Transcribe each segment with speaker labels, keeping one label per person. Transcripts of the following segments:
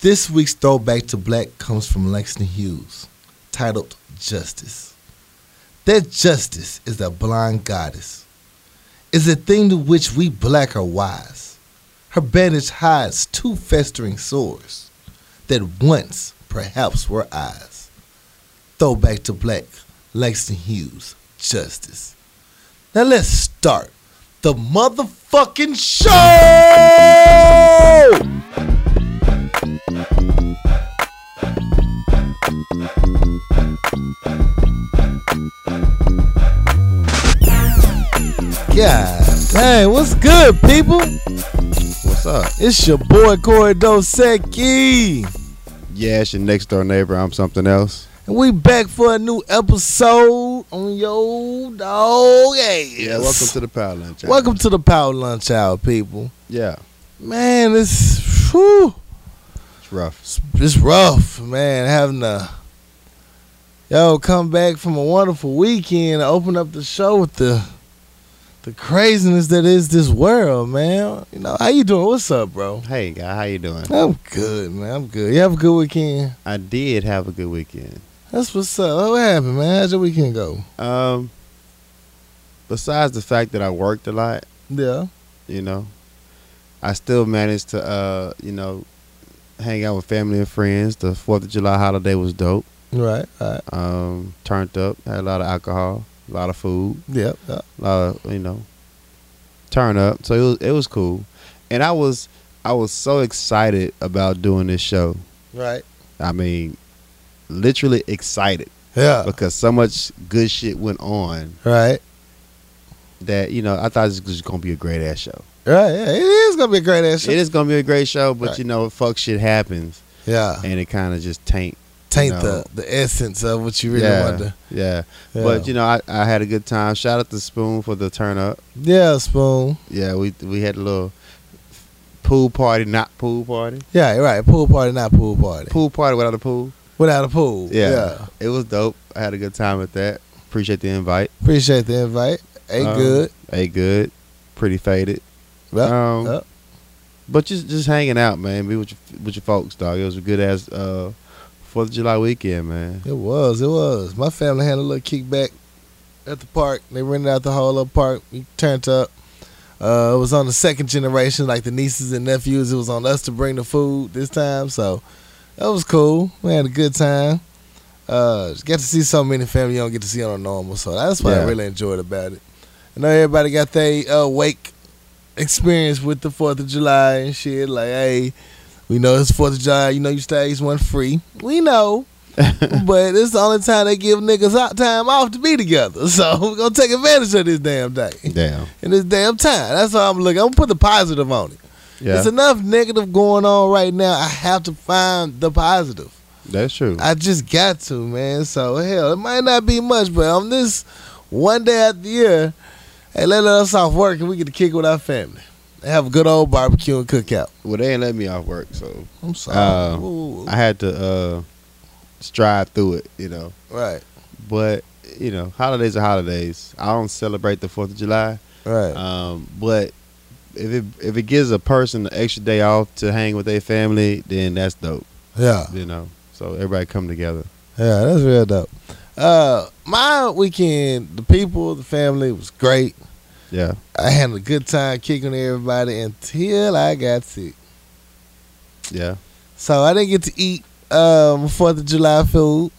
Speaker 1: This week's throwback to black comes from Langston Hughes, titled Justice. That justice is a blind goddess, is a thing to which we black are wise. Her bandage hides two festering sores that once perhaps were eyes. Throwback to black, Langston Hughes, Justice. Now let's start the motherfucking show! Yeah. Hey, what's good, people?
Speaker 2: What's up?
Speaker 1: It's your boy Corey Dosecki.
Speaker 2: Yeah, it's your next door neighbor. I'm something else.
Speaker 1: And we back for a new episode on your dog. ass.
Speaker 2: Yeah, welcome to the Power Lunch. Hour.
Speaker 1: Welcome to the Power Lunch Hour, people.
Speaker 2: Yeah,
Speaker 1: Man, it's whew,
Speaker 2: it's rough.
Speaker 1: it's, it's rough, man. Having to yo come back from a wonderful weekend, open up the show with the the craziness that is this world, man. You know how you doing? What's up, bro?
Speaker 2: Hey, guy, how you doing?
Speaker 1: I'm good, man. I'm good. You have a good weekend.
Speaker 2: I did have a good weekend.
Speaker 1: That's what's up. What happened, man? How'd your weekend go?
Speaker 2: Um, besides the fact that I worked a lot,
Speaker 1: Yeah.
Speaker 2: you know, I still managed to, uh, you know, hang out with family and friends. The Fourth of July holiday was dope.
Speaker 1: Right. Right.
Speaker 2: Um, turned up, had a lot of alcohol, a lot of food.
Speaker 1: Yep. yep.
Speaker 2: a lot of uh, you know turn up so it was, it was cool and i was i was so excited about doing this show
Speaker 1: Right.
Speaker 2: i mean literally excited
Speaker 1: Yeah.
Speaker 2: because so much good shit went on
Speaker 1: Right.
Speaker 2: that you know i thought this was gonna be a great ass show
Speaker 1: Right. Yeah. It is gonna be a great ass show.
Speaker 2: it is gonna be a great show but
Speaker 1: Right. Uh-huh.
Speaker 2: you know fuck shit happens
Speaker 1: Yeah.
Speaker 2: and it kind of just taint
Speaker 1: Taint
Speaker 2: No.
Speaker 1: the the essence of what you really
Speaker 2: yeah,
Speaker 1: want to.
Speaker 2: yeah
Speaker 1: Yeah.
Speaker 2: but you know I, I had a good time shout out to spoon for the turn up
Speaker 1: Yeah, spoon.
Speaker 2: yeah we we had a little pool party not pool party
Speaker 1: Yeah, you're right. Pool party, not pool party.
Speaker 2: pool party without a pool.
Speaker 1: Without a pool.
Speaker 2: Yeah. It was dope. I had a good time at that. Appreciate the invite.
Speaker 1: Appreciate the invite. Ain't
Speaker 2: Um,
Speaker 1: good.
Speaker 2: Ate good. Pretty faded.
Speaker 1: Well,
Speaker 2: um,
Speaker 1: yep.
Speaker 2: But just just hanging out, man. Be with your, with your folks, dog. It was a good ass uh, Fourth of July weekend, man.
Speaker 1: it was. It was. My family had a little kickback at the park. They rented out the whole little park. We turned up. Uh, it was on the second generation, like the nieces and nephews. It was on us to bring the food this time, so that was cool. We had a good time. Uh, got to see so many family you don't get to see on a normal, so that's what I
Speaker 2: Yeah.
Speaker 1: really enjoyed about it. I know everybody got their uh, wake experience with the Fourth of July and shit. Like, hey, we know it's Fourth of July. You know, you stage one free. We know, but it's the only time they give niggas out time off to be together. So we're gonna take advantage of this damn day
Speaker 2: Damn.
Speaker 1: in this damn time. That's how I'm looking. I'm gonna put the positive on it.
Speaker 2: Yeah.
Speaker 1: There's enough negative going on right now. I have to find the positive.
Speaker 2: that's true.
Speaker 1: I just got to, man. So hell, it might not be much, but on this one day out the year, hey, let us off work and we get to kick it with our family. And have a good old barbecue and cookout.
Speaker 2: well, they ain't let me off work, so
Speaker 1: I'm sorry.
Speaker 2: Uh,
Speaker 1: Ooh,
Speaker 2: I had to uh, strive through it, you know.
Speaker 1: right,
Speaker 2: But you know, holidays are holidays. I don't celebrate the Fourth of July.
Speaker 1: right.
Speaker 2: Um, but if it if it gives a person an extra day off to hang with their family, then that's dope.
Speaker 1: yeah,
Speaker 2: You know, so everybody come together.
Speaker 1: yeah, that's real dope. Uh, my weekend, the people, the family was great.
Speaker 2: Yeah,
Speaker 1: I had a good time kicking everybody until I got sick.
Speaker 2: yeah.
Speaker 1: So I didn't get to eat um Fourth of July food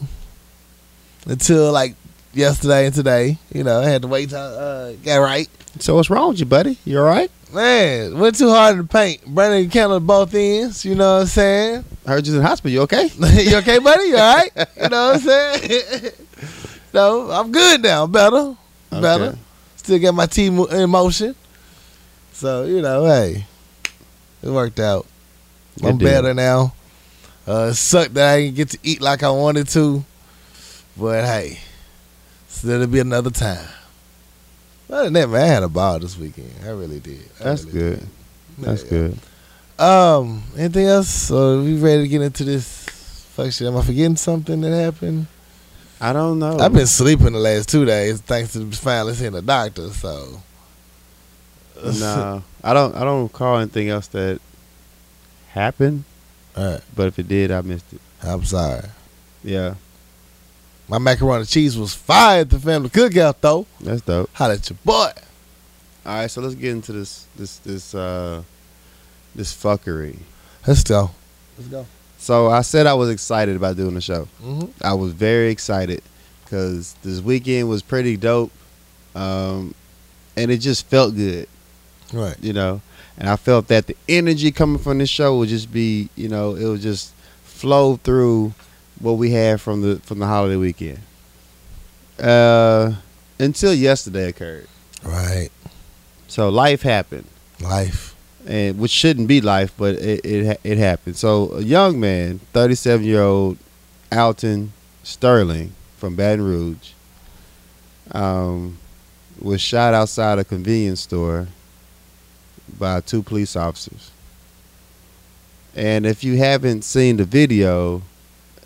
Speaker 1: until like yesterday and today. You know, I had to wait till I uh, got right.
Speaker 2: So what's wrong with you, buddy? You all right?
Speaker 1: Man, went too hard in the paint, burning the candle at both ends. You know what I'm saying?
Speaker 2: Heard you's in the hospital. You okay?
Speaker 1: you okay, buddy? You all right? You know what I'm saying? no, I'm good now. I'm better. I'm Better.
Speaker 2: Okay.
Speaker 1: Still got my team in motion. So, you know, hey, it worked out. I'm
Speaker 2: It did.
Speaker 1: better now. Uh, it sucked that I didn't get to eat like I wanted to. But hey, so that'll be another time. Other than that, man, I had a ball this weekend. I really did. I
Speaker 2: That's
Speaker 1: really
Speaker 2: good.
Speaker 1: did.
Speaker 2: That's
Speaker 1: Yeah.
Speaker 2: good.
Speaker 1: Um, anything else? So we ready to get into this fuck shit. Am I forgetting something that happened?
Speaker 2: I don't know.
Speaker 1: I've been sleeping the last two days thanks to finally seeing the doctor, so
Speaker 2: no. I don't. I don't recall anything else that happened.
Speaker 1: All right.
Speaker 2: But if it did, I missed it.
Speaker 1: I'm sorry.
Speaker 2: Yeah,
Speaker 1: My macaroni and cheese was fire at the family cookout, though.
Speaker 2: that's dope.
Speaker 1: Holla at your boy.
Speaker 2: All right, so let's get into this this this uh this fuckery.
Speaker 1: Let's go. Let's go.
Speaker 2: So I said I was excited about doing the show.
Speaker 1: hmm
Speaker 2: I was very excited because this weekend was pretty dope, um, and it just felt good,
Speaker 1: Right.
Speaker 2: you know. And I felt that the energy coming from this show would just be, you know, it would just flow through what we had from the from the holiday weekend. Uh, until yesterday occurred.
Speaker 1: Right.
Speaker 2: So life happened.
Speaker 1: Life.
Speaker 2: and which shouldn't be life, but it it, ha- it happened. So a young man, 37 year old Alton Sterling from Baton Rouge, um, was shot outside a convenience store by two police officers. And if you haven't seen the video,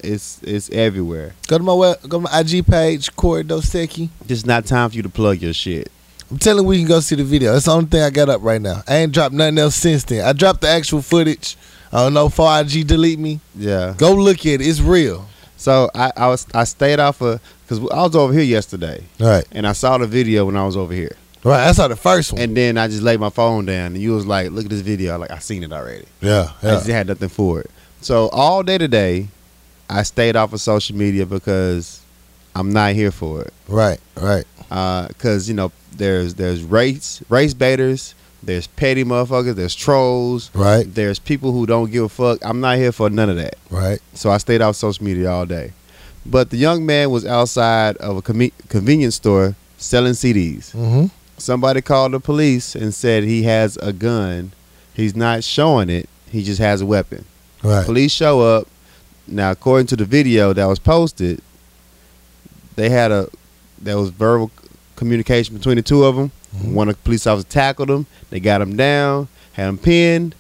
Speaker 2: it's it's everywhere.
Speaker 1: Go to my web, go to my IG page, Corey Dosecki.
Speaker 2: Just not time for you to plug your shit.
Speaker 1: I'm telling you, we can go see the video. That's the only thing I got up right now. I ain't dropped nothing else since then. I dropped the actual footage. I don't know if IG delete me.
Speaker 2: Yeah.
Speaker 1: Go look at it. It's real.
Speaker 2: So I I, was, I stayed off of because I was over here yesterday
Speaker 1: Right.
Speaker 2: and I saw the video when I was over here.
Speaker 1: Right. I saw the first one.
Speaker 2: And then I just laid my phone down, and you was like, "Look at this video! Like I seen it already.
Speaker 1: yeah.
Speaker 2: I
Speaker 1: Yeah.
Speaker 2: just had nothing for it." So all day today, I stayed off of social media because I'm not here for it.
Speaker 1: Right. Right.
Speaker 2: Because you know, there's there's race race baiters, there's petty motherfuckers, there's trolls,
Speaker 1: Right.
Speaker 2: there's people who don't give a fuck. I'm not here for none of that.
Speaker 1: Right.
Speaker 2: So I stayed off social media all day. But the young man was outside of a com- convenience store selling CDs
Speaker 1: Mm-hmm.
Speaker 2: somebody called the police and said he has a gun. He's not showing it. He just has a weapon.
Speaker 1: Right.
Speaker 2: Police show up. Now, according to the video that was posted, they had a there was verbal communication between the two of them.
Speaker 1: Mhm.
Speaker 2: One of the police officer tackled him. They got him down, had him pinned.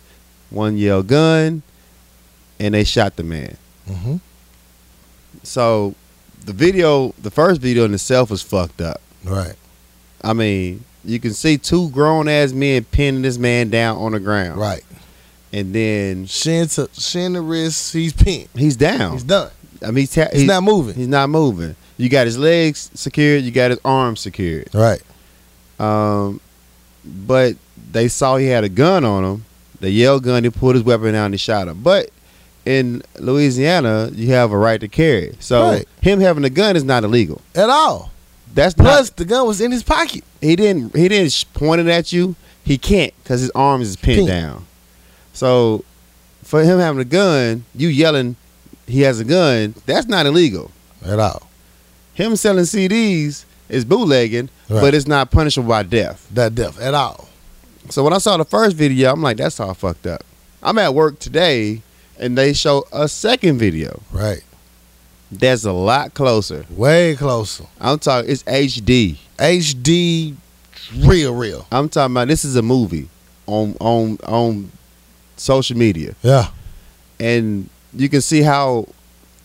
Speaker 2: One yelled gun, and they shot the man.
Speaker 1: Mm-hmm.
Speaker 2: So, the video, the first video in itself was fucked up.
Speaker 1: Right.
Speaker 2: I mean, you can see two grown ass men pinning this man down on the ground.
Speaker 1: Right.
Speaker 2: And then
Speaker 1: Shin to shin the wrist. He's pinned.
Speaker 2: he's down.
Speaker 1: He's done.
Speaker 2: I mean, he's, ta-
Speaker 1: He's, not moving.
Speaker 2: He's not moving. You got his legs secured. You got his arms secured.
Speaker 1: right.
Speaker 2: Um, but they saw he had a gun on him. They yelled gun. They pulled his weapon out and they shot him. But in Louisiana, you have a right to carry. So
Speaker 1: Right.
Speaker 2: him having a gun is not illegal.
Speaker 1: At all.
Speaker 2: That's
Speaker 1: Plus,
Speaker 2: not,
Speaker 1: the gun was in his pocket.
Speaker 2: he didn't he didn't sh- point it at you. He can't because his arms is
Speaker 1: Pinned.
Speaker 2: pinned down. So for him having a gun, you yelling he has a gun. That's not illegal.
Speaker 1: At all.
Speaker 2: Him selling CDs is bootlegging,
Speaker 1: Right.
Speaker 2: but it's not punishable by death.
Speaker 1: That deaf. At all.
Speaker 2: So when I saw the first video, I'm like, that's all fucked up. I'm at work today, and they show a second video.
Speaker 1: Right.
Speaker 2: That's a lot closer.
Speaker 1: Way closer.
Speaker 2: I'm talking. It's HD.
Speaker 1: HD, real, real.
Speaker 2: I'm talking about this is a movie on on on social media.
Speaker 1: Yeah.
Speaker 2: and you can see how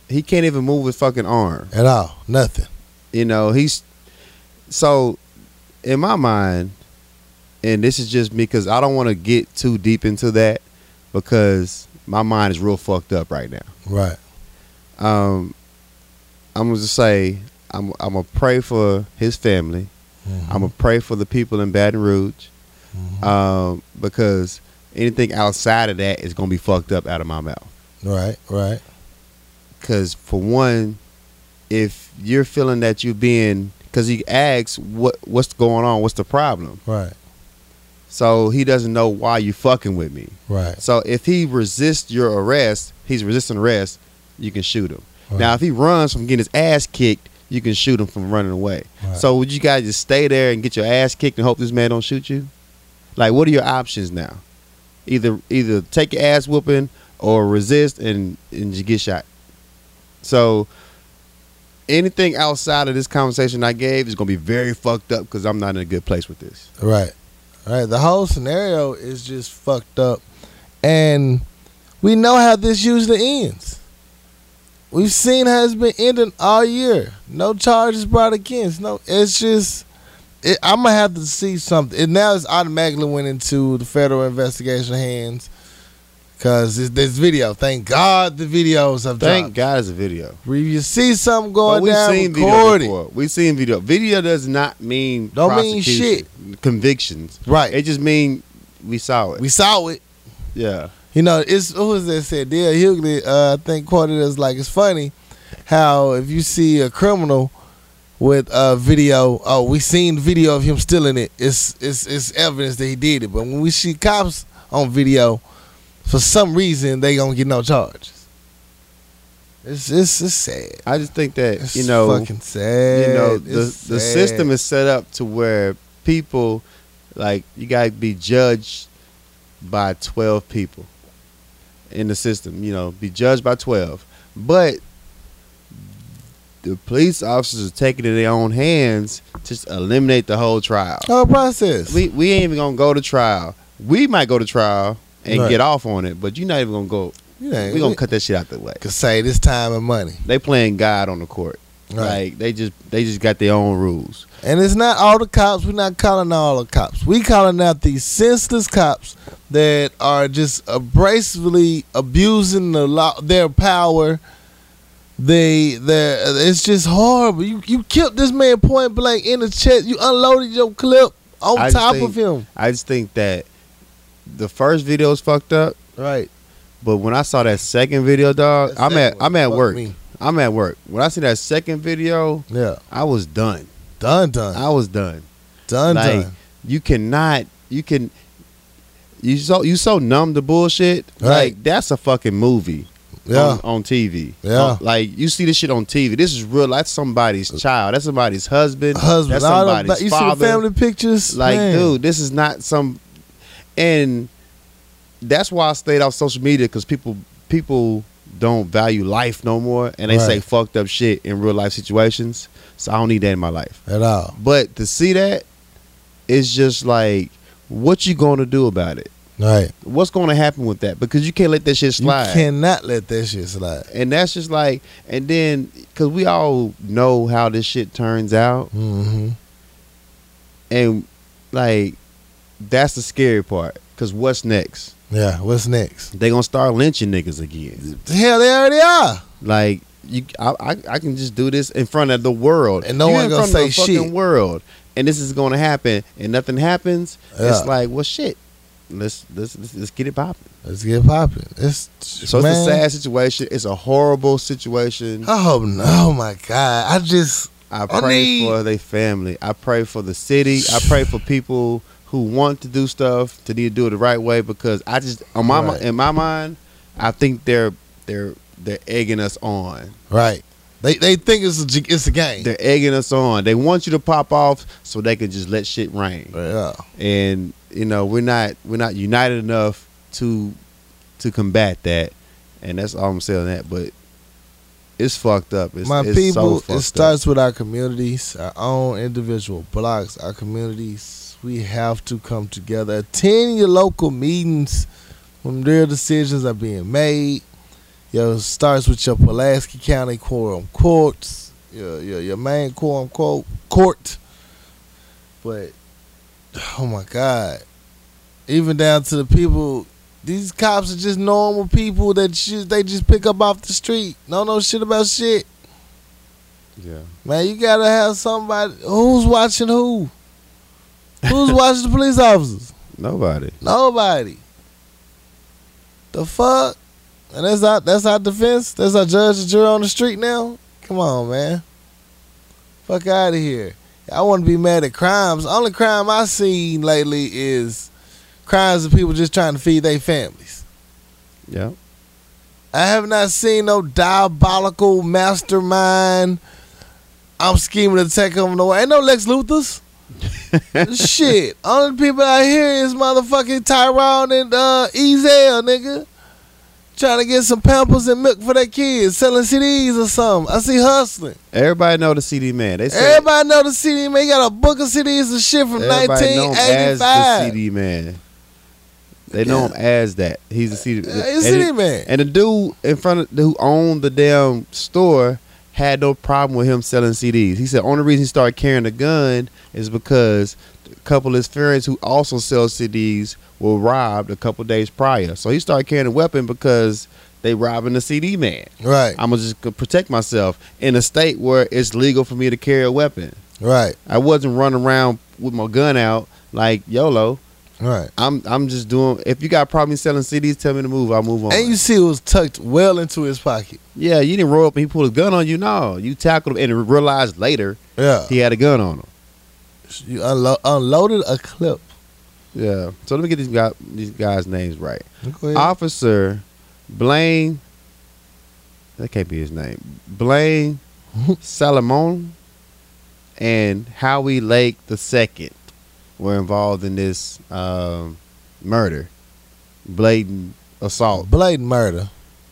Speaker 2: he can't even move his fucking arm.
Speaker 1: At all. Nothing.
Speaker 2: You know, he's so in my mind, and this is just me because I don't want to get too deep into that because my mind is real fucked up right now.
Speaker 1: Right.
Speaker 2: Um, I'm gonna just say I'm I'm gonna pray for his family.
Speaker 1: Mm-hmm.
Speaker 2: I'm gonna pray for the people in Baton Rouge um, because anything outside of that is gonna be fucked up out of my mouth.
Speaker 1: right. Right.
Speaker 2: Because for one, if you're feeling that you're being, because he asks what what's going on, what's the problem,
Speaker 1: Right.
Speaker 2: so he doesn't know why you fucking with me.
Speaker 1: Right.
Speaker 2: So if he resists your arrest, he's resisting arrest. You can shoot him. Now if he runs from getting his ass kicked, you can shoot him from running away.
Speaker 1: Right.
Speaker 2: So would you guys just stay there and get your ass kicked and hope this man don't shoot you? Like, what are your options now? Either either take your ass whooping or resist and and you get shot. So anything outside of this conversation I gave is gonna be very fucked up because I'm not in a good place with this.
Speaker 1: Right. Right. The whole scenario is just fucked up. And we know how this usually ends. We've seen how it's been ending all year. No charges brought against. No, it's just. It, I'm gonna have to see something. It now it's automatically went into the federal investigation hands Cause it's this video. Thank God the videos have
Speaker 2: Thank
Speaker 1: dropped.
Speaker 2: God it's a video.
Speaker 1: Where you see something
Speaker 2: But
Speaker 1: going
Speaker 2: we've
Speaker 1: down,
Speaker 2: seen video
Speaker 1: record it.
Speaker 2: before. We've seen video. Video does not mean
Speaker 1: Don't mean
Speaker 2: prosecution, convictions.
Speaker 1: Right.
Speaker 2: It just mean we saw it.
Speaker 1: we saw it.
Speaker 2: yeah.
Speaker 1: You know, it's who was that said Dale Hughley, uh, I think quoted as like it's funny how if you see a criminal with a video, oh, we seen video of him stealing it. It's it's it's evidence that he did it. But when we see cops on video, for some reason they gonna get no charges. It's it's it's sad.
Speaker 2: I just think that
Speaker 1: It's
Speaker 2: you know,
Speaker 1: fucking sad.
Speaker 2: you know, the
Speaker 1: It's
Speaker 2: the
Speaker 1: sad.
Speaker 2: system is set up to where people like you gotta be judged by twelve people in the system. You know, be judged by twelve, but the police officers are taking it in their own hands to eliminate the whole trial.
Speaker 1: whole process.
Speaker 2: We we ain't even gonna go to trial. We might go to trial and
Speaker 1: Right.
Speaker 2: get off on it, but you're not even gonna go.
Speaker 1: you know,
Speaker 2: we gonna cut that shit out the way.
Speaker 1: could say this time and money.
Speaker 2: They playing God on the court.
Speaker 1: Right.
Speaker 2: Like they just they just got their own rules.
Speaker 1: And it's not all the cops. We're not calling out all the cops. We calling out these senseless cops that are just abrasively abusing the law, their power. They, they, it's just horrible. You, you killed this man point blank in the chest. You unloaded your clip on
Speaker 2: I just
Speaker 1: top
Speaker 2: think-
Speaker 1: of him.
Speaker 2: I just think that the first video is fucked up,
Speaker 1: Right.
Speaker 2: but when I saw that second video, dog,
Speaker 1: That
Speaker 2: I'm at
Speaker 1: second one
Speaker 2: I'm at
Speaker 1: fucked
Speaker 2: work.
Speaker 1: me.
Speaker 2: I'm at work. When I see that second video,
Speaker 1: Yeah.
Speaker 2: I was done.
Speaker 1: Done. Done.
Speaker 2: I was done.
Speaker 1: Done.
Speaker 2: like
Speaker 1: done.
Speaker 2: you cannot you can you so you so numb to bullshit.
Speaker 1: Right.
Speaker 2: Like that's a fucking movie.
Speaker 1: Yeah.
Speaker 2: on, on TV.
Speaker 1: Yeah.
Speaker 2: On- like you see this shit on TV. This is real. That's somebody's child. That's somebody's husband.
Speaker 1: Uh, Husband.
Speaker 2: That's
Speaker 1: all them-
Speaker 2: somebody's
Speaker 1: you
Speaker 2: father.
Speaker 1: see the family pictures.
Speaker 2: Like,
Speaker 1: Man.
Speaker 2: dude, this is not some. And that's why I stayed off social media because people people don't value life no more, and they
Speaker 1: Right.
Speaker 2: say fucked up shit in real life situations. So I don't need that in my life.
Speaker 1: At all.
Speaker 2: But to see that, it's just like, what you gonna do about it?
Speaker 1: Right.
Speaker 2: What's gonna happen with that? Because you can't let that shit slide
Speaker 1: You cannot let that shit slide.
Speaker 2: and that's just like and then because we all know how this shit turns out
Speaker 1: Mm-hmm.
Speaker 2: and like that's the scary part because what's next
Speaker 1: Yeah, what's next?
Speaker 2: they gonna start lynching niggas again
Speaker 1: Hell, they already are.
Speaker 2: like you I, I, I can just do this in front of the world
Speaker 1: And no
Speaker 2: You
Speaker 1: one
Speaker 2: in
Speaker 1: gonna
Speaker 2: front of
Speaker 1: say
Speaker 2: the fucking
Speaker 1: shit.
Speaker 2: world and this is gonna happen and nothing happens
Speaker 1: Yeah.
Speaker 2: it's like well shit let's let's let's, let's get it popping
Speaker 1: Let's get popping. It's
Speaker 2: so
Speaker 1: man,
Speaker 2: it's a sad situation it's a horrible situation
Speaker 1: I hope. no- Oh my God! I just
Speaker 2: I
Speaker 1: I
Speaker 2: pray
Speaker 1: need-
Speaker 2: for their family. I pray for the city. I pray for people who want to do stuff to need to do it the right way because I just on my
Speaker 1: Right.
Speaker 2: in my mind, I think they're they're they're egging us on.
Speaker 1: right. They they think it's a j- it's a game.
Speaker 2: They're egging us on. They want you to pop off so they can just let shit rain.
Speaker 1: yeah,
Speaker 2: And you know we're not we're not united enough to to combat that. And that's all I'm saying on that. But it's fucked up. It's,
Speaker 1: my
Speaker 2: it's so
Speaker 1: people.
Speaker 2: fucked
Speaker 1: it
Speaker 2: up.
Speaker 1: starts with our communities, our own individual blocks, our communities. We have to come together. Attend your local meetings when real decisions are being made. Yo, it starts with your Pulaski County quorum courts, your your, your main quorum quote court. But oh my God, even down to the people, these cops are just normal people that you, they just pick up off the street. Don't know shit about shit,
Speaker 2: Yeah.
Speaker 1: man. You gotta have somebody who's watching who. Who's watching the police officers?
Speaker 2: Nobody.
Speaker 1: Nobody. The fuck? And that's our that's our defense. That's our judge and jury on the street now. Come on, man. Fuck out of here. I want to be mad at crimes. Only crime I seen lately is crimes of people just trying to feed their families.
Speaker 2: Yeah.
Speaker 1: I have not seen no diabolical mastermind. I'm scheming to take over the world. Ain't no Lex Luthers. Shit. Only people out here is motherfucking Tyrone and uh Ezel, nigga. Trying to get some pampers and milk for their kids, selling CDs or something. I see hustling.
Speaker 2: Everybody know the CD man. They say
Speaker 1: Everybody know the CD man. He got a book of CDs and shit from
Speaker 2: Everybody know him as the
Speaker 1: 1985.
Speaker 2: CD man. They know him as that. He's the CD.
Speaker 1: Yeah, he's
Speaker 2: and
Speaker 1: CD
Speaker 2: it-
Speaker 1: man.
Speaker 2: And the dude in front of who owned the damn store had no problem with him selling CDs. He said only reason he started carrying a gun is because couple of his friends who also sell CDs were robbed a couple days prior. So he started carrying a weapon because they robbing the CD man.
Speaker 1: Right.
Speaker 2: I'm gonna just go protect myself in a state where it's legal for me to carry a weapon.
Speaker 1: Right.
Speaker 2: I wasn't running around with my gun out like YOLO.
Speaker 1: Right.
Speaker 2: I'm I'm just doing. If you got problems selling CDs, tell me to move. I'll move on.
Speaker 1: And you see, it was tucked well into his pocket.
Speaker 2: yeah, you didn't roll up and he pulled a gun on you. No, you tackled him and realized later
Speaker 1: Yeah.
Speaker 2: he had a gun on him.
Speaker 1: You unlo- unloaded a clip.
Speaker 2: Yeah. So let me get these guy these guys' names right.
Speaker 1: Go ahead.
Speaker 2: Officer Blaine. That can't be his name. Blaine Salomon and Howie Lake the second were involved in this um, murder, blatant assault
Speaker 1: Blatant murder.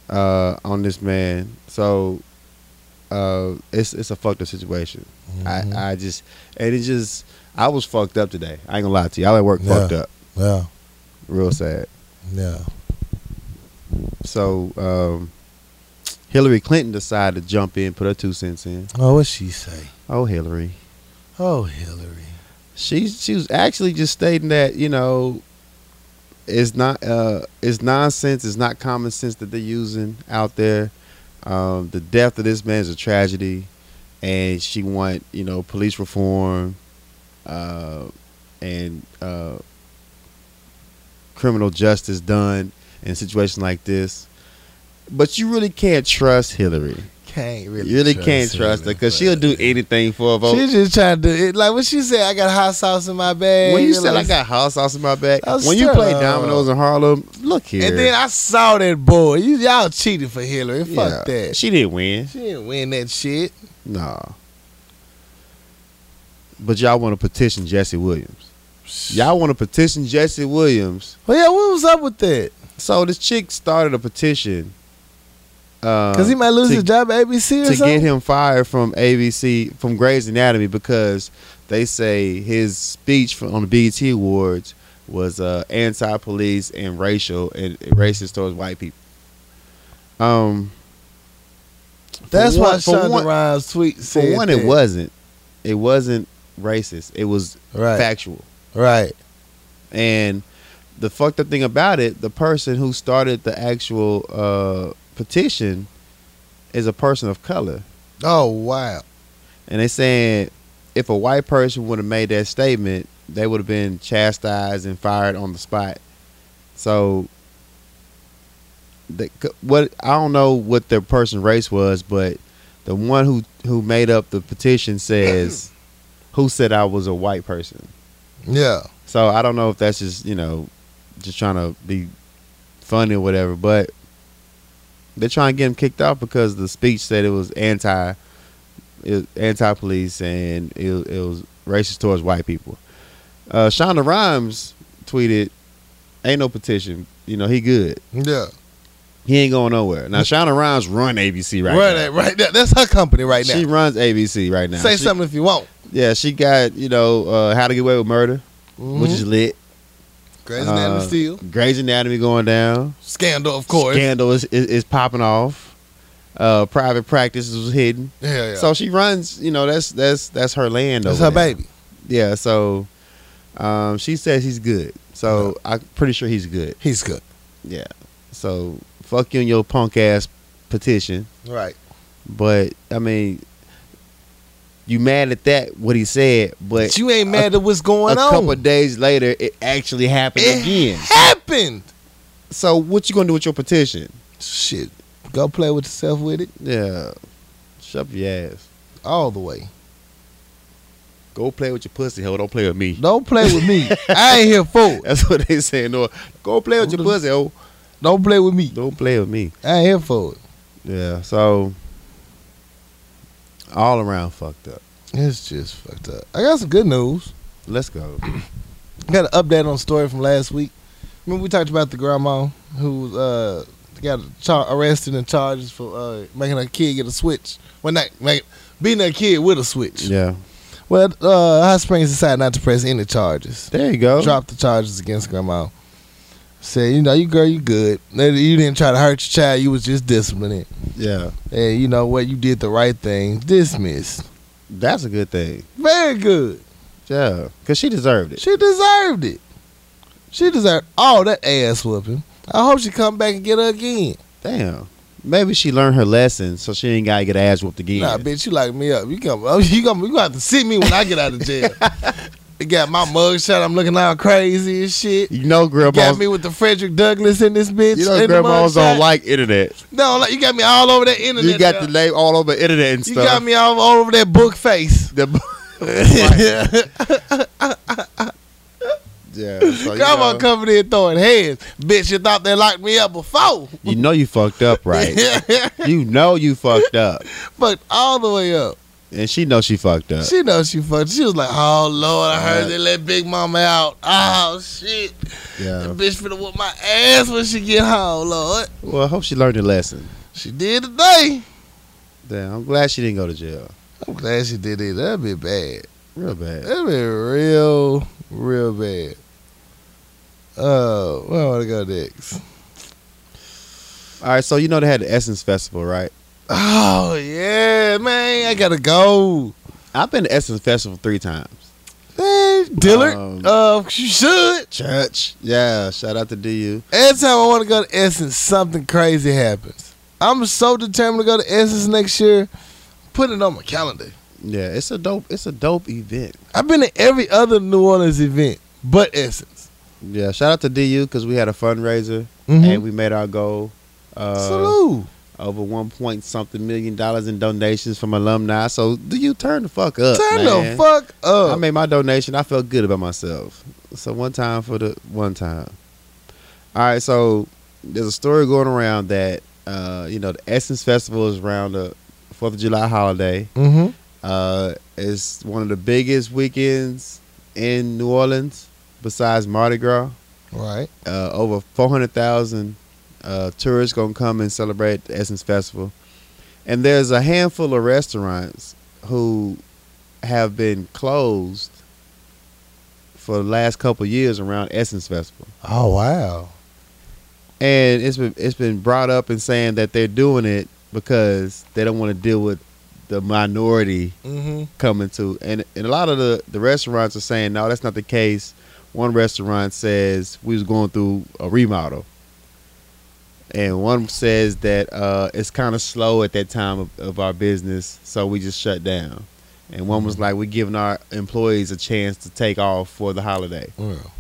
Speaker 2: uh, on this man. So uh, it's it's a fucked up situation.
Speaker 1: Mhm.
Speaker 2: I, I just and it just I was fucked up today. I ain't gonna lie to you. I at work
Speaker 1: Yeah.
Speaker 2: fucked up,
Speaker 1: yeah.
Speaker 2: real sad.
Speaker 1: Yeah.
Speaker 2: So um, Hillary Clinton decided to jump in, put her two cents in.
Speaker 1: Oh, what she say?
Speaker 2: Oh, Hillary.
Speaker 1: Oh, Hillary.
Speaker 2: She she was actually just stating that you know, it's not uh it's nonsense. It's not common sense that they're using out there. Um, the death of this man is a tragedy, and she want you know police reform, uh, and uh, criminal justice done in a situation like this. But you really can't trust Hillary.
Speaker 1: Can't really.
Speaker 2: You really can't trust her because she'll do anything for a vote.
Speaker 1: She just trying to do it. Like when she said, "I got hot sauce in my bag."
Speaker 2: when you
Speaker 1: and
Speaker 2: said I
Speaker 1: like-
Speaker 2: got hot sauce in my back,
Speaker 1: Oh,
Speaker 2: when you
Speaker 1: shut
Speaker 2: play
Speaker 1: up.
Speaker 2: dominoes in Harlem, look here.
Speaker 1: and then I saw that boy. You, y'all cheated for Hillary. Fuck
Speaker 2: Yeah.
Speaker 1: that. She,
Speaker 2: She didn't win.
Speaker 1: didn't win that shit.
Speaker 2: No. But y'all want to petition Jesse Williams. Y'all want to petition Jesse Williams.
Speaker 1: Well, yeah. What was up with that?
Speaker 2: So this chick started a petition. um,
Speaker 1: Because he might lose
Speaker 2: Uh, to-
Speaker 1: his job at ABC or
Speaker 2: to
Speaker 1: something.
Speaker 2: get him fired from ABC from Grey's Anatomy because they say his speech for, on the BET Awards was uh, anti-police and racial and racist towards white people. Um,
Speaker 1: That's
Speaker 2: for
Speaker 1: why
Speaker 2: one- for
Speaker 1: Shonda
Speaker 2: one-
Speaker 1: Rhimes tweet
Speaker 2: for
Speaker 1: said
Speaker 2: one,
Speaker 1: that.
Speaker 2: it wasn't. It wasn't racist. It was
Speaker 1: right.
Speaker 2: factual.
Speaker 1: Right.
Speaker 2: And the fucked up thing about it, the person who started the actual uh, petition is a person of color.
Speaker 1: Oh wow.
Speaker 2: and they saying if a white person would have made that statement, they would have been chastised and fired on the spot. So, the, what I don't know what the person's race was, but the one who who made up the petition says, "Who said I was a white person?"
Speaker 1: Yeah.
Speaker 2: So I don't know if that's just you know, just trying to be funny or whatever, but they're trying to get him kicked off because the speech said it was anti, it, anti-police and it, it was racist towards white people. Uh, Shonda Rhimes tweeted, "Ain't no petition. You know he good.
Speaker 1: Yeah.
Speaker 2: He ain't going nowhere." Now Shonda Rhimes run ABC right
Speaker 1: right,
Speaker 2: now.
Speaker 1: that- right there. That's her company right now.
Speaker 2: She runs ABC right now.
Speaker 1: Say
Speaker 2: She-
Speaker 1: something if you want.
Speaker 2: Yeah, she got you know uh, How to Get Away with Murder,
Speaker 1: Mm-hmm.
Speaker 2: which is lit.
Speaker 1: Grey's Anatomy
Speaker 2: uh,
Speaker 1: still
Speaker 2: Grey's Anatomy going down.
Speaker 1: scandal, of course.
Speaker 2: Scandal is, is, is popping off. Uh, private practices was hidden.
Speaker 1: yeah, yeah.
Speaker 2: So she runs, you know, that's that's that's her land
Speaker 1: that's
Speaker 2: over
Speaker 1: her
Speaker 2: there.
Speaker 1: baby.
Speaker 2: Yeah, so um, she says he's good. So I'm pretty sure he's good.
Speaker 1: He's good.
Speaker 2: Yeah. So fuck you and your punk ass petition.
Speaker 1: Right.
Speaker 2: But I mean you mad at that what he said, but
Speaker 1: But you ain't mad at what's
Speaker 2: a
Speaker 1: going on. Eh.
Speaker 2: couple of days later it actually happened
Speaker 1: it
Speaker 2: again.
Speaker 1: happened.
Speaker 2: So what you gonna do with your petition?
Speaker 1: Shit. Go play with yourself with it
Speaker 2: Yeah. Shut up your ass.
Speaker 1: all the way.
Speaker 2: Go play with your pussy, hell. Don't play with me.
Speaker 1: Don't play with me. I ain't here for it.
Speaker 2: That's what they saying. No, go play with your pussy, hell.
Speaker 1: Don't play with me.
Speaker 2: Don't play with me.
Speaker 1: I ain't here for it.
Speaker 2: Yeah. So all around fucked up.
Speaker 1: It's just fucked up. I got some good news.
Speaker 2: Let's go.
Speaker 1: I got an update on a story from last week. Remember we talked about the grandma who uh, got char- arrested and charged for uh, making her kid get a switch. Well, not make, beating her kid with a switch.
Speaker 2: Yeah.
Speaker 1: Well, uh, Hot Springs decided not to press any charges.
Speaker 2: There you go.
Speaker 1: Dropped the charges against grandma. Said, you know, you girl, you good. That- You didn't try to hurt your child. You was just disciplining.
Speaker 2: Yeah.
Speaker 1: And you know what? You did the right thing. Dismissed.
Speaker 2: That's a good thing.
Speaker 1: Very good.
Speaker 2: Yeah, because she deserved it.
Speaker 1: She deserved it. She deserved all that ass whooping. I hope she come back and get her again.
Speaker 2: Damn. Maybe she learned her lesson, so she ain't gotta get her ass whooped again.
Speaker 1: Nah, bitch, you lock me up. You come, oh, you come, you gonna have to see me when I get out of jail. you got my mug shot. I'm looking all crazy and shit.
Speaker 2: You know,
Speaker 1: You got
Speaker 2: grandma's.
Speaker 1: me with the Frederick Douglass in this bitch.
Speaker 2: You
Speaker 1: in
Speaker 2: know,
Speaker 1: the
Speaker 2: grandmas
Speaker 1: mug
Speaker 2: don't
Speaker 1: shot.
Speaker 2: like internet.
Speaker 1: No, like you got me all over that internet.
Speaker 2: You got
Speaker 1: dog.
Speaker 2: the name all over internet and
Speaker 1: You
Speaker 2: stuff.
Speaker 1: got me all, all over that book face.
Speaker 2: The- yeah. So, Oh, you,
Speaker 1: Grandma
Speaker 2: know,
Speaker 1: coming in throwing hands. Bitch, you thought they locked me up before.
Speaker 2: you know you fucked up, right? you know you fucked up,
Speaker 1: Fucked all the way up.
Speaker 2: and she knows she fucked up.
Speaker 1: She knows she fucked. She was like, "Oh Lord, I heard
Speaker 2: Uh,
Speaker 1: they let Big Mama out. Oh shit, the
Speaker 2: yeah.
Speaker 1: bitch finna whoop my ass when she get home, Lord."
Speaker 2: Well, I hope she learned her lesson.
Speaker 1: She did today.
Speaker 2: Damn, I'm glad she didn't go to jail.
Speaker 1: I'm glad she did it. That'd be bad.
Speaker 2: Real bad.
Speaker 1: That'd be real, real bad. Oh, where I want to go next?
Speaker 2: All right, so you know they had the Essence Festival, right?
Speaker 1: Oh yeah, man, I gotta go.
Speaker 2: I've been to Essence Festival three times.
Speaker 1: Hey, Dillard,
Speaker 2: Um,
Speaker 1: uh, you should.
Speaker 2: Church. Yeah, shout out to DU.
Speaker 1: Every time I want to go to Essence, something crazy happens. I'm so determined to go to Essence next year. Put it on my calendar.
Speaker 2: Yeah, it's a dope. It's a dope event.
Speaker 1: I've been to every other New Orleans event but Essence.
Speaker 2: Yeah, shout out to DU because we had a fundraiser and we made our goal. Uh,
Speaker 1: Salute.
Speaker 2: over one point something million dollars in donations from alumni. So do you turn the fuck up?
Speaker 1: Turn
Speaker 2: man.
Speaker 1: the fuck up.
Speaker 2: I made my donation. I felt good about myself. So one time for the one time. All right. So there's a story going around that uh, you know the Essence Festival is around the Fourth of July holiday.
Speaker 1: mm-hmm.
Speaker 2: Uh, it's one of the biggest weekends in New Orleans besides Mardi Gras.
Speaker 1: Right.
Speaker 2: Uh, over 400,000 uh, tourists going to come and celebrate the Essence Festival. And there's a handful of restaurants who have been closed for the last couple years around Essence Festival.
Speaker 1: Oh wow.
Speaker 2: And it's been, it's been brought up and saying that they're doing it because they don't want to deal with the minority
Speaker 1: Mm-hmm.
Speaker 2: coming to and, and a lot of the, the restaurants are saying no that's not the case one restaurant says we was going through a remodel and one says that uh, it's kind of slow at that time of, of our business so we just shut down and one
Speaker 1: Mm-hmm.
Speaker 2: was like we're giving our employees a chance to take off for the holiday
Speaker 1: Well,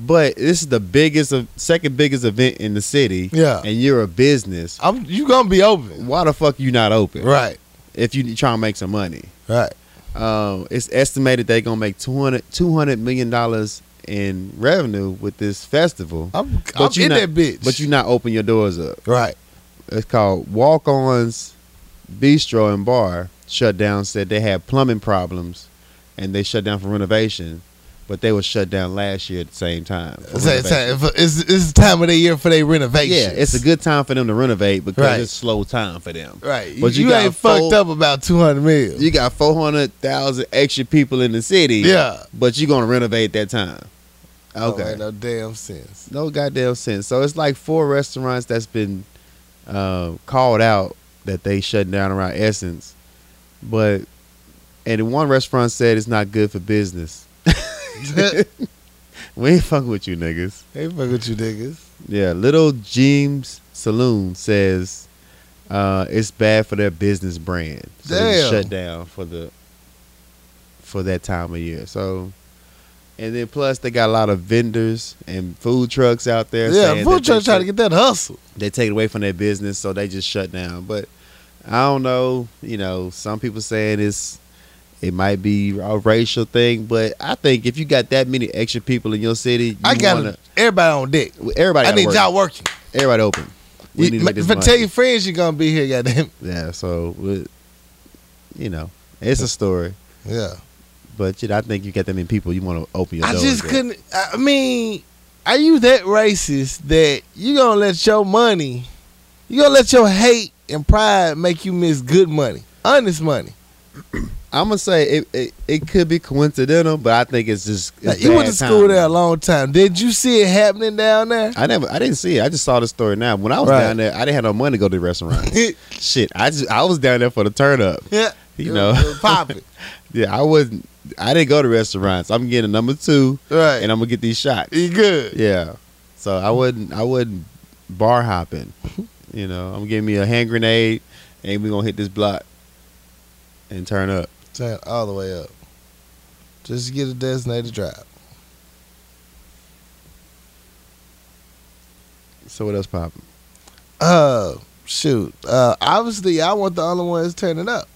Speaker 2: but this is the biggest of second biggest event in the city
Speaker 1: Yeah.
Speaker 2: and you're a business
Speaker 1: I'm. You gonna be open.
Speaker 2: why the fuck you not open
Speaker 1: Right.
Speaker 2: if you trying to make some money
Speaker 1: Right.
Speaker 2: um, it's estimated they're gonna make 200, 200 million dollars in revenue with this festival.
Speaker 1: I'm.
Speaker 2: But
Speaker 1: I'm
Speaker 2: you
Speaker 1: in
Speaker 2: not-
Speaker 1: that bitch.
Speaker 2: But you not open your doors up.
Speaker 1: Right.
Speaker 2: It's called Walk On's Bistro and Bar. Shut down. Said they had plumbing problems, and they shut down for renovation. But they were shut down last year at the same time. for
Speaker 1: It's, it's,
Speaker 2: renovation.
Speaker 1: it's, it's the time of the year for their renovations.
Speaker 2: yeah, it's a good time for them to renovate because
Speaker 1: Right.
Speaker 2: it's slow time for them.
Speaker 1: Right.
Speaker 2: But
Speaker 1: you,
Speaker 2: you got
Speaker 1: ain't
Speaker 2: four-
Speaker 1: fucked up about 200 mil.
Speaker 2: You got four hundred thousand extra people in the city.
Speaker 1: yeah.
Speaker 2: but you're gonna renovate that time.
Speaker 1: Don't
Speaker 2: Okay,
Speaker 1: make no damn sense.
Speaker 2: no goddamn sense. So it's like four restaurants that's been uh, called out that they shut down around Essence, but and one restaurant said it's not good for business.
Speaker 1: hey,
Speaker 2: We ain't fucking with you niggas.
Speaker 1: fuck with you niggas.
Speaker 2: Yeah, Little James Saloon says uh, it's bad for their business brand. So they just
Speaker 1: Damn.
Speaker 2: shut down for the for that time of year. So and then plus they got a lot of vendors and food trucks out there.
Speaker 1: Yeah,
Speaker 2: saying
Speaker 1: food
Speaker 2: that
Speaker 1: truck
Speaker 2: they
Speaker 1: trying
Speaker 2: take-
Speaker 1: to get that hustle.
Speaker 2: they take it away from their business, so they just shut down. But I don't know, you know, some people saying it's it might be a racial thing, but I think if you got that many extra people in your city, you
Speaker 1: I got
Speaker 2: wanna,
Speaker 1: everybody on deck.
Speaker 2: everybody.
Speaker 1: I
Speaker 2: gotta
Speaker 1: need
Speaker 2: work.
Speaker 1: y'all working.
Speaker 2: Everybody open. We
Speaker 1: You,
Speaker 2: need to make this
Speaker 1: if I
Speaker 2: money.
Speaker 1: tell your friends you're gonna be here, goddamn.
Speaker 2: Yeah, so we- you know, it's a story,
Speaker 1: Yeah.
Speaker 2: but you know, I think you got that many people you want to open your
Speaker 1: I
Speaker 2: doors
Speaker 1: just
Speaker 2: up.
Speaker 1: couldn't. I mean, are you that racist that you gonna let your money, you gonna let your hate and pride make you miss good money, honest money?
Speaker 2: I'm gonna say it, it. It could be coincidental, but I think it's just. It's
Speaker 1: Now, you went
Speaker 2: bad
Speaker 1: to school
Speaker 2: timing.
Speaker 1: there a long time. Did you see it happening down there?
Speaker 2: I never. I didn't see it. I just saw the story now. When I was
Speaker 1: Right.
Speaker 2: down there, I didn't have no money to go to the restaurant. Shit, I just I was down there for the turn up.
Speaker 1: yeah.
Speaker 2: You know.
Speaker 1: Pop it.
Speaker 2: Yeah, I wasn't. I didn't go to restaurants. I'm getting a number two,
Speaker 1: Right.
Speaker 2: and I'm gonna get these shots.
Speaker 1: you good.
Speaker 2: Yeah. So I wouldn't. I wouldn't bar hopping. You know, I'm giving me a hand grenade, and we gonna hit this block and turn up.
Speaker 1: Turn it all the way up. Just get a designated drive.
Speaker 2: So what else popping?
Speaker 1: Uh, shoot. Uh, obviously, I want the only ones turning up.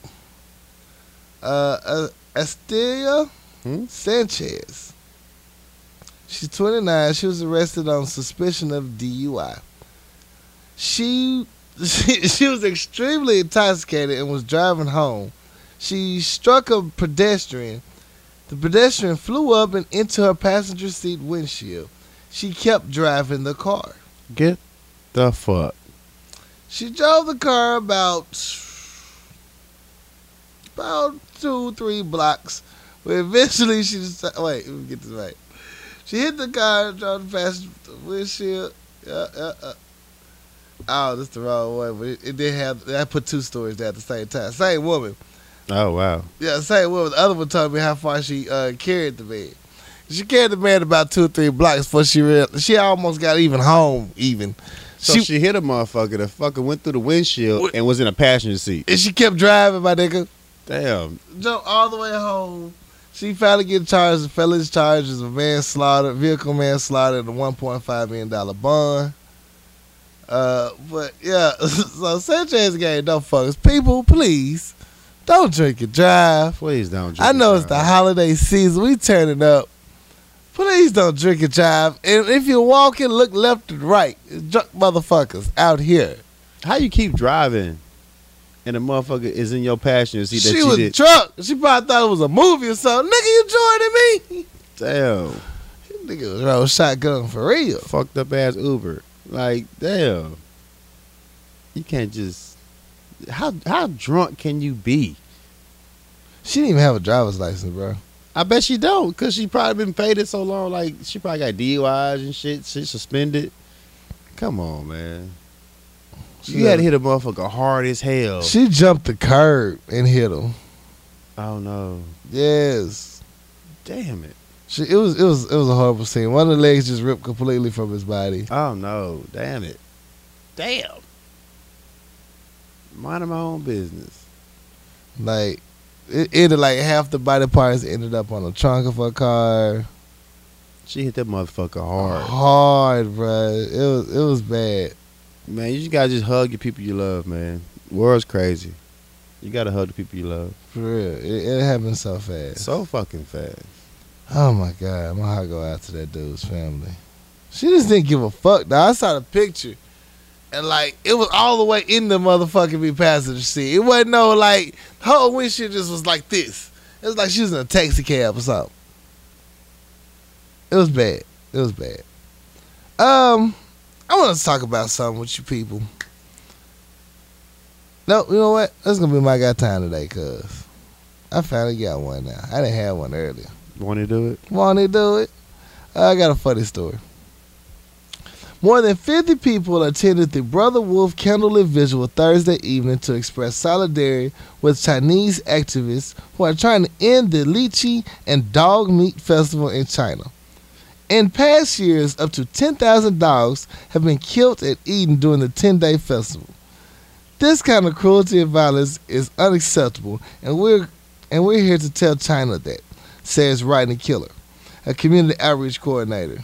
Speaker 1: Uh, uh Estella
Speaker 2: Hmm?
Speaker 1: Sanchez. She's 29. She was arrested on suspicion of DUI. She, she she was extremely intoxicated and was driving home. She struck a pedestrian. The pedestrian flew up and into her passenger seat windshield. She kept driving the car.
Speaker 2: Get the fuck.
Speaker 1: She drove the car about about two, three blocks. But eventually, she just wait. Let me get this right. She hit the car, drove the past the windshield. Uh, uh, uh. Oh, that's the wrong one. But it, it did have. I put two stories there at the same time. Same woman.
Speaker 2: Oh wow.
Speaker 1: Yeah, same woman. The other one told me how far she uh, carried the man. She carried the man about two, three blocks before she real. She almost got even home. Even
Speaker 2: So
Speaker 1: She-
Speaker 2: she, hit a motherfucker. The fucker went through the windshield
Speaker 1: What-
Speaker 2: and was in a passenger seat.
Speaker 1: and she kept driving, my nigga.
Speaker 2: Damn.
Speaker 1: jump all the way home. She finally get charged. The felon's charges of manslaughter, vehicle manslaughter, and a one point five million dollar bond. Uh, but yeah, so Sanchez gang, no fucks. People, please don't drink and drive.
Speaker 2: Please don't.
Speaker 1: I know it's the holiday season. We turning up. Please don't drink and drive. And if you're walking, look left and right. Drunk motherfuckers out here.
Speaker 2: How you keep driving, and the motherfucker is in your passenger seat that
Speaker 1: she
Speaker 2: you
Speaker 1: was
Speaker 2: did.
Speaker 1: drunk. She probably thought it was a movie or something. Nigga, you joining me?
Speaker 2: damn.
Speaker 1: Nigga was roll shotgun for real.
Speaker 2: Fucked up ass Uber. Like damn. You can't just. How how drunk can you be?
Speaker 1: She didn't even have a driver's license, bro.
Speaker 2: I bet she don't, cause she probably been faded so long. Like she probably got DUIs and shit. Shit suspended. Come on, man.
Speaker 1: She,
Speaker 2: You had to hit a motherfucker hard as hell.
Speaker 1: she jumped the curb and hit him.
Speaker 2: oh no.
Speaker 1: Yes.
Speaker 2: Damn it.
Speaker 1: She, it was it was it was a horrible scene. One of the legs just ripped completely from his body.
Speaker 2: Oh no. Damn it. Damn. Minding my own business.
Speaker 1: Like it ended like half the body parts ended up on the trunk of her car.
Speaker 2: She hit that motherfucker hard.
Speaker 1: Hard, bro. It was it was bad.
Speaker 2: Man, you just gotta just hug your people you love, man. World's crazy. You gotta hug the people you love.
Speaker 1: For real. It, it happened so fast.
Speaker 2: So fucking fast.
Speaker 1: Oh my god, my heart go out to that dude's family. She just didn't give a fuck. Now I saw the picture, and like it was all the way in the motherfucking be passenger seat. It wasn't no like her whole windshield just was like this. It was like she was in a taxi cab or something. It was bad. It was bad. Um, I want to talk about something with you people. No, you know what? That's gonna be my guy time today, cuz I finally got one now. I didn't have one earlier.
Speaker 2: Wanna do it?
Speaker 1: Want to do it? I got a funny story. More than 50 people attended the Brother Wolf candlelit visual Thursday evening to express solidarity with Chinese activists who are trying to end the lychee and dog meat festival in China. In past years, up to 10,000 dogs have been killed and eaten during the 10 day festival. This kind of cruelty and violence is unacceptable, and we're, and we're here to tell China that says Rodney Killer, a community outreach coordinator.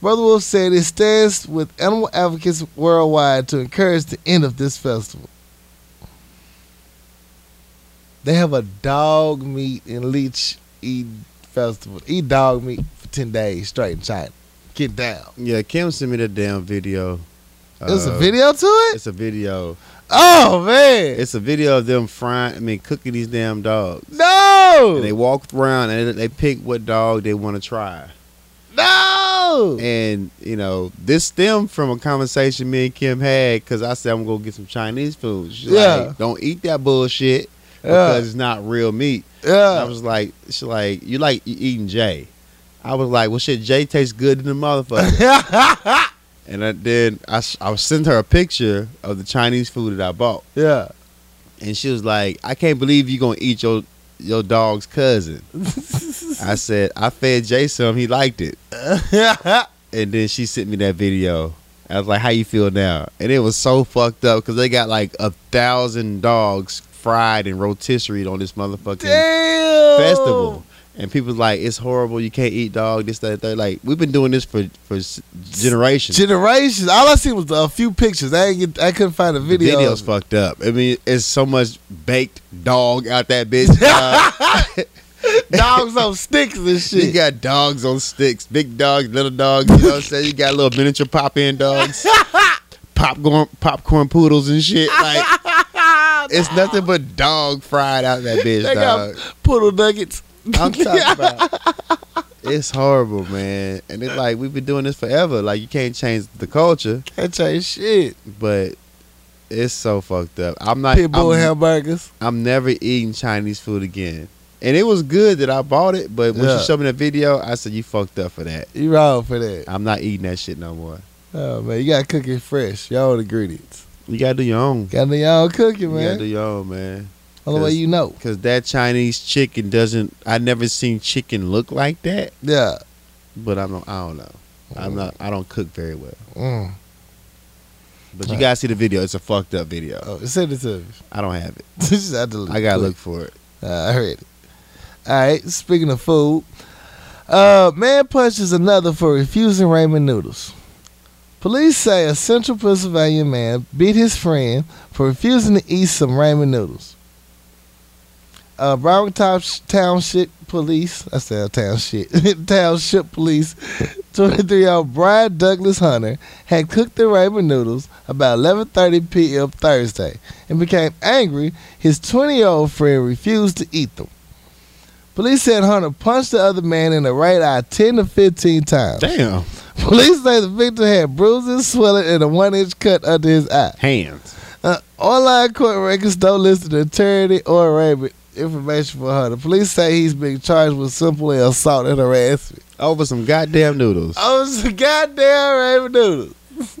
Speaker 1: Brother Wolf said it stands with animal advocates worldwide to encourage the end of this festival. They have a dog meat and leech eat festival. Eat dog meat for 10 days straight in China. Get down.
Speaker 2: Yeah, Kim sent me that damn video.
Speaker 1: There's
Speaker 2: Uh,
Speaker 1: a video to it?
Speaker 2: It's a video.
Speaker 1: Oh, man.
Speaker 2: It's a video of them frying. I mean, cooking these damn dogs.
Speaker 1: No.
Speaker 2: And they walk around and they they pick what dog they want to try.
Speaker 1: no.
Speaker 2: And you know, this stemmed from a conversation me and Kim had because I said I'm gonna get some Chinese food. She's
Speaker 1: Yeah.
Speaker 2: like, don't eat that bullshit because it's not real meat. And I
Speaker 1: yeah.
Speaker 2: was like, she's like, you like e- eating Jay. I was like, well, shit, Jay tastes good in the motherfucker.
Speaker 1: Yeah.
Speaker 2: and I, then I, s- I sent her a picture of the Chinese food that I bought.
Speaker 1: yeah.
Speaker 2: and she was like, "I can't believe you gonna eat your your dog's cousin. I said, I fed Jay some. He liked it. and then she sent me that video. I was like, how you feel now? And it was so fucked up because they got like a thousand dogs fried and rotisserie on this motherfucking
Speaker 1: Damn. Oh.
Speaker 2: festival. And people like, it's horrible. You can't eat dog. This, that, that. Like, we've been doing this for for s- generations.
Speaker 1: Generations. All I seen was a few pictures. I ain't get, I couldn't find a
Speaker 2: The
Speaker 1: video.
Speaker 2: video's fucked up. I mean, it's so much baked dog out that bitch. dog.
Speaker 1: Dogs on sticks and shit.
Speaker 2: you got dogs on sticks, big dogs, little dogs. You know what I'm saying? You got little miniature pop in dogs, popcorn, popcorn poodles and shit. Like, it's nothing but dog fried out that bitch,
Speaker 1: they
Speaker 2: dog.
Speaker 1: got poodle nuggets.
Speaker 2: I'm talking about. It's horrible, man. And it's like we've been doing this forever. Like you can't change the culture,
Speaker 1: That ain't shit.
Speaker 2: but it's so fucked up. I'm not.
Speaker 1: Pit bull
Speaker 2: I'm,
Speaker 1: hamburgers.
Speaker 2: I'm never eating Chinese food again. And it was good that I bought it, but when
Speaker 1: Yeah.
Speaker 2: she showed me the video, I said, "You fucked up for that.
Speaker 1: You wrong for that.
Speaker 2: I'm not eating that shit no more.
Speaker 1: Oh man, you gotta cook it fresh. Y'all ingredients.
Speaker 2: You gotta do your own.
Speaker 1: Gotta do y'all cooking,
Speaker 2: You gotta do
Speaker 1: man.
Speaker 2: your own, man.
Speaker 1: Only way
Speaker 2: this.
Speaker 1: you know.
Speaker 2: Cause that Chinese chicken doesn't. I never seen chicken look like that.
Speaker 1: Yeah.
Speaker 2: But I'm. not- I don't know. I'm not. I don't cook very well.
Speaker 1: Mm.
Speaker 2: But you gotta see the video. It's a fucked up video.
Speaker 1: Oh, send it to me.
Speaker 2: I don't have it.
Speaker 1: Just had to look
Speaker 2: I gotta
Speaker 1: quick.
Speaker 2: look for it.
Speaker 1: Uh, I read it. All right. Speaking of food, uh, man punches another for refusing ramen noodles. Police say a central Pennsylvania man beat his friend for refusing to eat some ramen noodles. Uh, Broward Townsh- Township Police, I said township, Township Police, 23-year-old Brian Douglas Hunter had cooked the ramen noodles about 11:30 p.m. Thursday and became angry his 20 year old friend refused to eat them. Police said Hunter punched the other man in the right eye 10 to 15 times.
Speaker 2: Damn.
Speaker 1: Police say the victim had bruises, swelling, and a one inch cut under his eye.
Speaker 2: Hands.
Speaker 1: Uh, online court records don't list an attorney or arraignment information for Hunter. Police say he's being charged with simply assault and harassment.
Speaker 2: Over some goddamn noodles.
Speaker 1: Oh, it's a goddamn raven noodles.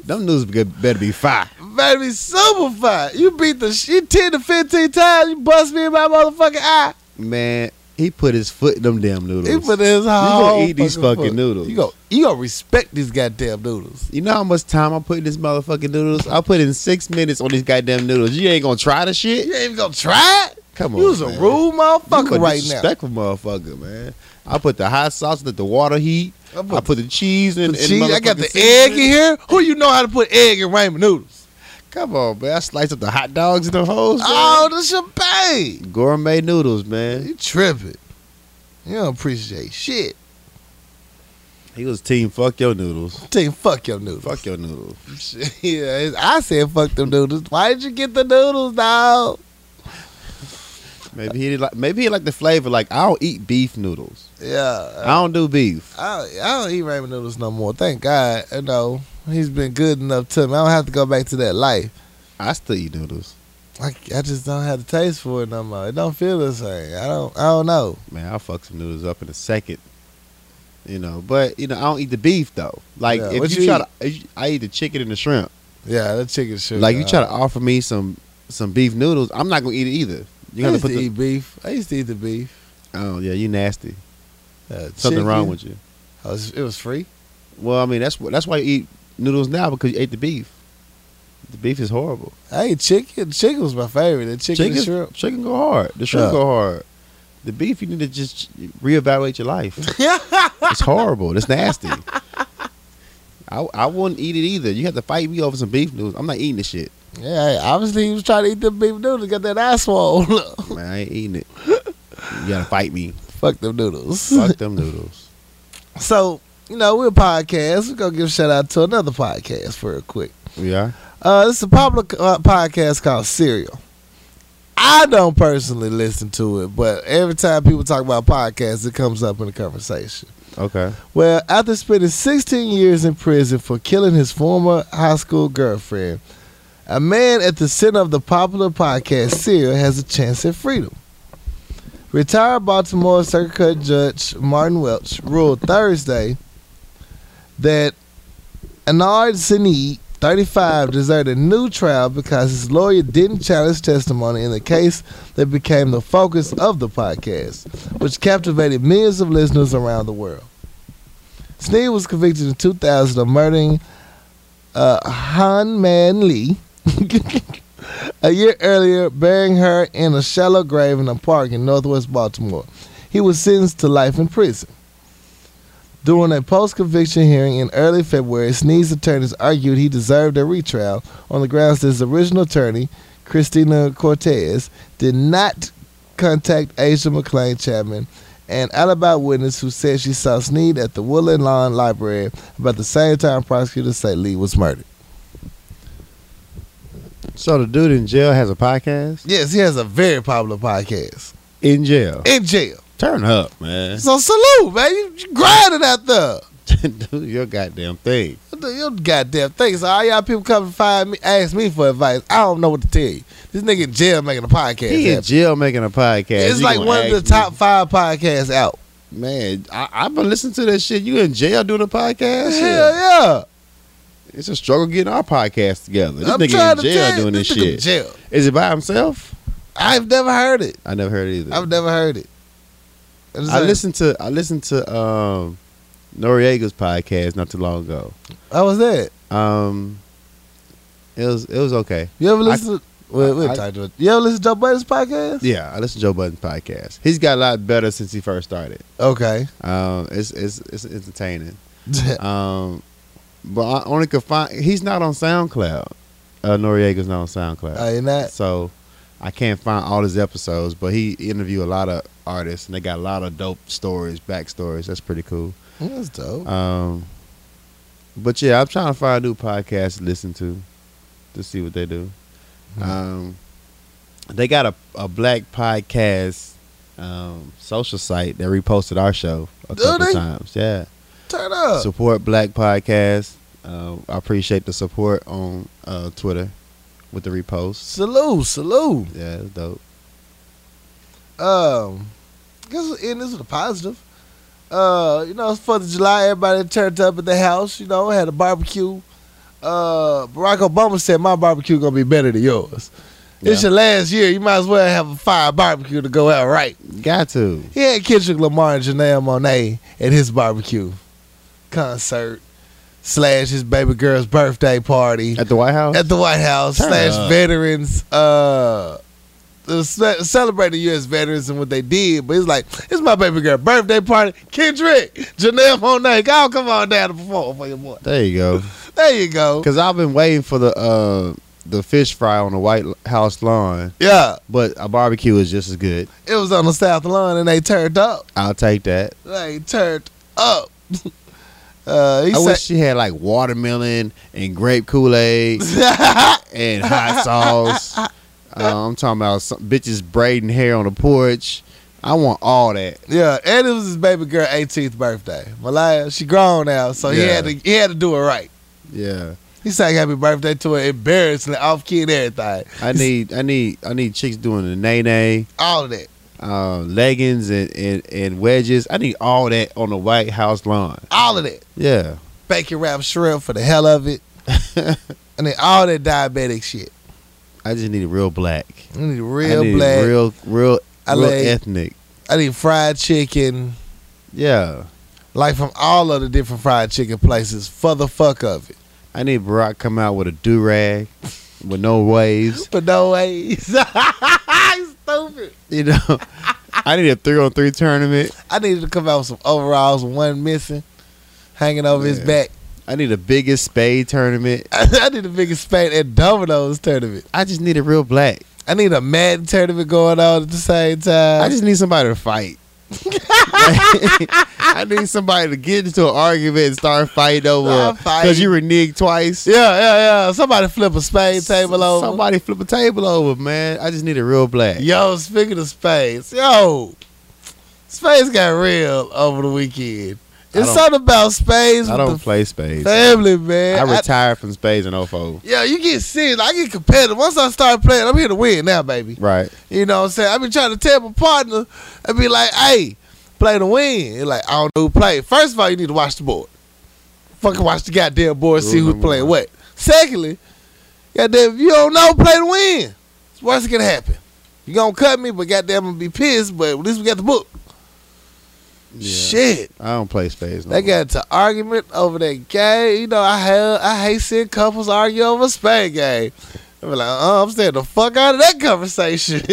Speaker 2: Them noodles be- better be fire.
Speaker 1: Baby, super fine. You beat the shit 10 to 15 times. You bust me in my motherfucking eye.
Speaker 2: Man, he put his foot in them damn noodles.
Speaker 1: He put his whole
Speaker 2: eat these fucking
Speaker 1: foot.
Speaker 2: noodles.
Speaker 1: You go, you gonna respect these goddamn noodles.
Speaker 2: You know how much time I put in this motherfucking noodles? I put in six minutes on these goddamn noodles. You ain't gonna try the
Speaker 1: You
Speaker 2: shit?
Speaker 1: ain't even gonna try it.
Speaker 2: Come on.
Speaker 1: you was a
Speaker 2: man.
Speaker 1: rude
Speaker 2: You
Speaker 1: motherfucker
Speaker 2: a
Speaker 1: right now.
Speaker 2: disrespectful motherfucker, man. I put the hot sauce, let the water heat.
Speaker 1: I
Speaker 2: I
Speaker 1: put
Speaker 2: put, the cheese in.
Speaker 1: The
Speaker 2: in
Speaker 1: cheese- I got the
Speaker 2: motherfucking
Speaker 1: egg in
Speaker 2: seasoning.
Speaker 1: here. Who you know how to put egg in ramen noodles?
Speaker 2: Come on, man. I sliced up the hot dogs in the holes.
Speaker 1: Oh, the champagne.
Speaker 2: man. Gourmet noodles, man.
Speaker 1: You tripping. You don't appreciate shit.
Speaker 2: He was team fuck your noodles.
Speaker 1: Tell you, fuck your noodles.
Speaker 2: Fuck your noodles.
Speaker 1: yeah, I said fuck them noodles. Why did you get the noodles, dog?
Speaker 2: Maybe he didn't like maybe he liked the flavor. Like I don't eat beef noodles.
Speaker 1: Yeah.
Speaker 2: I don't do beef.
Speaker 1: I don't, I don't eat ramen noodles no more. Thank God. You know, he's been good enough to me. I don't have to go back to that life.
Speaker 2: I still eat noodles.
Speaker 1: I, I just don't have the taste for it no more. It don't feel the same. I don't I don't know.
Speaker 2: Man, I'll fuck some noodles up in a second. You know, but you know, I don't eat the beef though. Like
Speaker 1: Yeah, what
Speaker 2: if you,
Speaker 1: you
Speaker 2: try to, if you- I eat the chicken and the shrimp.
Speaker 1: Yeah, that chicken shit.
Speaker 2: Like you try to offer me some some beef noodles, I'm not gonna eat it either. You
Speaker 1: I
Speaker 2: gotta
Speaker 1: used
Speaker 2: put
Speaker 1: to
Speaker 2: the
Speaker 1: eat beef. I used to eat the beef.
Speaker 2: oh yeah, you nasty.
Speaker 1: Uh,
Speaker 2: Something
Speaker 1: chicken.
Speaker 2: wrong with you.
Speaker 1: I was, it was free.
Speaker 2: Well, I mean that's wh- that's why you eat noodles now because you ate the beef. The beef is horrible.
Speaker 1: I ate chicken. Chicken was my favorite. The chicken, and shrimp.
Speaker 2: chicken go hard. The shrimp
Speaker 1: Yeah.
Speaker 2: go hard. The beef, you need to just reevaluate your life. it's horrible. It's nasty. I, I wouldn't eat it either. You have to fight me over some beef noodles. I'm not eating this shit.
Speaker 1: Yeah, obviously he was trying to eat the beef noodles. Got that ass swole.
Speaker 2: Man, I ain't eating it. You gotta fight me.
Speaker 1: Fuck them noodles.
Speaker 2: Fuck them noodles.
Speaker 1: So you know we're a podcast. We're gonna give a shout out to another podcast for real quick.
Speaker 2: Yeah.
Speaker 1: Uh, it's a popular uh, podcast called Serial. I don't personally listen to it, but every time people talk about podcasts, it comes up in the conversation.
Speaker 2: Okay.
Speaker 1: Well, after spending 16 years in prison for killing his former high school girlfriend, a man at the center of the popular podcast Serial has a chance at freedom. Retired Baltimore Circuit Court Judge Martin Welch ruled Thursday that Anard Sinid 35 deserted a new trial because his lawyer didn't challenge testimony in the case that became the focus of the podcast, which captivated millions of listeners around the world. Sneed was convicted in 2000 of murdering uh, Han Man Lee a year earlier, burying her in a shallow grave in a park in northwest Baltimore. He was sentenced to life in prison. During a post conviction hearing in early February, Sneed's attorneys argued he deserved a retrial on the grounds that his original attorney, Christina Cortez, did not contact Asia McLean Chapman, an alibi witness who said she saw Sneed at the Woodland Lawn Library about the same time prosecutors say Lee was murdered.
Speaker 2: So the dude in jail has a podcast?
Speaker 1: Yes, he has a very popular podcast.
Speaker 2: In jail.
Speaker 1: In jail.
Speaker 2: Turn up, man.
Speaker 1: So salute, man. You, you grinding out there.
Speaker 2: Do your goddamn thing.
Speaker 1: Your goddamn thing. So all y'all people come and find me, ask me for advice. I don't know what to tell you. This nigga in jail making a podcast.
Speaker 2: He in
Speaker 1: happen.
Speaker 2: jail making a podcast.
Speaker 1: it's
Speaker 2: You
Speaker 1: like
Speaker 2: gonna
Speaker 1: one of
Speaker 2: ask
Speaker 1: the
Speaker 2: me-
Speaker 1: top five podcasts out.
Speaker 2: Man, I, I've been listening to that shit. You in jail doing a podcast?
Speaker 1: Hell yeah.
Speaker 2: It's a struggle getting our podcast together. This
Speaker 1: I'm
Speaker 2: nigga
Speaker 1: trying
Speaker 2: in
Speaker 1: to
Speaker 2: jail
Speaker 1: tell you,
Speaker 2: doing this
Speaker 1: this nigga in
Speaker 2: shit.
Speaker 1: Jail.
Speaker 2: Is it by himself?
Speaker 1: I've never heard it.
Speaker 2: I never heard it either.
Speaker 1: I've never heard it. I'm just
Speaker 2: I
Speaker 1: saying.
Speaker 2: listened to I listened to um, Noriega's podcast not too long ago.
Speaker 1: How was that?
Speaker 2: Um, it was it was okay.
Speaker 1: You ever
Speaker 2: I-
Speaker 1: listen? to, well, we'll
Speaker 2: I-
Speaker 1: talk to it. You ever listen to Joe Budden's podcast?
Speaker 2: Yeah, I listened to Joe Budden's podcast. He's got a lot better since he first started.
Speaker 1: Okay.
Speaker 2: Um, it's it's it's entertaining. Um, but I only could find he's not on SoundCloud. Uh, Noriega's not on SoundCloud.
Speaker 1: Are you not?
Speaker 2: So I can't find all his episodes, but he interviewed a lot of artists and they got a lot of dope stories, backstories. That's pretty cool.
Speaker 1: That's dope.
Speaker 2: Um, but yeah, I'm trying to find new podcasts to listen to to see what they do.
Speaker 1: Mhm.
Speaker 2: Um, they got a, a black podcast um, social site that reposted our show a
Speaker 1: Do
Speaker 2: couple
Speaker 1: they? Oh.
Speaker 2: times. Yeah
Speaker 1: Turn up.
Speaker 2: support Black Podcast. Uh, I appreciate the support on uh, Twitter with the reposts.
Speaker 1: salute. Salute.
Speaker 2: Yeah, it's dope.
Speaker 1: Um, guess we'll end this with a positive. Uh, you know, it's Fourth of July. Everybody turned up at the house. You know, had a barbecue. Uh, Barack Obama said my barbecue gonna be better than yours. It's
Speaker 2: Yeah.
Speaker 1: your last year. You might as well have a fire barbecue to go out right.
Speaker 2: Got to.
Speaker 1: He had Kendrick Lamar and Janelle Monae at his barbecue concert slash his baby girl's birthday party
Speaker 2: At the White House?
Speaker 1: at the White House
Speaker 2: Turn
Speaker 1: slash
Speaker 2: up.
Speaker 1: veterans uh uh, ce- celebrating U.S. veterans and what they did, but it's like it's my baby girl birthday party. Kendrick, Janelle Monae, oh come on down to perform for your boy.
Speaker 2: there you go.
Speaker 1: There you go.
Speaker 2: Because I've been waiting for the uh, the fish fry on the White House lawn,
Speaker 1: Yeah,
Speaker 2: but a barbecue is just as good.
Speaker 1: it was on the South Lawn and they turned up.
Speaker 2: I'll take that.
Speaker 1: They turned up. uh, he
Speaker 2: I
Speaker 1: said,
Speaker 2: wish she had like watermelon and grape Kool Aid and hot sauce. Uh, I'm talking about some bitches braiding hair on the porch. I want all that.
Speaker 1: Yeah, and it was his baby girl 18th birthday. Malaya, she grown now, so he
Speaker 2: Yeah.
Speaker 1: had to he had to do it right.
Speaker 2: Yeah.
Speaker 1: He sang happy birthday to her, embarrassingly off key and everything.
Speaker 2: I need I need I need chicks doing the nay nay,
Speaker 1: All of that.
Speaker 2: uh, leggings and, and, and wedges. I need all that on the White House lawn.
Speaker 1: All of that.
Speaker 2: Yeah.
Speaker 1: Bacon wrap shrimp for the hell of it. and then all that diabetic shit.
Speaker 2: I just need real black.
Speaker 1: I need real
Speaker 2: I need
Speaker 1: black.
Speaker 2: Real real,
Speaker 1: I
Speaker 2: real
Speaker 1: like-
Speaker 2: ethnic.
Speaker 1: I need fried chicken.
Speaker 2: Yeah.
Speaker 1: Like from all of the different fried chicken places for the fuck of it.
Speaker 2: I need Barack come out with a do rag with no waves.
Speaker 1: But no way. Stupid.
Speaker 2: You know. I need a three on three tournament.
Speaker 1: I needed to come out with some overalls, one missing, hanging over his
Speaker 2: Yeah.
Speaker 1: back.
Speaker 2: I need the biggest spade tournament.
Speaker 1: I need the biggest spade at Domino's tournament.
Speaker 2: I just need a real black.
Speaker 1: I need a Madden tournament going on at the same time.
Speaker 2: I just need somebody to fight. I need somebody to get into an argument and start fighting over
Speaker 1: Start fighting.
Speaker 2: because you reneged twice.
Speaker 1: yeah, yeah, yeah. Somebody flip a spade table
Speaker 2: S-
Speaker 1: over.
Speaker 2: Somebody flip a table over, man. I just need a real black.
Speaker 1: Yo, speaking of spades, yo, spades got real over the weekend.
Speaker 2: I
Speaker 1: It's
Speaker 2: don't-
Speaker 1: something about spades
Speaker 2: I
Speaker 1: with
Speaker 2: don't
Speaker 1: the
Speaker 2: play spades.
Speaker 1: family, man.
Speaker 2: I
Speaker 1: I-
Speaker 2: retired from spades in 04.
Speaker 1: yeah, you get serious. I get competitive. Once I start playing, I'm here to win now, baby.
Speaker 2: Right.
Speaker 1: You know what I'm saying? I've been trying to tell my partner, I'd be like, hey, play to win. And like, I don't know who played. First of all, you need to watch the board. Fucking watch the goddamn board, see
Speaker 2: Rule
Speaker 1: who's
Speaker 2: number
Speaker 1: playing
Speaker 2: one.
Speaker 1: what. Secondly, goddamn, if you don't know, play to win. It's worst that can happen. You gonna cut me, but goddamn, I'm gonna be pissed. But at least we got the book.
Speaker 2: Yeah.
Speaker 1: Shit,
Speaker 2: I don't play spades. No
Speaker 1: they
Speaker 2: more.
Speaker 1: got into argument over that game. You know, I have, I hate seeing couples argue over a spade game. I be like, uh, I'm staying the fuck out of that conversation,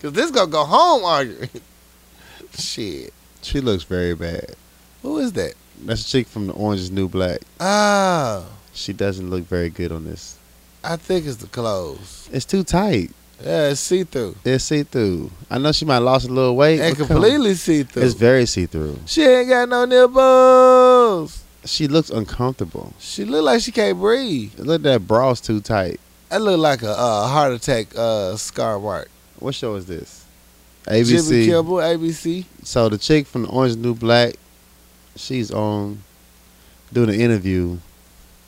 Speaker 1: cause this gonna go home arguing. Shit,
Speaker 2: She looks very bad.
Speaker 1: who is that?
Speaker 2: That's a chick from the Orange Is the New Black.
Speaker 1: Ah,
Speaker 2: She doesn't look very good on this.
Speaker 1: I think it's the clothes.
Speaker 2: It's too tight.
Speaker 1: Yeah, it's see through.
Speaker 2: It's see through. I know she might have lost a little weight.
Speaker 1: And
Speaker 2: but come on.
Speaker 1: completely see through.
Speaker 2: It's very see through.
Speaker 1: She ain't got no nipples.
Speaker 2: She looks uncomfortable.
Speaker 1: She look like she can't breathe.
Speaker 2: Look, at that bra's too tight.
Speaker 1: That look like a uh, heart attack uh, scar mark.
Speaker 2: What show is this?
Speaker 1: Jimmy
Speaker 2: ABC.
Speaker 1: Kimmel, ABC.
Speaker 2: so the chick from the Orange is the New Black, she's on doing an interview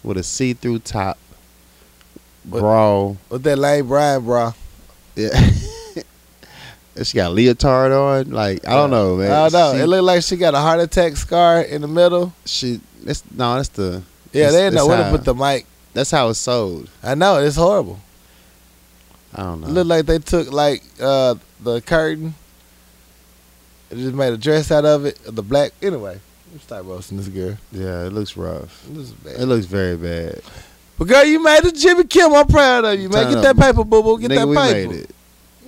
Speaker 2: with a see-through top,
Speaker 1: But-
Speaker 2: bra.
Speaker 1: With that lame Brian bra.
Speaker 2: Yeah. And she got a leotard on. Like I don't know, man.
Speaker 1: I don't know.
Speaker 2: She-
Speaker 1: it look like she got a heart attack scar in the middle.
Speaker 2: she that's no, that's the
Speaker 1: Yeah,
Speaker 2: that's-
Speaker 1: they didn't know
Speaker 2: that's
Speaker 1: where to
Speaker 2: how-
Speaker 1: put the mic.
Speaker 2: That's how it's sold.
Speaker 1: I know, it's horrible.
Speaker 2: I don't know.
Speaker 1: It look like they took like uh, the curtain and just made a dress out of it. The black anyway. Let's stop roasting this girl.
Speaker 2: yeah, it looks rough.
Speaker 1: This is bad.
Speaker 2: It looks very bad.
Speaker 1: But girl, you made it, Jimmy Kim. I'm proud of you, man.
Speaker 2: Turn
Speaker 1: Get
Speaker 2: up.
Speaker 1: that paper, boo boo. Get
Speaker 2: Nigga,
Speaker 1: that
Speaker 2: we
Speaker 1: paper.
Speaker 2: made it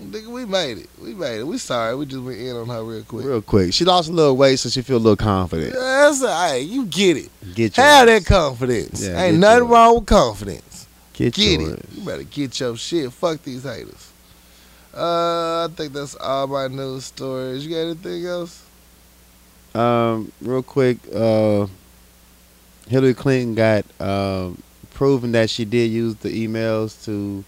Speaker 1: Nigga, we made it. We made it. We sorry. We just went in on her real quick.
Speaker 2: real quick. She lost a little weight, so she feel a little confident.
Speaker 1: That's all right. You get it.
Speaker 2: Get your
Speaker 1: Have that confidence.
Speaker 2: Yeah,
Speaker 1: Ain't
Speaker 2: get
Speaker 1: nothing
Speaker 2: yours.
Speaker 1: wrong with confidence.
Speaker 2: get,
Speaker 1: Get
Speaker 2: yours.
Speaker 1: it. You better get your shit. Fuck these haters. Uh, I think that's all my news stories. You got anything else?
Speaker 2: Um, real quick, uh, Hillary Clinton got um, proven that she did use the emails to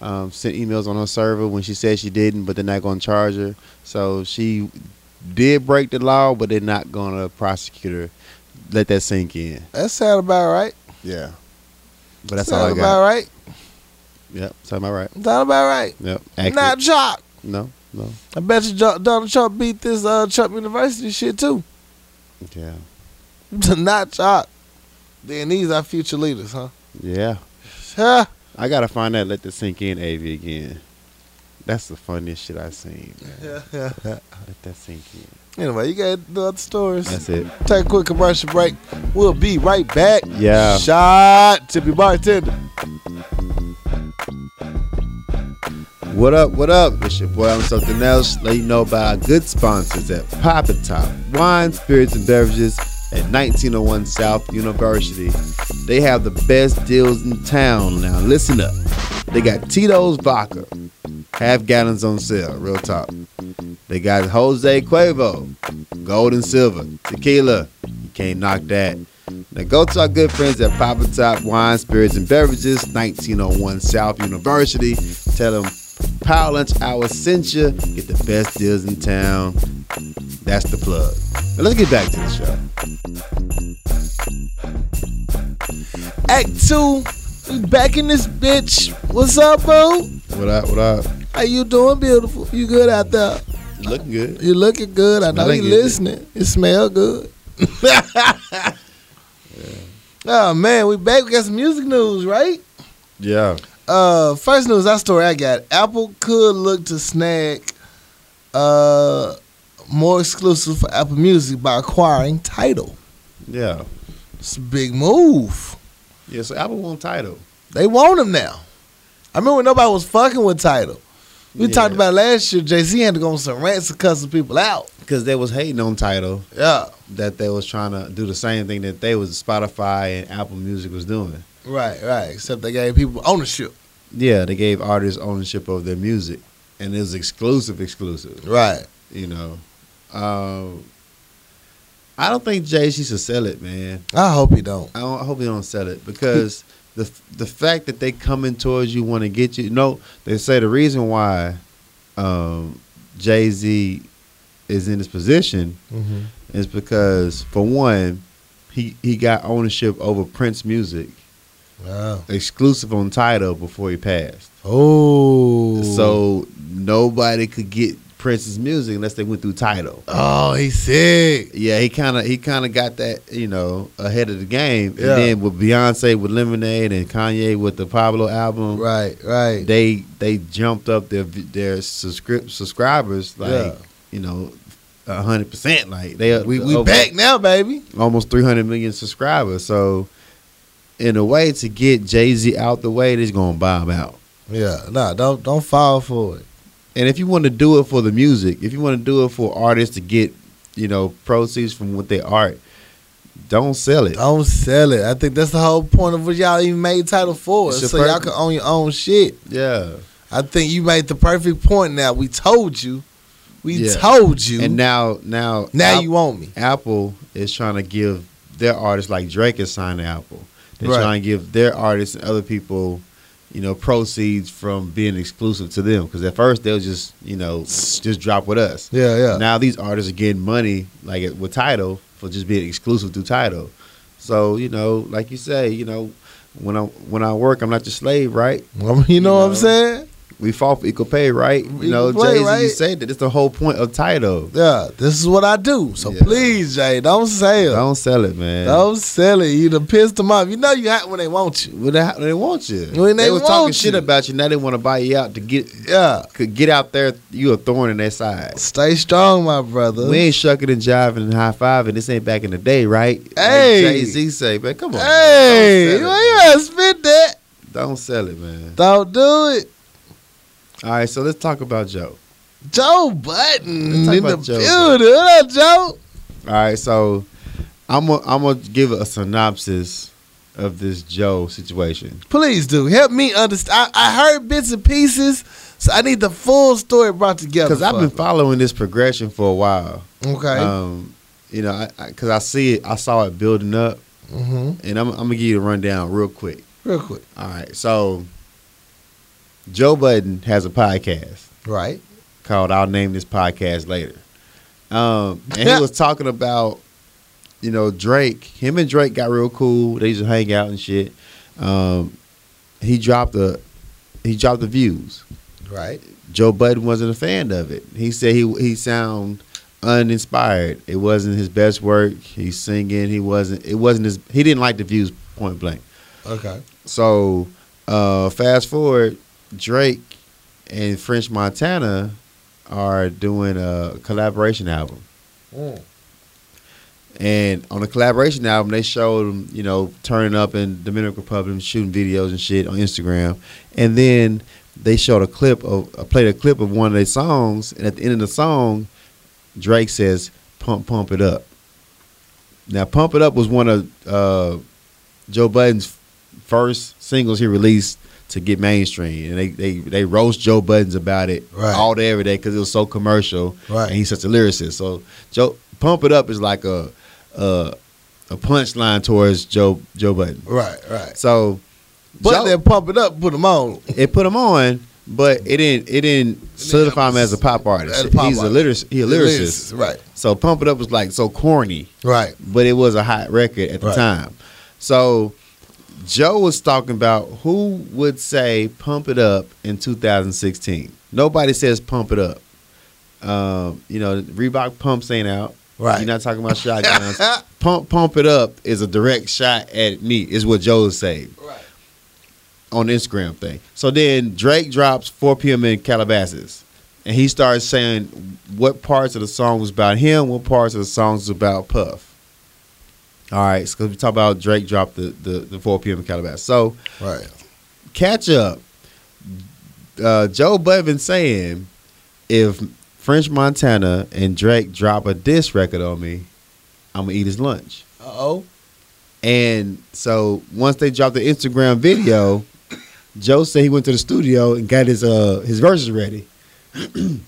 Speaker 2: um, send emails on her server when she said she didn't, but they're not going to charge her. So she did break the law, but they're not going to prosecute her. Let that sink in.
Speaker 1: That sound about right.
Speaker 2: Yeah. But that's
Speaker 1: sound
Speaker 2: all I
Speaker 1: about
Speaker 2: got.
Speaker 1: right.
Speaker 2: Yep. Sound about right.
Speaker 1: Sound about right.
Speaker 2: Yep.
Speaker 1: Not
Speaker 2: Accurate.
Speaker 1: Jock.
Speaker 2: No. No.
Speaker 1: I bet you Jo- Donald Trump beat this uh, Trump University shit too.
Speaker 2: Yeah.
Speaker 1: Not Jock. Then these are future leaders, huh?
Speaker 2: Yeah.
Speaker 1: Huh?
Speaker 2: I gotta find that. Let that sink in, Av again. That's the funniest shit I seen. Man. Let that sink in.
Speaker 1: Anyway, you got the other stories.
Speaker 2: That's it.
Speaker 1: Take a quick commercial break. We'll be right back.
Speaker 2: Yeah.
Speaker 1: Shot Tippy Bartender.
Speaker 2: What up? What up? It's your boy. I'm something else. Let you know about our good sponsors at Pop and Top Wine, Spirits, and Beverages at 1901 South University. They have the best deals in town. Now listen up. They got Tito's vodka, half gallons on sale. Real talk. They got Jose Cuervo, gold and silver, tequila. You can't knock that. Now go to our good friends at Papa Top Wine, Spirits, and Beverages, 1901 South University. Tell them Power Lunch Hour sent you. Get the best deals in town. That's the plug. Now let's get back to the show.
Speaker 1: Act two. We back in this bitch. What's up, boo?
Speaker 2: What up? What up?
Speaker 1: How you doing, beautiful? You good out there?
Speaker 2: Looking good.
Speaker 1: You looking good. I know
Speaker 2: Smelling
Speaker 1: you
Speaker 2: good.
Speaker 1: listening. It smell good. Oh man, we back. We got some music news, right?
Speaker 2: Yeah.
Speaker 1: Uh, first news I story I got: Apple could look to snag uh more exclusive for Apple Music by acquiring Title.
Speaker 2: Yeah.
Speaker 1: It's a big move.
Speaker 2: Yeah. So Apple won title.
Speaker 1: They want him now. I remember when nobody was fucking with Title. We
Speaker 2: Yeah.
Speaker 1: talked about it last year. Jay Z had to go on some rants to cuss some people out.
Speaker 2: Because they was hating on title
Speaker 1: Yeah,
Speaker 2: that they was trying to do the same thing that they was Spotify and Apple Music was doing.
Speaker 1: right, right. Except they gave people ownership.
Speaker 2: Yeah, they gave artists ownership of their music, and it was exclusive, exclusive.
Speaker 1: Right.
Speaker 2: You know, um, I don't think Jay Z should sell it, man.
Speaker 1: I hope he don't.
Speaker 2: I, don't, I hope he don't sell it because the the fact that they coming towards you want to get you. No, they say the reason why um, Jay Z is in this position
Speaker 1: Mm-hmm.
Speaker 2: is because for one, he he got ownership over Prince music
Speaker 1: Wow.
Speaker 2: exclusive on title before he passed.
Speaker 1: Oh.
Speaker 2: So nobody could get Prince's music unless they went through title.
Speaker 1: Oh, he's sick.
Speaker 2: Yeah, he kind of he kind of got that you know ahead of the game.
Speaker 1: Yeah.
Speaker 2: And then with Beyonce with Lemonade and Kanye with the Pablo album,
Speaker 1: Right, right.
Speaker 2: they they jumped up their their subscrip subscribers like
Speaker 1: Yeah.
Speaker 2: you know hundred percent. Like they
Speaker 1: we we
Speaker 2: over-
Speaker 1: back now, baby.
Speaker 2: almost three hundred million subscribers. So in a way, to get Jay Z out the way, they're gonna buy him out.
Speaker 1: Yeah, nah, don't don't fall for it.
Speaker 2: And if you want to do it for the music, if you want to do it for artists to get, you know, proceeds from what they art, don't sell it.
Speaker 1: Don't sell it. I think that's the whole point of what y'all even made title for.
Speaker 2: It's your
Speaker 1: So y'all
Speaker 2: purpose.
Speaker 1: can own your own shit.
Speaker 2: Yeah.
Speaker 1: I think you made the perfect point now. We told you. We
Speaker 2: Yeah.
Speaker 1: told you.
Speaker 2: And now, now,
Speaker 1: now
Speaker 2: App-
Speaker 1: you want me.
Speaker 2: Apple is trying to give their artists like Drake is signed to Apple. They're
Speaker 1: Right.
Speaker 2: trying to give their artists and other people, you know, proceeds from being exclusive to them. Because at first they'll just, you know, just drop with us.
Speaker 1: Yeah, yeah.
Speaker 2: Now these artists are getting money like with title for just being exclusive through title. So you know, like you say, you know, when I when I work, I'm not your slave, right?
Speaker 1: Well, you, know what I'm
Speaker 2: know.
Speaker 1: saying?
Speaker 2: We fought for equal pay, right? You know,
Speaker 1: Equal pay,
Speaker 2: Jay Z
Speaker 1: right?
Speaker 2: said that it's the whole point of title.
Speaker 1: Yeah, this is what I do. So
Speaker 2: Yeah.
Speaker 1: please, Jay, don't sell.
Speaker 2: Don't sell it, man.
Speaker 1: Don't, sell it. You done pissed them off. You know you hot when they want you.
Speaker 2: Well, they, they want you.
Speaker 1: When they
Speaker 2: was
Speaker 1: want
Speaker 2: talking
Speaker 1: you.
Speaker 2: shit about you. Now they want to buy you out to get
Speaker 1: Yeah.
Speaker 2: could get out there. You a thorn in their side.
Speaker 1: Stay strong, my brother.
Speaker 2: We ain't shucking and jiving and high fiving. This ain't back in the day, right?
Speaker 1: Hey.
Speaker 2: Jay Z say, man, come on.
Speaker 1: hey, you
Speaker 2: man. don't sell, it.
Speaker 1: ain't gotta spit that.
Speaker 2: Don't sell it, man.
Speaker 1: Don't do it.
Speaker 2: All right, so let's talk about Joe.
Speaker 1: Joe Button
Speaker 2: Let's talk
Speaker 1: in the
Speaker 2: about Joe
Speaker 1: building. What up, Joe?
Speaker 2: All right, so I'm gonna I'm gonna give a synopsis of this Joe situation.
Speaker 1: Please do help me understand. I, I heard bits and pieces, so I need the full story brought together.
Speaker 2: Because I've
Speaker 1: for
Speaker 2: been
Speaker 1: me.
Speaker 2: following this progression for a while.
Speaker 1: okay.
Speaker 2: Um, you know, because I, 'cause I see it, I saw it building up.
Speaker 1: hmm
Speaker 2: and I'm, I'm gonna give you the rundown real quick.
Speaker 1: Real quick,
Speaker 2: All right, so Joe Budden has a podcast
Speaker 1: right?
Speaker 2: called "I'll Name This Podcast Later," um, and he was talking about you know Drake. Him and Drake got real cool. They used to hang out and shit. Um, he dropped the he dropped the views.
Speaker 1: Right.
Speaker 2: Joe Budden wasn't a fan of it. He said he he sound uninspired. It wasn't his best work. He's singing. He wasn't. It wasn't his. He didn't like the views. Point blank.
Speaker 1: Okay.
Speaker 2: So uh, fast forward, Drake and French Montana are doing a collaboration album,
Speaker 1: Mm.
Speaker 2: and on the collaboration album, they showed them, you know, turning up in Dominican Republic, shooting videos and shit on Instagram, and then they showed a clip of uh, played a clip of one of their songs, and at the end of the song, Drake says, "Pump, pump it up." Now, "Pump It Up" was one of uh, Joe Budden's first singles he released to get mainstream, and they they, they roast Joe Budden's about it
Speaker 1: Right.
Speaker 2: all day every day because it was so commercial,
Speaker 1: Right.
Speaker 2: and he's such a lyricist. So, Joe "Pump It Up" is like a a, a punchline towards Joe Joe Budden.
Speaker 1: Right. Right.
Speaker 2: So,
Speaker 1: But
Speaker 2: Joe-
Speaker 1: they pump it up, put them on.
Speaker 2: it put him on, but it didn't it didn't solidify him as a pop artist.
Speaker 1: As a pop
Speaker 2: He's a
Speaker 1: artist.
Speaker 2: lyric, he a lyricist.
Speaker 1: Right.
Speaker 2: So Pump It Up was like so corny,
Speaker 1: Right.
Speaker 2: but it was a hot record at the
Speaker 1: Right.
Speaker 2: time. So Joe was talking about who would say Pump It Up in 2016. Nobody says Pump It Up. Um, you know, Reebok pumps ain't out.
Speaker 1: Right.
Speaker 2: You're not talking about shotguns. pump Pump It Up is a direct shot at me, is what Joe is saying
Speaker 1: Right.
Speaker 2: on the Instagram thing. So then Drake drops 4 p.m. in Calabasas. And he starts saying what parts of the song was about him, what parts of the song was about Puff. All right, so we talk about Drake dropped the, the, the 4 p.m. in Calabasas. So
Speaker 1: Right.
Speaker 2: catch up. Uh, Joe Budden saying if French Montana and Drake drop a diss record on me, I'm going to eat his lunch.
Speaker 1: Uh oh.
Speaker 2: And so once they dropped the Instagram video, Joe said he went to the studio and got his uh his verses ready.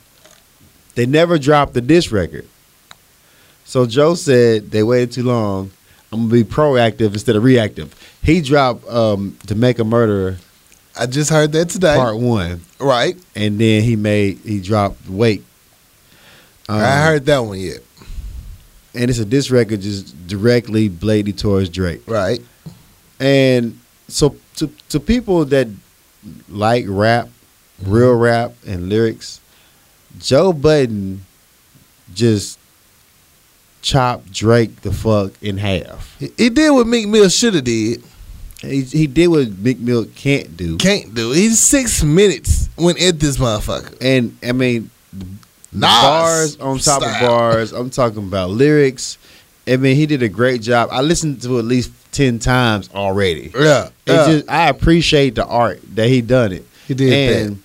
Speaker 2: they never dropped the diss record. So Joe said they waited too long. I'm gonna be proactive instead of reactive. He dropped um to make a murderer
Speaker 1: I just heard that today.
Speaker 2: part one,
Speaker 1: Right.
Speaker 2: and then he made he dropped wait. Um,
Speaker 1: I heard that one yet.
Speaker 2: and it's a diss record just directly blatantly towards Drake.
Speaker 1: Right.
Speaker 2: And so to to
Speaker 1: Mm-hmm.
Speaker 2: people that like rap, real rap and lyrics, Joe Budden just chopped Drake the fuck in half.
Speaker 1: He, he did what Meek Mill should have did.
Speaker 2: He, he did what Mick Mill can't do.
Speaker 1: Can't do. it. He's six minutes went at this motherfucker.
Speaker 2: And I mean,
Speaker 1: Nas
Speaker 2: bars on top
Speaker 1: style.
Speaker 2: of bars. I'm talking about lyrics. I mean, he did a great job. I listened to at least ten times already.
Speaker 1: Yeah,
Speaker 2: It
Speaker 1: yeah.
Speaker 2: just I appreciate the art that he done it.
Speaker 1: He did
Speaker 2: and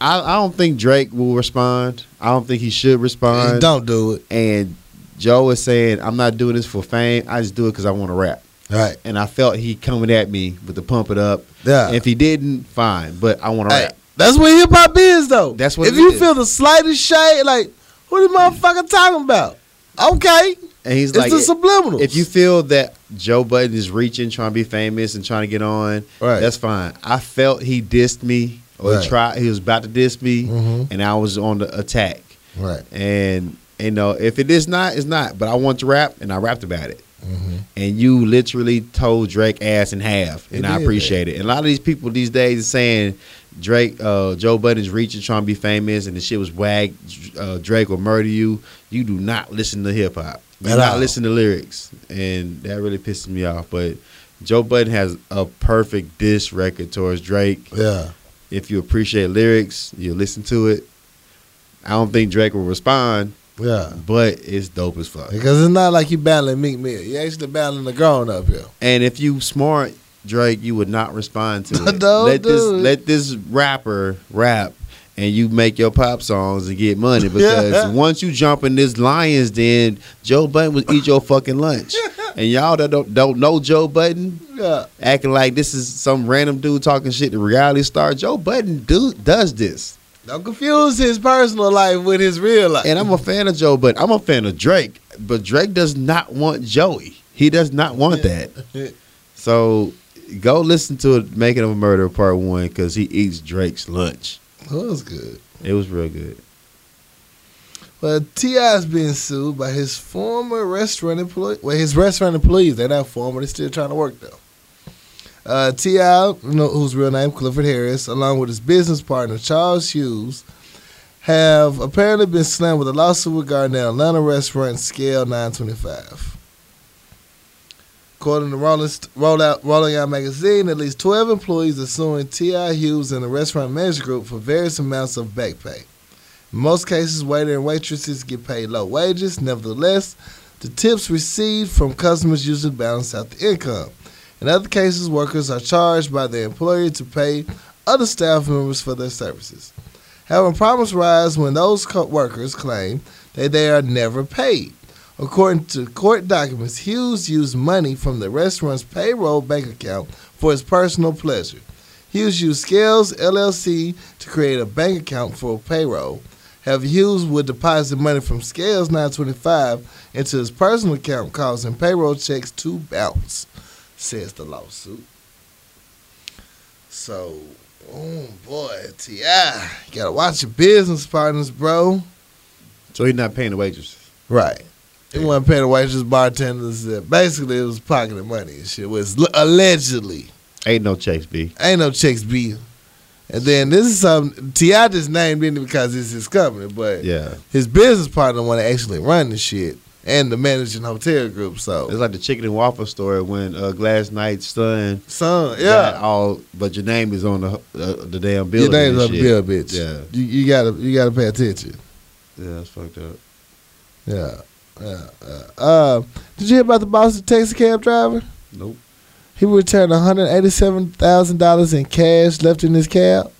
Speaker 2: I, I don't think Drake will respond. I don't think he should
Speaker 1: that.
Speaker 2: respond.
Speaker 1: Don't do it.
Speaker 2: And Joe is saying, "I'm not doing this for fame. I just do it because I want to rap."
Speaker 1: Right.
Speaker 2: And I felt he coming at me with the pump it up.
Speaker 1: Yeah.
Speaker 2: If he didn't, fine. But I want to
Speaker 1: Hey,
Speaker 2: rap.
Speaker 1: that's what hip hop is, though.
Speaker 2: That's what
Speaker 1: If
Speaker 2: it
Speaker 1: you
Speaker 2: is.
Speaker 1: feel the slightest shade, like who the motherfucker talking about? Okay,
Speaker 2: And he's
Speaker 1: it's
Speaker 2: like,
Speaker 1: the subliminals.
Speaker 2: If you feel that Joe Budden is reaching, trying to be famous and trying to get on,
Speaker 1: Right.
Speaker 2: that's fine. I felt he dissed me or
Speaker 1: Right.
Speaker 2: tried he was about to diss me
Speaker 1: Mhm.
Speaker 2: and I was on the attack.
Speaker 1: right,
Speaker 2: And you know, if it is not, it's not. But I want to rap and I rapped about it.
Speaker 1: Mhm.
Speaker 2: And you literally told Drake ass in half. And
Speaker 1: He
Speaker 2: I
Speaker 1: did
Speaker 2: appreciate it. And a lot of these people these days is saying Drake, uh, Joe Budden's reaching, trying to be famous, and the shit was wag. Uh, Drake will murder you. You do not listen to hip hop. You
Speaker 1: At
Speaker 2: do not
Speaker 1: all.
Speaker 2: listen to lyrics, and that really pisses me off. But Joe Budden has a perfect diss record towards Drake.
Speaker 1: yeah,
Speaker 2: If you appreciate lyrics, you listen to it. I don't think Drake will respond,
Speaker 1: yeah.
Speaker 2: but it's dope as fuck.
Speaker 1: Because it's not like you battling Meek Mill. You actually battling a grown up here.
Speaker 2: And if you smart, Drake, you would not respond to it.
Speaker 1: Don't
Speaker 2: let
Speaker 1: do
Speaker 2: this
Speaker 1: it.
Speaker 2: let this rapper rap and you make your pop songs and get money because
Speaker 1: Yeah.
Speaker 2: once you jump in this lion's den, Joe Button will eat your fucking lunch. and y'all that don't don't know Joe Button,
Speaker 1: Yeah,
Speaker 2: acting like this is some random dude talking shit to reality star. Joe Button do does this.
Speaker 1: don't confuse his personal life with his real life.
Speaker 2: And I'm a fan of Joe, but I'm a fan of Drake. But Drake does not want Joey. He does not want that. So go listen to Making of a Murder Part One because he eats Drake's lunch.
Speaker 1: That was good.
Speaker 2: It was real good.
Speaker 1: Well, Ti's being sued by his former restaurant employee. Well, his restaurant employees. They're not former. They're still trying to work though. Uh, Ti, you know, whose real name Clifford Harris, along with his business partner Charles Hughes, have apparently been slammed with a lawsuit regarding the Atlanta restaurant Scale 925. According to Rolling, Roll Out, Rolling Out magazine, at least 12 employees are suing T.I. Hughes and the restaurant manager group for various amounts of back pay. In most cases, waiter and waitresses get paid low wages. Nevertheless, the tips received from customers usually balance out the income. In other cases, workers are charged by their employer to pay other staff members for their services. However, problems rise when those co- workers claim that they are never paid. According to court documents, Hughes used money from the restaurant's payroll bank account for his personal pleasure. Hughes used Scales LLC to create a bank account for payroll. Have Hughes would deposit money from Scales 925 into his personal account, causing payroll checks to bounce, says the lawsuit. So, oh boy, Ti, you gotta watch your business partners, bro.
Speaker 2: So he's not paying the waitresses.
Speaker 1: Right. He wasn't paying the waitress, bartenders. uh, Basically, it was pocketing money and shit. Was l- allegedly.
Speaker 2: Ain't no checks, B.
Speaker 1: Ain't no checks B. And then this is some T.I. just named in it because it's his company, but
Speaker 2: Yeah,
Speaker 1: his business partner want to actually run the shit and the managing hotel group.
Speaker 2: it's
Speaker 1: So,
Speaker 2: like the chicken and waffle story when uh, Glass Knight's son.
Speaker 1: son,
Speaker 2: got
Speaker 1: yeah,
Speaker 2: all but your name is on the uh, the damn
Speaker 1: your
Speaker 2: building.
Speaker 1: name's
Speaker 2: and
Speaker 1: on the
Speaker 2: shit.
Speaker 1: bill, bitch.
Speaker 2: Yeah,
Speaker 1: you, you gotta you gotta pay attention.
Speaker 2: yeah, that's fucked up.
Speaker 1: Yeah, yeah. yeah. Uh, did you hear about the Boston taxi cab driver?
Speaker 2: Nope.
Speaker 1: He returned one hundred eighty-seven thousand dollars in cash left in his cab.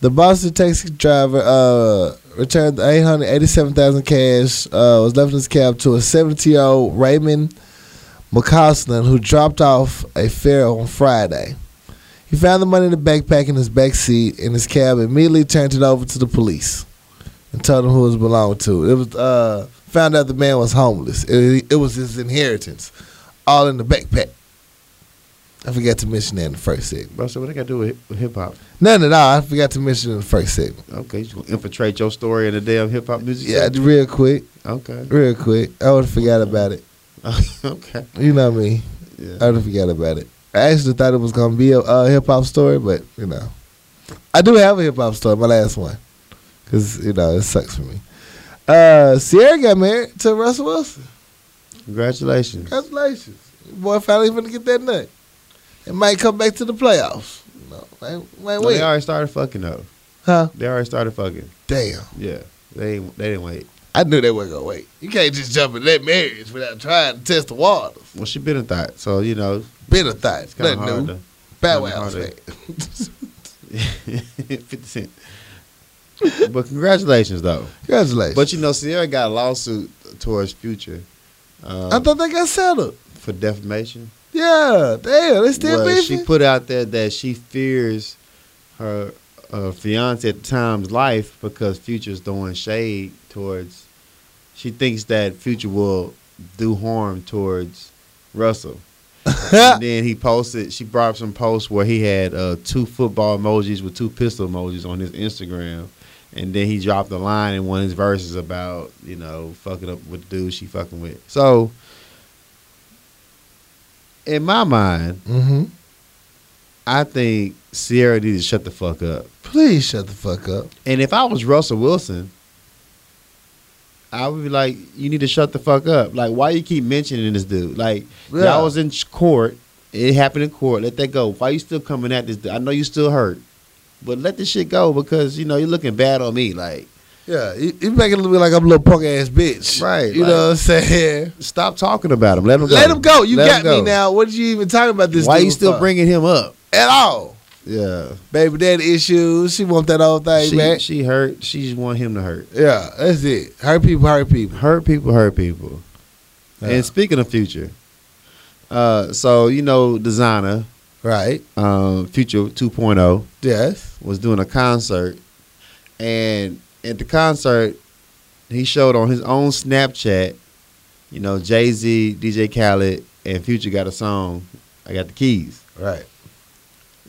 Speaker 1: The Boston taxi driver uh, returned eight hundred eighty-seven thousand cash uh, was left in his cab to a seventy-year-old Raymond McCausland who dropped off a fare on Friday. He found the money in the backpack in his back seat in his cab. and Immediately turned it over to the police and told them who it belonged to. It was uh, found out the man was homeless. It, it was his inheritance all in the backpack. I forgot to mention that in the first segment.
Speaker 2: Bro, so what I got to do with hip hop?
Speaker 1: None at all. I forgot to mention it in the first segment.
Speaker 2: Okay, you gonna infiltrate your story in the damn hip hop music?
Speaker 1: Yeah,
Speaker 2: section?
Speaker 1: real quick,
Speaker 2: Okay.
Speaker 1: real quick. I would have forgot about it.
Speaker 2: okay. Uh,
Speaker 1: You know me. I
Speaker 2: Yeah.
Speaker 1: would have forgot about it. I actually thought it was gonna be a, a hip hop story, but you know, I do have a hip hop story. My last one. It's, you know, it sucks for me. Uh, Sierra got married to Russell Wilson.
Speaker 2: Congratulations.
Speaker 1: Congratulations. Your boy finally finna get that nut. It might come back to the playoffs. You know, like, like
Speaker 2: No,
Speaker 1: wait.
Speaker 2: they already started fucking though.
Speaker 1: Huh?
Speaker 2: They already started fucking.
Speaker 1: Damn.
Speaker 2: Yeah. They ain't- they didn't wait.
Speaker 1: I knew they weren't gonna wait. You can't just jump in that marriage without trying to test the waters.
Speaker 2: Well, she been a thought, so you know
Speaker 1: Been a thought.
Speaker 2: it's kind of
Speaker 1: Nothing
Speaker 2: hard
Speaker 1: new. Bow wow.
Speaker 2: kinda to fifty cent. But congratulations though.
Speaker 1: Congratulations.
Speaker 2: But you know, Sierra got a lawsuit towards Future uh,
Speaker 1: I thought they got settled.
Speaker 2: for defamation.
Speaker 1: Yeah. Damn. They still
Speaker 2: Well,
Speaker 1: beefing.
Speaker 2: she put out there that she fears her uh, fiance at the time's life because Future's throwing shade towards. She thinks that Future will do harm towards Russell. and then he posted. She brought up some posts where he had uh, two football emojis with two pistol emojis on his Instagram, and then he dropped a line in one of his verses about you know fucking up with the dude she fucking with. So, in my mind,
Speaker 1: mm-hmm.
Speaker 2: I think Sierra needs to shut the fuck up.
Speaker 1: Please shut the fuck up.
Speaker 2: And if I was Russell Wilson, I would be like, you need to shut the fuck up. Like, why you keep mentioning this dude? Like,
Speaker 1: Yeah.
Speaker 2: y'all was in ch- court. It happened in court. Let that go. Why you still coming at this dude? I know you still hurt, but let this shit go because, you know, you're looking bad on me. Like,
Speaker 1: Yeah. You, you make it look like I'm a little punk ass bitch.
Speaker 2: Right,
Speaker 1: You
Speaker 2: like-
Speaker 1: know what I'm saying?
Speaker 2: stop talking about him. Let him go.
Speaker 1: Let him go. You
Speaker 2: Let
Speaker 1: got
Speaker 2: him go.
Speaker 1: me now. What did you even talking about this
Speaker 2: Why
Speaker 1: dude
Speaker 2: you still
Speaker 1: for?
Speaker 2: bringing him up?
Speaker 1: at all?
Speaker 2: Yeah.
Speaker 1: Baby daddy issues. She want that whole thing
Speaker 2: She,
Speaker 1: back.
Speaker 2: she hurt. She just want him to hurt.
Speaker 1: yeah, that's it. Hurt people, hurt people.
Speaker 2: Hurt people hurt people.
Speaker 1: Yeah.
Speaker 2: And speaking of future, uh, so you know, designer,
Speaker 1: Right.
Speaker 2: um, Future 2.0
Speaker 1: Yes.
Speaker 2: was doing a concert, and at the concert, he showed on his own Snapchat, you know, Jay Z, DJ Khaled, and Future got a song. I got the keys.
Speaker 1: Right.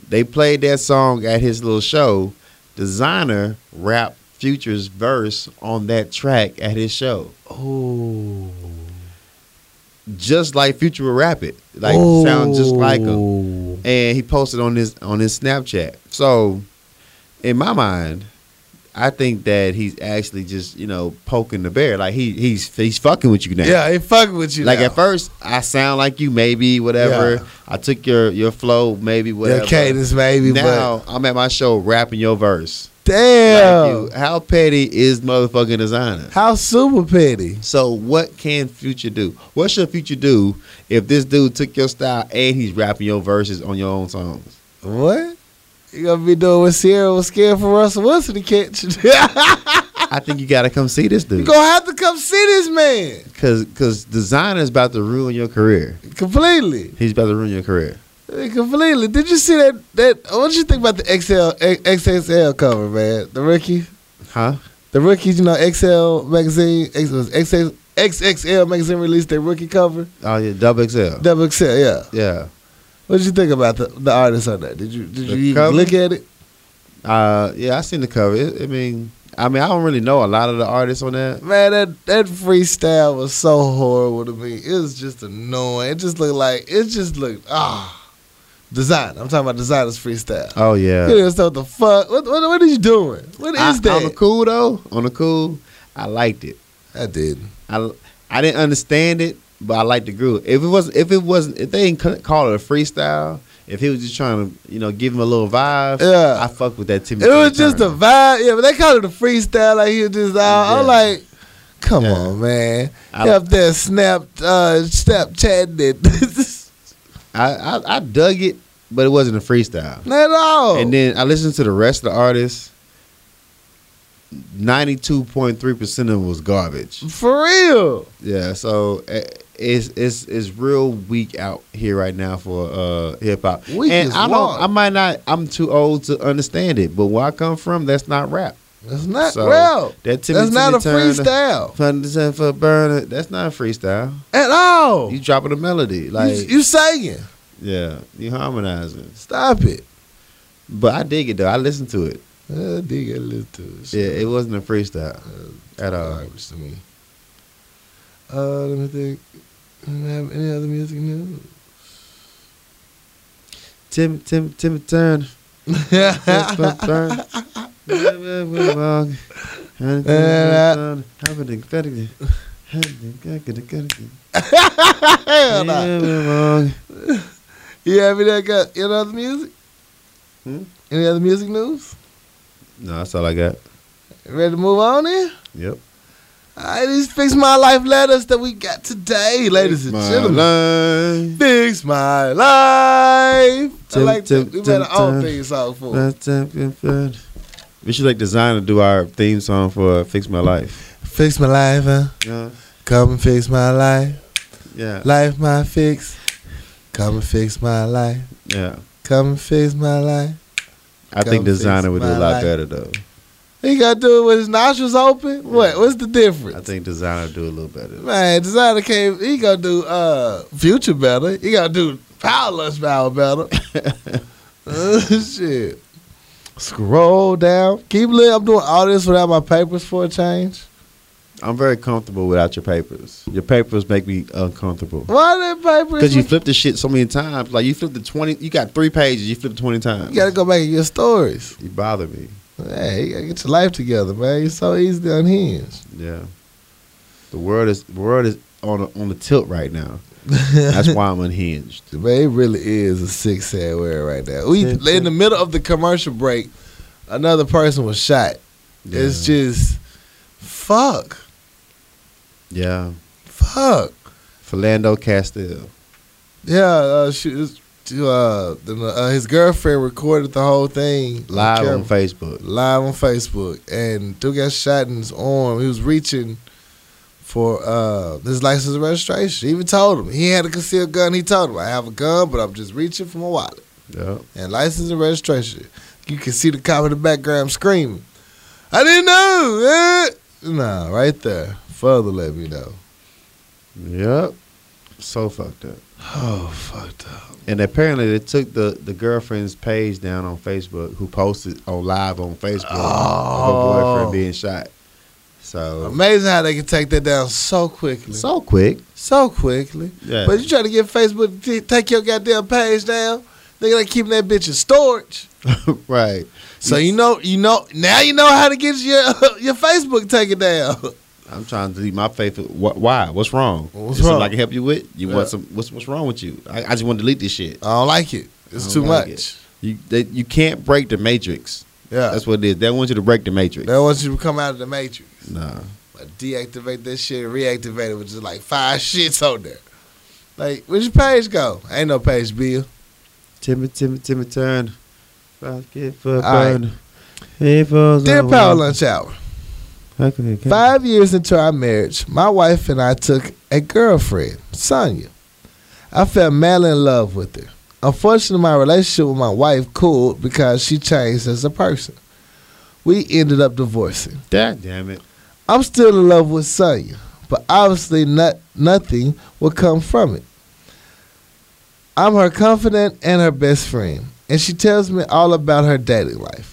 Speaker 2: They played that song at his little show. Designer rapped Future's verse on that track at his show.
Speaker 1: Oh.
Speaker 2: just like Future would rap it. Like
Speaker 1: Oh.
Speaker 2: sound just like him. And he posted on his on his Snapchat. So in my mind, I think that he's actually just, you know, poking the bear. Like he he's he's fucking with you now.
Speaker 1: Yeah, he fucking with you.
Speaker 2: Like
Speaker 1: now.
Speaker 2: at first I sound like you, maybe, whatever.
Speaker 1: Yeah.
Speaker 2: I took your your flow, maybe, whatever.
Speaker 1: Yeah, cadence maybe,
Speaker 2: now I'm at my show rapping your verse.
Speaker 1: but
Speaker 2: Like
Speaker 1: damn,
Speaker 2: you- how petty is motherfucking designer?
Speaker 1: how super petty.
Speaker 2: So what can Future do? What should Future do if this dude took your style and he's rapping your verses on your own songs?
Speaker 1: What? You gonna be doing what Sierra was scared for Russell Wilson to catch? you
Speaker 2: I think you gotta come see this dude
Speaker 1: gonna have to come see this man
Speaker 2: because because designer's about to ruin your career.
Speaker 1: completely,
Speaker 2: He's about to ruin your career.
Speaker 1: completely. Did you see that? That what did you think about the XL XXL cover, man? The rookie,
Speaker 2: Huh?
Speaker 1: the rookies. You know, XL magazine, X was XX, XXL magazine released their rookie cover.
Speaker 2: Oh yeah, double XL.
Speaker 1: Double XL, yeah.
Speaker 2: yeah.
Speaker 1: What did you think about the, the artist on that? Did you did you
Speaker 2: The
Speaker 1: even
Speaker 2: cover?
Speaker 1: look at it?
Speaker 2: Uh yeah, I seen the cover. It- I mean I mean I don't really know a lot of the artists on that.
Speaker 1: Man, that that freestyle was so horrible to me. It was just annoying. It just looked like it just looked ah design. I'm talking about designer's freestyle.
Speaker 2: Oh
Speaker 1: You
Speaker 2: yeah.
Speaker 1: didn't understand what the fuck? What what, what are you doing? What is
Speaker 2: I-
Speaker 1: that?
Speaker 2: On the cool though, on the cool, I liked it.
Speaker 1: I didn't.
Speaker 2: I I didn't understand it, but I liked the groove. If it wasn't, if it wasn't, if they didn't ca- call it a freestyle, if he was just trying to, you know, give him a little vibe,
Speaker 1: Yeah.
Speaker 2: I fuck with that Timothy.
Speaker 1: It was just a
Speaker 2: Turner.
Speaker 1: vibe. Yeah, but they called it a freestyle. Like he was just out. I'm
Speaker 2: Yeah.
Speaker 1: like, come
Speaker 2: Yeah.
Speaker 1: on, man.
Speaker 2: I-
Speaker 1: You up there snapped uh Snapchatting it.
Speaker 2: I, I I dug it, but it wasn't a freestyle.
Speaker 1: Not at all.
Speaker 2: And then I listened to the rest of the artists. Ninety-two point three percent of them was garbage.
Speaker 1: For real.
Speaker 2: Yeah, so eh, it's it's it's real weak out here right now for uh hip hop.
Speaker 1: Weak
Speaker 2: And
Speaker 1: is
Speaker 2: I
Speaker 1: wrong.
Speaker 2: don't, I might not. I'm too old to understand it, but where I come from, that's not rap.
Speaker 1: That's not
Speaker 2: So,
Speaker 1: real.
Speaker 2: That Timmy
Speaker 1: Eh, That's not a
Speaker 2: Timmy Turner,
Speaker 1: freestyle
Speaker 2: Fun to say for burner. That's not a freestyle.
Speaker 1: at all.
Speaker 2: You
Speaker 1: You,
Speaker 2: dropping a melody, like
Speaker 1: you singing.
Speaker 2: yeah, you harmonizing.
Speaker 1: Stop it.
Speaker 2: But I dig it though. I listened to it.
Speaker 1: Uh, dig a little too.
Speaker 2: Yeah, it wasn't a freestyle
Speaker 1: Uh,
Speaker 2: at all.
Speaker 1: Garbage to me. Uh, let me think. I don't have any other music news.
Speaker 2: Tim Tim Tim Turner. Tim for burner.
Speaker 1: Uh, Hell nah. You have any other any other music?
Speaker 2: Hmm?
Speaker 1: Any other music news?
Speaker 2: No, that's all I got.
Speaker 1: Ready to move on in?
Speaker 2: Yep.
Speaker 1: All right, these Fix My Life letters that we got today, ladies and
Speaker 2: My
Speaker 1: gentlemen.
Speaker 2: life.
Speaker 1: Fix my life. I
Speaker 2: Tim,
Speaker 1: like
Speaker 2: Tim,
Speaker 1: that. We
Speaker 2: Tim,
Speaker 1: better all
Speaker 2: Tim.
Speaker 1: things out for. it.
Speaker 2: We should like design and do our theme song for "Fix My Life."
Speaker 1: Fix my life, huh?
Speaker 2: Yeah,
Speaker 1: Come and fix my life.
Speaker 2: yeah,
Speaker 1: Life my fix. Come and fix my life.
Speaker 2: yeah.
Speaker 1: Come and fix my life.
Speaker 2: I
Speaker 1: Come
Speaker 2: think designer
Speaker 1: fix
Speaker 2: would do
Speaker 1: my
Speaker 2: a lot
Speaker 1: life.
Speaker 2: better though.
Speaker 1: He got to do it with his nostrils open. What? What's the difference?
Speaker 2: I think designer would do a little better.
Speaker 1: Man, designer came. He gonna do uh future better. He gonna do power lunch power better. Uh, shit. Scroll down. Keep lit. I'm doing all this without my papers for a change.
Speaker 2: I'm very comfortable without your papers. Your papers make me uncomfortable
Speaker 1: Why did papers?
Speaker 2: because you flip the shit so many times. Like you flip the twenty, you got three pages. You flip it twenty times.
Speaker 1: You gotta go back and get stories.
Speaker 2: You bother me.
Speaker 1: Hey, you gotta get your life together, man. You're so easily unhinged.
Speaker 2: Yeah. The world is the world is on a, on the tilt right now. That's why I'm unhinged.
Speaker 1: Man, it really is a sick sad world right now. We
Speaker 2: Sick, sick.
Speaker 1: in the middle of the commercial break, another person was shot. It's
Speaker 2: Yeah.
Speaker 1: just fuck.
Speaker 2: yeah.
Speaker 1: Fuck.
Speaker 2: Philando Castile.
Speaker 1: Yeah, uh, she was, uh, the, uh, his girlfriend recorded the whole thing on
Speaker 2: live
Speaker 1: camera.
Speaker 2: on Facebook.
Speaker 1: live on Facebook, and dude got shot in his arm. He was reaching for uh, his license and registration. He even told him he had a concealed gun. He told him, "I have a gun, but I'm just reaching for my wallet
Speaker 2: Yeah,
Speaker 1: and license and registration." You can see the cop in the background screaming, "I didn't know!" Eh. Nah, right there. Further let me know.
Speaker 2: Yep. So fucked up.
Speaker 1: Oh, fucked up.
Speaker 2: And apparently they took the, the girlfriend's page down on Facebook who posted on live on Facebook her
Speaker 1: Oh.
Speaker 2: boyfriend being shot. So
Speaker 1: Amazing how they can take that down so quickly. So,
Speaker 2: so quick.
Speaker 1: quickly.
Speaker 2: Yeah.
Speaker 1: But you try to get Facebook to take your goddamn page down. They like keeping that bitch in storage.
Speaker 2: right.
Speaker 1: So you know, you know, now you know how to get your your Facebook taken down.
Speaker 2: I'm trying to delete my Facebook. Wh- Why? What's wrong?
Speaker 1: What's
Speaker 2: Is something
Speaker 1: wrong?
Speaker 2: I can help you with? You
Speaker 1: Yeah.
Speaker 2: want some? What's what's wrong with you? I, I just want to delete this shit.
Speaker 1: I don't like it. It's
Speaker 2: I
Speaker 1: too
Speaker 2: don't like
Speaker 1: much.
Speaker 2: it. You they, you can't break the matrix.
Speaker 1: Yeah,
Speaker 2: That's what it is. They want you to break the matrix.
Speaker 1: they want you to come out of the matrix.
Speaker 2: Nah.
Speaker 1: But deactivate that shit, and reactivate it with just like five shits on there. Like, where's your page go? Ain't no page, Bill.
Speaker 2: Timmy, Timmy, Timmy, turn. Rocket for
Speaker 1: right.
Speaker 2: burn. People's
Speaker 1: Dear
Speaker 2: on
Speaker 1: Power
Speaker 2: one.
Speaker 1: Lunch Hour.
Speaker 2: Okay, okay.
Speaker 1: Five years into our marriage, my wife and I took a girlfriend, Sonia. I fell madly in love with her. Unfortunately, my relationship with my wife cooled because she changed as a person. We ended up divorcing.
Speaker 2: God damn it.
Speaker 1: I'm still in love with Sonia, but obviously not, nothing will come from it. I'm her confidant and her best friend, and she tells me all about her dating life.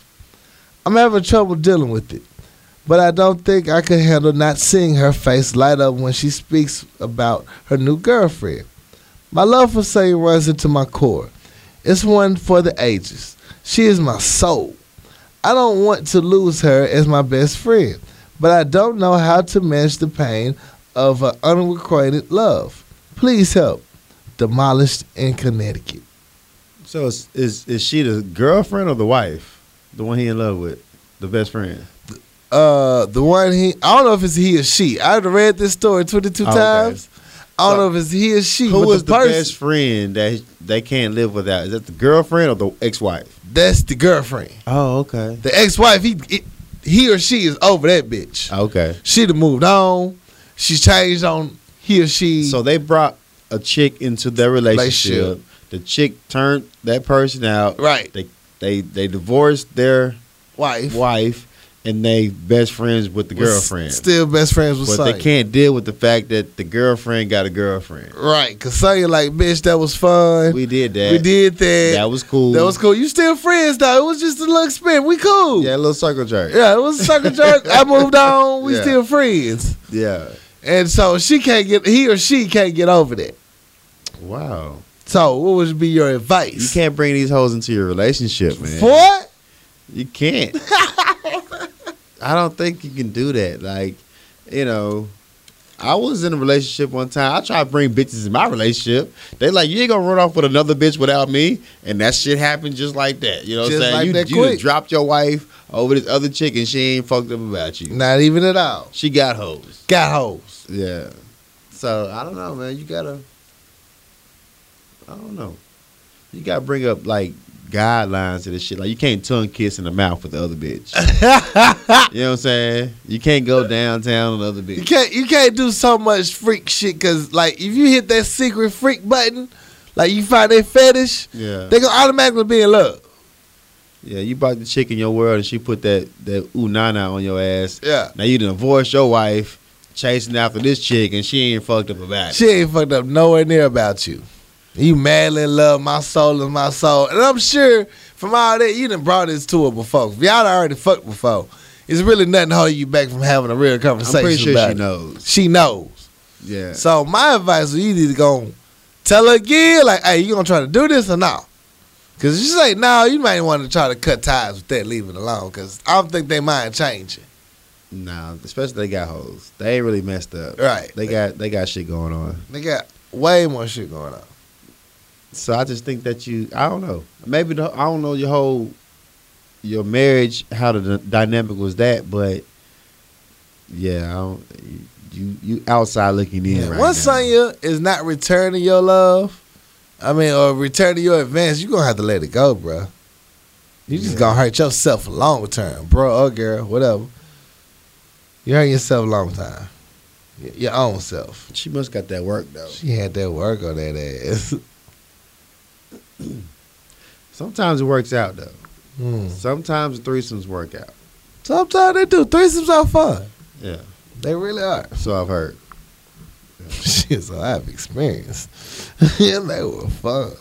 Speaker 1: I'm having trouble dealing with it, but I don't think I could handle not seeing her face light up when she speaks about her new girlfriend. My love for Sonia runs into my core. It's one for the ages. She is my soul. I don't want to lose her as my best friend but I don't know how to manage the pain of an unrequited love. Please help. Demolished in Connecticut.
Speaker 2: So is, is is she the girlfriend or the wife? The one he in love with, the best friend.
Speaker 1: Uh, the one he I don't know if it's he or she. I've read this story twenty two
Speaker 2: Oh, okay.
Speaker 1: times. I don't
Speaker 2: So,
Speaker 1: know if it's he or she.
Speaker 2: Who
Speaker 1: but
Speaker 2: is
Speaker 1: the
Speaker 2: the
Speaker 1: person,
Speaker 2: best friend that they can't live without? Is that the girlfriend or the ex-wife?
Speaker 1: That's the girlfriend.
Speaker 2: Oh, okay.
Speaker 1: The ex wife. He it, he or she is over that bitch.
Speaker 2: Okay.
Speaker 1: She'd have moved on. She's changed on he or she.
Speaker 2: So they brought a chick into their relationship.
Speaker 1: Relationship.
Speaker 2: The chick turned that person out.
Speaker 1: right,
Speaker 2: They they they divorced their
Speaker 1: wife.
Speaker 2: wife and they best friends with the
Speaker 1: was
Speaker 2: girlfriend.
Speaker 1: Still best friends with.
Speaker 2: but
Speaker 1: Sonya.
Speaker 2: they can't deal with the fact that the girlfriend got a girlfriend.
Speaker 1: Right, cause Sonya like, bitch, that was fun. We,
Speaker 2: We did that.
Speaker 1: did that.
Speaker 2: That was cool.
Speaker 1: That was cool. You still friends though. It was just a little experiment. We cool.
Speaker 2: Yeah, a little circle jerk.
Speaker 1: Yeah, it was a sucker jerk. I moved on. We
Speaker 2: Yeah.
Speaker 1: still friends.
Speaker 2: Yeah.
Speaker 1: And so she can't get he or she can't get over that.
Speaker 2: Wow.
Speaker 1: So what would be your
Speaker 2: You
Speaker 1: advice?
Speaker 2: can't bring these hoes into your relationship, man.
Speaker 1: For
Speaker 2: You can't. I don't think you can do that. Like, you know, I was in a relationship one time. I tried to bring bitches in my relationship. They like, you ain't gonna run off with another bitch without me, and that shit happened just like that. You know what I'm
Speaker 1: Just
Speaker 2: saying?
Speaker 1: like
Speaker 2: you
Speaker 1: that
Speaker 2: you done
Speaker 1: quick.
Speaker 2: dropped your wife over this other chick, and she ain't fucked up about you.
Speaker 1: Not even at all.
Speaker 2: She got hoes.
Speaker 1: Got hoes.
Speaker 2: Yeah. So I don't know, man. You gotta. I don't know. You gotta bring up like guidelines to this shit. Like you can't tongue kiss in the mouth with the other bitch. you know what I'm saying? You can't go downtown with the other
Speaker 1: You
Speaker 2: bitch.
Speaker 1: can't you can't do so much freak shit because like if you hit that secret freak button, like you find that fetish,
Speaker 2: Yeah.
Speaker 1: they gonna automatically be in love.
Speaker 2: Yeah, you brought the chick in your world and she put that that ooh nana on your ass.
Speaker 1: Yeah.
Speaker 2: Now you done divorced your wife, chasing after this chick, and she ain't fucked up about it.
Speaker 1: She ain't fucked up nowhere near about you. You madly in love, my soul and my soul. And I'm sure from all that, you done brought this to her before. If y'all done already fucked before, it's really nothing holding you back from having a real
Speaker 2: I'm
Speaker 1: conversation.
Speaker 2: pretty sure
Speaker 1: about
Speaker 2: she
Speaker 1: it.
Speaker 2: knows.
Speaker 1: She knows.
Speaker 2: Yeah.
Speaker 1: So my advice is you either gonna tell her again, like, hey, you gonna try to do this or no? Cause she's like, no, you might want to try to cut ties with that, leave it alone. Cause I don't think they mind changing.
Speaker 2: Nah, especially they got hoes. They ain't really messed up.
Speaker 1: Right.
Speaker 2: They got they got shit going on.
Speaker 1: They got way more shit going on.
Speaker 2: So I just think that you, I don't know. Maybe the, I don't know your whole your marriage how the d- dynamic was that, but yeah, I don't, you you outside looking in
Speaker 1: Yeah,
Speaker 2: right
Speaker 1: Once
Speaker 2: now.
Speaker 1: Sonya is not returning your love, I mean, or returning your advance, you're gonna have to let it go, bro. You just
Speaker 2: Yeah.
Speaker 1: gonna hurt yourself a long term, bro or girl, whatever. You hurt yourself a long time. Y- Your own self.
Speaker 2: she must got that work though.
Speaker 1: She had that work on that ass.
Speaker 2: Sometimes it works out though.
Speaker 1: Hmm.
Speaker 2: Sometimes threesomes work out.
Speaker 1: Sometimes they do. Threesomes are fun.
Speaker 2: Yeah,
Speaker 1: They really are.
Speaker 2: so I've heard.
Speaker 1: Shit, so I've experienced. yeah, they were fun.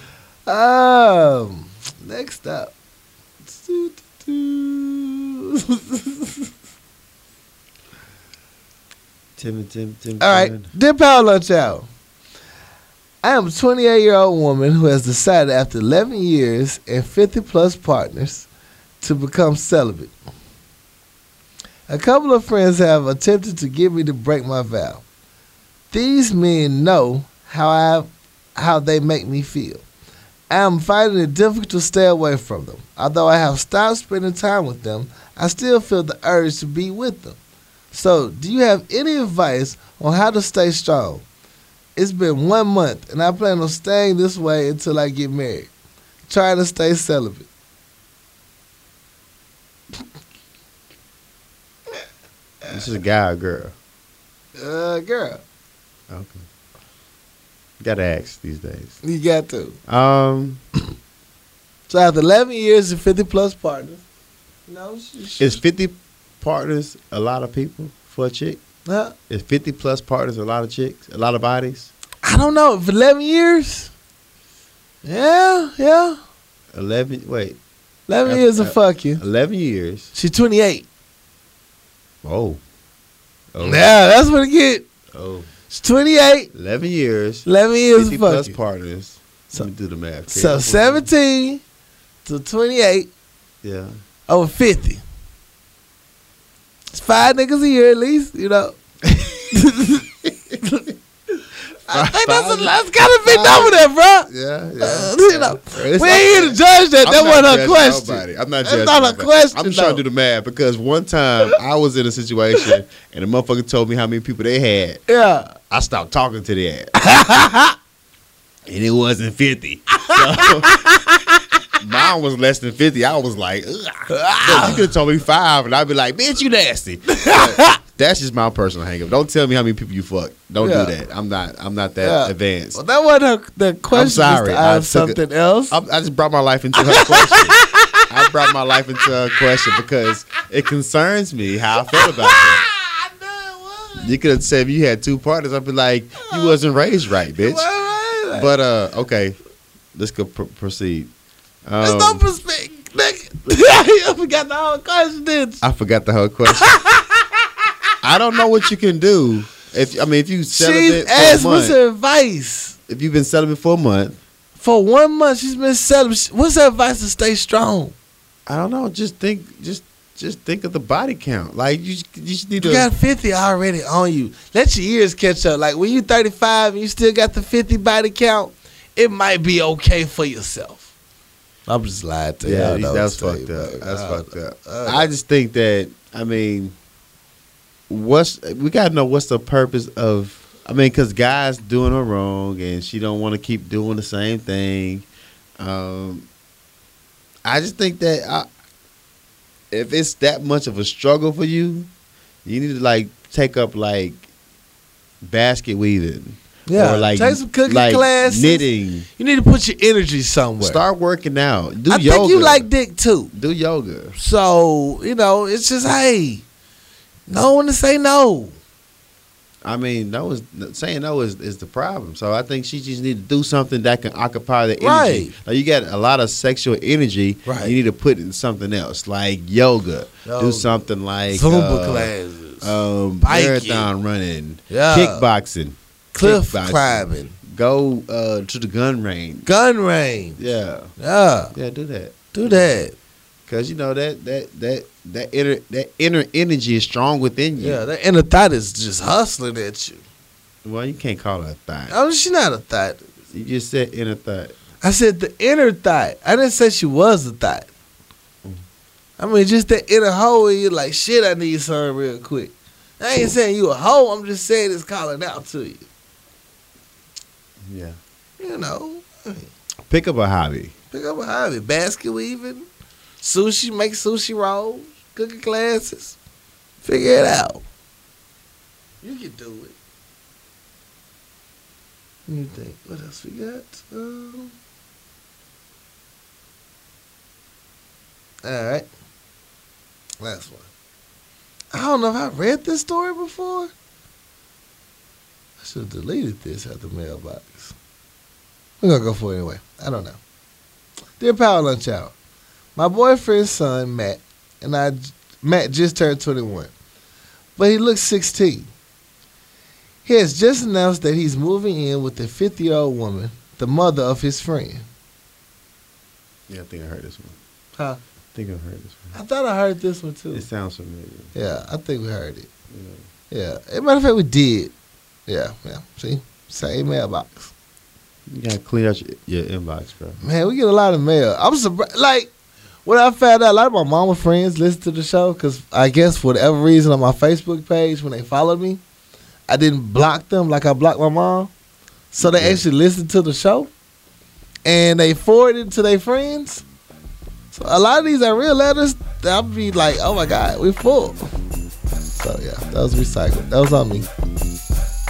Speaker 1: um, next up.
Speaker 2: Tim and Tim Tim.
Speaker 1: All right, dear Paolo Chow. I am a 28 year old woman who has decided after 11 years and 50 plus partners to become celibate. A couple of friends have attempted to get me to break my vow. These men know how I how they make me feel. I am finding it difficult to stay away from them. Although I have stopped spending time with them, I still feel the urge to be with them. So, do you have any advice on how to stay strong? It's been one month, and I plan on staying this way until I get married. Trying to stay celibate.
Speaker 2: This is a guy or girl.
Speaker 1: Uh, girl,
Speaker 2: Okay. Gotta ask these days.
Speaker 1: you got to.
Speaker 2: Um,
Speaker 1: So after 11 years and 50 plus partners, no, she, she,
Speaker 2: is fifty partners a lot of people for a chick?
Speaker 1: huh?
Speaker 2: Is 50 plus partners a lot of chicks, a lot of bodies?
Speaker 1: I don't know. For 11 years, yeah, yeah,
Speaker 2: 11, wait,
Speaker 1: 11
Speaker 2: Uh,
Speaker 1: years of
Speaker 2: uh,
Speaker 1: fuck you.
Speaker 2: 11 years.
Speaker 1: She's 28.
Speaker 2: Oh.
Speaker 1: Yeah,
Speaker 2: Oh.
Speaker 1: that's what it get.
Speaker 2: Oh.
Speaker 1: She's 28.
Speaker 2: 11 years.
Speaker 1: 11 years
Speaker 2: 50
Speaker 1: of
Speaker 2: plus
Speaker 1: fuck you.
Speaker 2: partners.
Speaker 1: So-
Speaker 2: Let me do the math.
Speaker 1: So 17 to 28
Speaker 2: Yeah.
Speaker 1: over 50. It's five niggas a year at least, you know. I think that's, a, that's gotta be done with that, bro.
Speaker 2: Yeah, yeah.
Speaker 1: Uh, you know,
Speaker 2: It's
Speaker 1: we
Speaker 2: not-
Speaker 1: ain't here to judge that.
Speaker 2: I'm
Speaker 1: that
Speaker 2: not
Speaker 1: wasn't her
Speaker 2: judging
Speaker 1: question.
Speaker 2: nobody. I'm not
Speaker 1: That's
Speaker 2: judging.
Speaker 1: not a
Speaker 2: nobody.
Speaker 1: question,
Speaker 2: I'm just trying to
Speaker 1: though.
Speaker 2: do the math because one time I was in a situation and a motherfucker told me how many people they had.
Speaker 1: Yeah.
Speaker 2: I stopped talking to the ass. and it wasn't 50. So, mine was less than 50. I was like, "Ugh." Look, you could have told me five, and I'd be like, bitch, you nasty. But that's just my personal hang up. Don't tell me how many people you fuck. Don't
Speaker 1: Yeah.
Speaker 2: do that. I'm not I'm not that
Speaker 1: Yeah.
Speaker 2: advanced.
Speaker 1: Well, that wasn't her, the question.
Speaker 2: sorry,
Speaker 1: Mr. I
Speaker 2: I took
Speaker 1: have something else.
Speaker 2: I, I just brought my life into her question. I brought my life into her question because it concerns me how I felt about that.
Speaker 1: Ah, I knew it was.
Speaker 2: You could have said if you had two partners, I'd be like, you wasn't raised right, bitch.
Speaker 1: Why- why-
Speaker 2: But uh, okay, let's go pr- proceed.
Speaker 1: There's
Speaker 2: Um,
Speaker 1: no perspective. nigga. I forgot the whole question. didn't you?
Speaker 2: I forgot the whole question. I don't know what you can do. If I mean, if you
Speaker 1: She's
Speaker 2: celibate
Speaker 1: asked
Speaker 2: for a
Speaker 1: what's
Speaker 2: month,
Speaker 1: her advice.
Speaker 2: if you've been celibate for a month,
Speaker 1: For one month, she's been celibate. What's her advice to stay strong?
Speaker 2: I don't know. Just think, just just think of the body count. Like you, you just need
Speaker 1: You
Speaker 2: to.
Speaker 1: got 50 already on you. Let your ears catch up. Like when you 35 and you still got the 50 body count, it might be okay for yourself. I'm just lying to
Speaker 2: yeah,
Speaker 1: y'all.
Speaker 2: these-
Speaker 1: though,
Speaker 2: that's
Speaker 1: to
Speaker 2: fucked
Speaker 1: you,
Speaker 2: up.
Speaker 1: man.
Speaker 2: That's
Speaker 1: I
Speaker 2: fucked up.
Speaker 1: Uh,
Speaker 2: I just think that I mean, what's we gotta know what's the purpose of? I mean, because guys doing her wrong, and she don't want to keep doing the same thing. Um, I just think that I, if it's that much of a struggle for you, you need to like take up like basket weaving.
Speaker 1: Yeah,
Speaker 2: or like
Speaker 1: take some cooking
Speaker 2: like
Speaker 1: classes.
Speaker 2: knitting.
Speaker 1: You need to put your energy somewhere.
Speaker 2: Start working out. Do
Speaker 1: I
Speaker 2: yoga.
Speaker 1: think you like dick too.
Speaker 2: do yoga.
Speaker 1: So, you know, it's just, hey, no one to say no.
Speaker 2: I mean, no is saying no is, is the problem. So I think she just need to do something that can occupy the energy.
Speaker 1: Right.
Speaker 2: Like you got a lot of sexual energy.
Speaker 1: Right.
Speaker 2: You need to put in something else, like yoga.
Speaker 1: Yoga.
Speaker 2: Do something like
Speaker 1: Zumba
Speaker 2: uh,
Speaker 1: classes,
Speaker 2: um,
Speaker 1: Biking.
Speaker 2: marathon running,
Speaker 1: Yeah.
Speaker 2: kickboxing,
Speaker 1: cliff
Speaker 2: kickboxing.
Speaker 1: climbing,
Speaker 2: Go uh, to the gun range.
Speaker 1: gun range.
Speaker 2: Yeah,
Speaker 1: Yeah,
Speaker 2: yeah, do that.
Speaker 1: do that.
Speaker 2: Cause you know that that that that inner that inner energy is strong within you.
Speaker 1: Yeah, that inner thought is just hustling at you.
Speaker 2: Well, you can't call it a thought.
Speaker 1: Oh, she not a thought.
Speaker 2: You just said inner thought.
Speaker 1: I said the inner thought. I didn't say she was a thought. I mean, just that inner hole where you're like, shit, I need something real quick. I ain't saying you a hoe. I'm just saying it's calling out to you.
Speaker 2: Yeah.
Speaker 1: You know,
Speaker 2: Pick up a hobby.
Speaker 1: pick up a hobby. Basket weaving, sushi, make sushi rolls, cooking classes. Figure it out. You can do it. Let me think. What else we got? Um, all right. Last one. I don't know if I read this story before. I should have deleted this at the mailbox. We're going to go for it anyway. I don't know. Dear Power Lunch Hour, my boyfriend's son, Matt, and I, Matt just turned 21, but he looks 16. He has just announced that he's moving in with a 50 year old woman, the mother of his friend.
Speaker 2: Yeah, I think I heard this one.
Speaker 1: Huh?
Speaker 2: I think I heard this
Speaker 1: I thought I heard this one too.
Speaker 2: It sounds familiar.
Speaker 1: Yeah, I think we heard it.
Speaker 2: Yeah.
Speaker 1: Yeah. As a matter of fact, we did. Yeah, yeah. See? Same mailbox.
Speaker 2: You gotta clean out your, your inbox, bro.
Speaker 1: Man, we get a lot of mail. I'm surprised. Like, when I found out, a lot of my mama friends listen to the show because I guess for whatever reason on my Facebook page, when they followed me, I didn't block them like I blocked my mom. So they
Speaker 2: Yeah.
Speaker 1: actually listened to the show and they forwarded it to their friends. So a lot of these are real letters. I'll be like, oh my God, we full. So yeah, that was recycled. That was on me.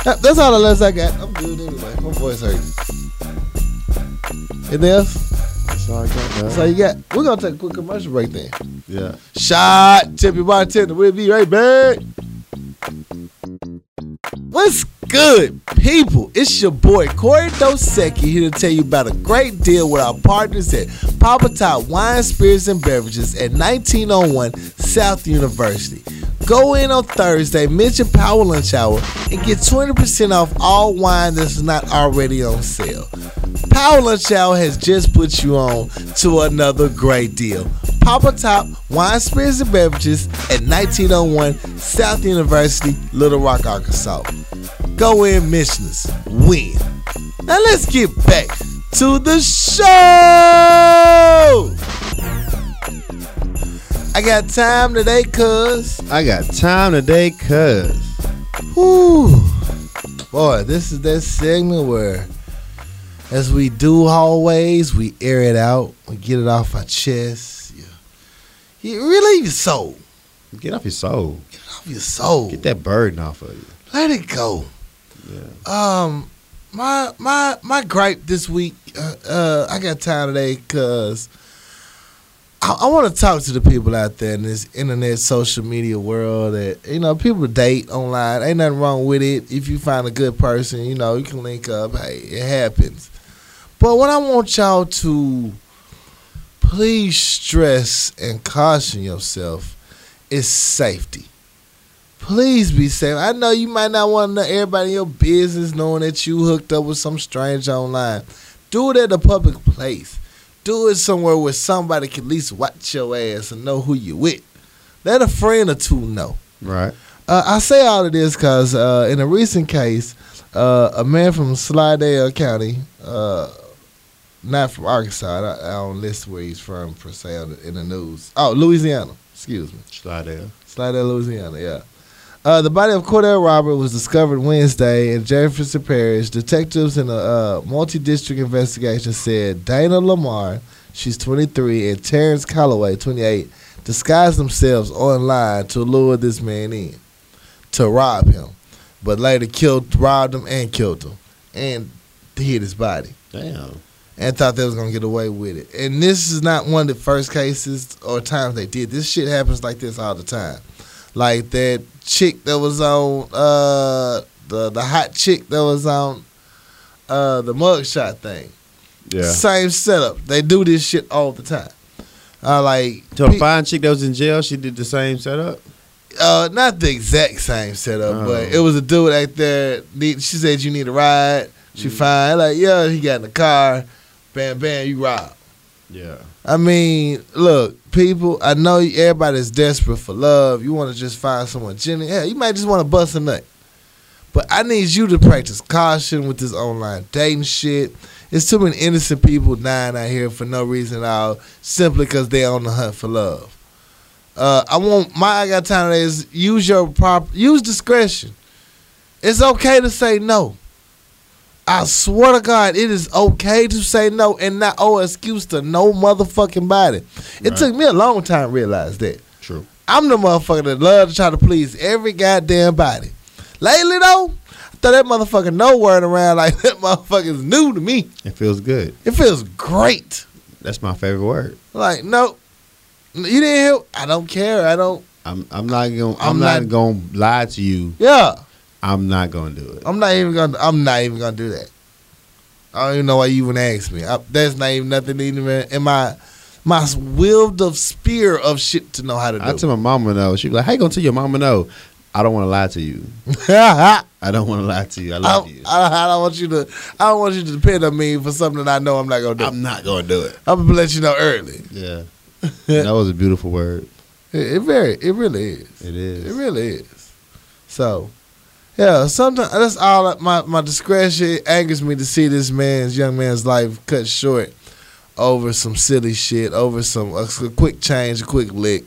Speaker 1: That- That's all the letters I got. I'm good anyway. My voice hurting. Anything else?
Speaker 2: That's all I got,
Speaker 1: That's all you got. We're gonna take a quick commercial break then.
Speaker 2: yeah.
Speaker 1: Shot, tip your bartender. We'll be right back. What's good, people? It's your boy Corey Dosecki here to tell you about a great deal with our partners at Papa Top Wine, Spirits, and Beverages at 1901 South University. Go in on Thursday, mention Power Lunch Hour, and get 20% off all wine that's not already on sale. Power Lunch Hour has just put you on to another great deal. Papa Top Wine, Spirits, and Beverages at 1901 South University, Little Rock, Arkansas. Go in, Missioners. Win. Now let's get back to the show. I got time today, cuz.
Speaker 2: I got time today, cuz.
Speaker 1: Whew. Boy, this is that segment where, as we do always, we air it out. We get it off our chest. You, you relieve your soul.
Speaker 2: Get off your soul.
Speaker 1: Get off your soul.
Speaker 2: Get that burden off of you.
Speaker 1: Let it go. Um, my my my gripe this week. Uh, uh I got time today because I, I want to talk to the people out there in this internet social media world. That you know, people date online. Ain't nothing wrong with it. If you find a good person, you know, you can link up. Hey, it happens. But what I want y'all to please stress and caution yourself is safety please be safe. I know you might not want to know everybody in your business knowing that you hooked up with some stranger online. Do it at a public place. Do it somewhere where somebody can at least watch your ass and know who you with. Let a friend or two know.
Speaker 2: Right.
Speaker 1: Uh, I say all of this because uh, in a recent case, uh, a man from Slidell County, uh, not from Arkansas, I, I don't list where he's from per se on the- in the news. Oh, Louisiana, excuse me.
Speaker 2: Slide there.
Speaker 1: Slidell, Louisiana, yeah. Uh, the body of Cordell Robert was discovered Wednesday in Jefferson Parish. Detectives in a uh, multi district investigation said Dana Lamar, she's 23, and Terrence Calloway, 28, disguised themselves online to lure this man in, to rob him, but later killed, robbed him, and killed him, and hid his body
Speaker 2: Damn.
Speaker 1: and thought they was gonna get away with it. And this is not one of the first cases or times they did. This shit happens like this all the time. Like that chick that was on uh the the hot chick that was on uh the mugshot thing.
Speaker 2: Yeah.
Speaker 1: Same setup. They do this shit all the time. Uh like
Speaker 2: To a
Speaker 1: pe-
Speaker 2: fine chick that was in jail, she did the same setup.
Speaker 1: uh not the exact same setup,
Speaker 2: Oh.
Speaker 1: but it was a dude out there need, she said you need a ride. She
Speaker 2: Mm.
Speaker 1: fine. Like, yeah, he got in the car, bam bam, you robbed.
Speaker 2: Yeah.
Speaker 1: I mean, look, people, I know everybody's desperate for love. You want to just find someone genuine. Hell, you might just want to bust a nut. But I need you to practice caution with this online dating shit. It's too many innocent people dying out here for no reason at all, simply because they're on the hunt for love. Uh, I want my I got time today is use your prop use discretion. It's okay to say no. I swear to God, it is okay to say no and not owe an excuse to no motherfucking body. It
Speaker 2: Right.
Speaker 1: took me a long time to realize that.
Speaker 2: True.
Speaker 1: I'm the motherfucker that love to try to please every goddamn body. Lately though, I thought that motherfucker no word around like that motherfucker's new to me.
Speaker 2: It feels good.
Speaker 1: It feels great.
Speaker 2: That's my favorite word.
Speaker 1: Like, no, you didn't hear I don't care. I don't
Speaker 2: I'm I'm not gonna I'm,
Speaker 1: I'm
Speaker 2: not,
Speaker 1: not-
Speaker 2: gonna lie to you.
Speaker 1: yeah.
Speaker 2: I'm not gonna do it.
Speaker 1: I'm not even gonna. I'm not even gonna do that. I don't even know why you even asked me. I, that's not even nothing even in my my willed of spear of shit to know how to
Speaker 2: I
Speaker 1: do.
Speaker 2: tell my mama no. She be like, How you gonna tell your mama no? I don't wanna lie to you.
Speaker 1: I,
Speaker 2: I don't wanna lie to you. I love
Speaker 1: I,
Speaker 2: you.
Speaker 1: I don't want you to. I don't want you to depend on me for something that I know I'm not gonna do. I'm,
Speaker 2: I'm not gonna do it.
Speaker 1: gonna let you know early.
Speaker 2: Yeah. that was a beautiful word.
Speaker 1: It, it very. It really is.
Speaker 2: It
Speaker 1: It
Speaker 2: is.
Speaker 1: really is. So, yeah, sometimes that's all that- my my discretion it angers me to see this man's young man's life cut short over some silly shit, over some a s- quick change, a quick lick,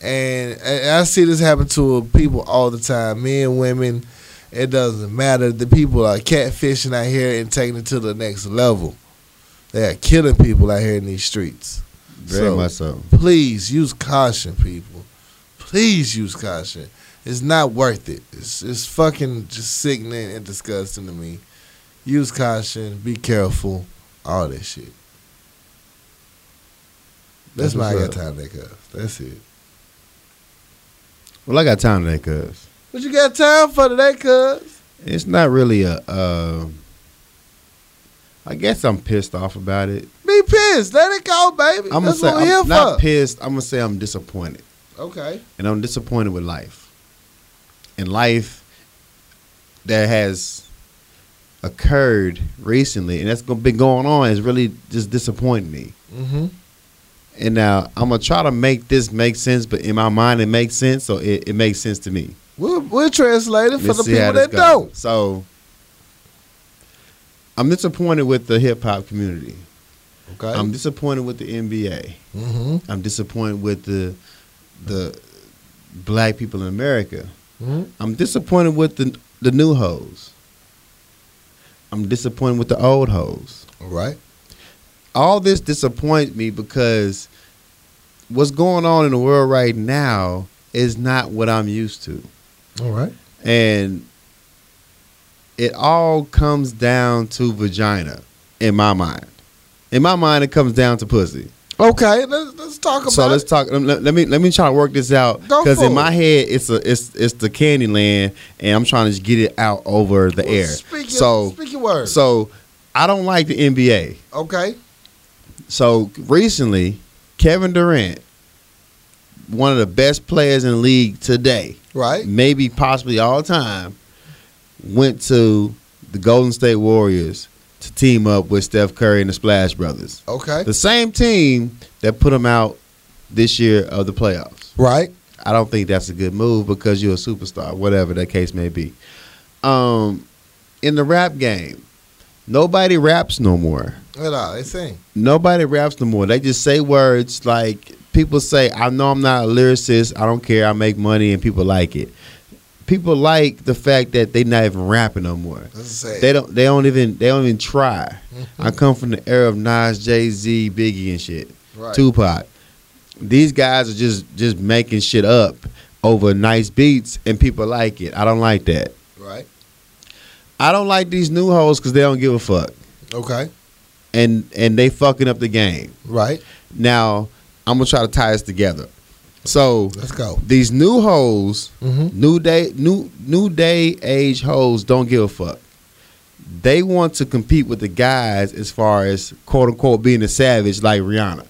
Speaker 1: and, and I see this happen to people all the time, men, women. It doesn't matter. The people are catfishing out here and taking it to the next level. They are killing people out here in these streets
Speaker 2: Very
Speaker 1: So-
Speaker 2: much so.
Speaker 1: please use caution, people. Please use caution. It's not worth it. It's it's fucking just sickening and disgusting to me. Use caution. Be careful. All that shit. That's,
Speaker 2: That's
Speaker 1: my I got
Speaker 2: what's
Speaker 1: time to cuz. That's it.
Speaker 2: Well, I got time today, cuz.
Speaker 1: What you got time for today, cuz?
Speaker 2: It's not really a uh I guess I'm pissed off about it.
Speaker 1: Be pissed. Let it go, baby.
Speaker 2: I'm gonna
Speaker 1: That's
Speaker 2: say
Speaker 1: what we're here
Speaker 2: I'm not
Speaker 1: for.
Speaker 2: pissed. I'm gonna say I'm disappointed.
Speaker 1: okay.
Speaker 2: and I'm disappointed with life. And life that has occurred recently, and that's go- been going on, is really just disappointing me.
Speaker 1: Mm-hmm.
Speaker 2: And now I'm gonna try to make this make sense, but in my mind it makes sense, so it, it makes sense to me.
Speaker 1: We'll we'll translate it for
Speaker 2: Let's
Speaker 1: the
Speaker 2: see how
Speaker 1: people
Speaker 2: this
Speaker 1: that
Speaker 2: goes.
Speaker 1: don't.
Speaker 2: So I'm disappointed with the hip hop community.
Speaker 1: Okay.
Speaker 2: I'm disappointed with the NBA.
Speaker 1: mm-hmm.
Speaker 2: I'm disappointed with the the black people in America.
Speaker 1: mm-hmm.
Speaker 2: I'm disappointed with the the new hoes. I'm disappointed with the old hoes.
Speaker 1: All right.
Speaker 2: All this disappoints me because what's going on in the world right now is not what I'm used to.
Speaker 1: All right.
Speaker 2: And it all comes down to vagina in my mind. In my mind it comes down to pussy.
Speaker 1: Okay. Let's let's talk about
Speaker 2: So
Speaker 1: it.
Speaker 2: let's talk. Let, let me let me try to work this out
Speaker 1: Go
Speaker 2: because
Speaker 1: for
Speaker 2: in
Speaker 1: it.
Speaker 2: my head it's a it's it's the candy land, and I'm trying to just get it out over the
Speaker 1: Well,
Speaker 2: air.
Speaker 1: Speak your,
Speaker 2: so
Speaker 1: speak your words.
Speaker 2: so I don't like the NBA.
Speaker 1: okay,
Speaker 2: So recently, Kevin Durant, one of the best players in the league today,
Speaker 1: right?
Speaker 2: maybe possibly all time, went to the Golden State Warriors to team up with Steph Curry and the Splash Brothers.
Speaker 1: Okay.
Speaker 2: The same team that put them out this year of the playoffs.
Speaker 1: Right.
Speaker 2: I don't think that's a good move because you're a superstar, whatever that case may be. Um, in the rap game, nobody raps no more.
Speaker 1: At all. They sing.
Speaker 2: Nobody raps no more. They just say words like people say, I know I'm not a lyricist, I don't care, I make money and people like it. People like the fact that they not even rapping no more.
Speaker 1: That's sad.
Speaker 2: They don't they don't even they don't even try. I come from the era of Nas, Jay Z, Biggie and shit.
Speaker 1: Right.
Speaker 2: Tupac. These guys are just just making shit up over nice beats and people like it. I don't like that.
Speaker 1: Right.
Speaker 2: I don't like these new hoes because they don't give a fuck
Speaker 1: Okay.
Speaker 2: and and they fucking up the game.
Speaker 1: Right.
Speaker 2: Now I'm gonna try to tie this together. So
Speaker 1: Let's go.
Speaker 2: these new hoes,
Speaker 1: Mm-hmm.
Speaker 2: new day, new new day age hoes don't give a fuck. They want to compete with the guys as far as quote unquote being a savage like Rihanna.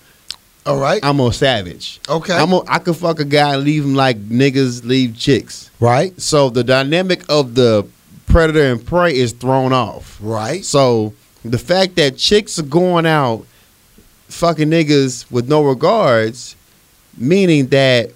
Speaker 1: All right.
Speaker 2: I'm a savage.
Speaker 1: Okay.
Speaker 2: I'm a, I could fuck a guy and leave him like niggas leave chicks.
Speaker 1: right.
Speaker 2: So the dynamic of the predator and prey is thrown off.
Speaker 1: Right.
Speaker 2: So the fact that chicks are going out fucking niggas with no regards, meaning that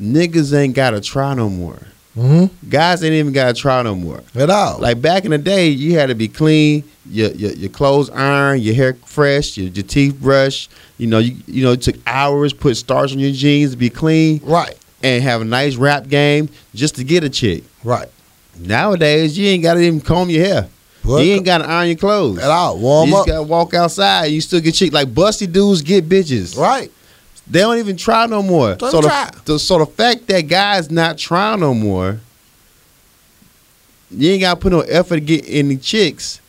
Speaker 2: niggas ain't gotta try no more.
Speaker 1: Mm-hmm.
Speaker 2: Guys ain't even gotta try no more.
Speaker 1: At all.
Speaker 2: Like back in the day, you had to be clean, your your, your clothes ironed, your hair fresh, your, your teeth brushed. You know, you you know, it took hours, put starch on your jeans to be clean,
Speaker 1: right.
Speaker 2: and have a nice rap game just to get a chick.
Speaker 1: Right.
Speaker 2: Nowadays, you ain't gotta even comb your hair.
Speaker 1: What?
Speaker 2: You ain't gotta iron your clothes.
Speaker 1: At all. Warm
Speaker 2: you
Speaker 1: up.
Speaker 2: just gotta walk outside. You still get chick like busty dudes get bitches.
Speaker 1: right.
Speaker 2: They don't even try no more.
Speaker 1: Don't
Speaker 2: so the,
Speaker 1: try.
Speaker 2: the- so the fact that guys not trying no more, you ain't gotta put no effort to get any chicks.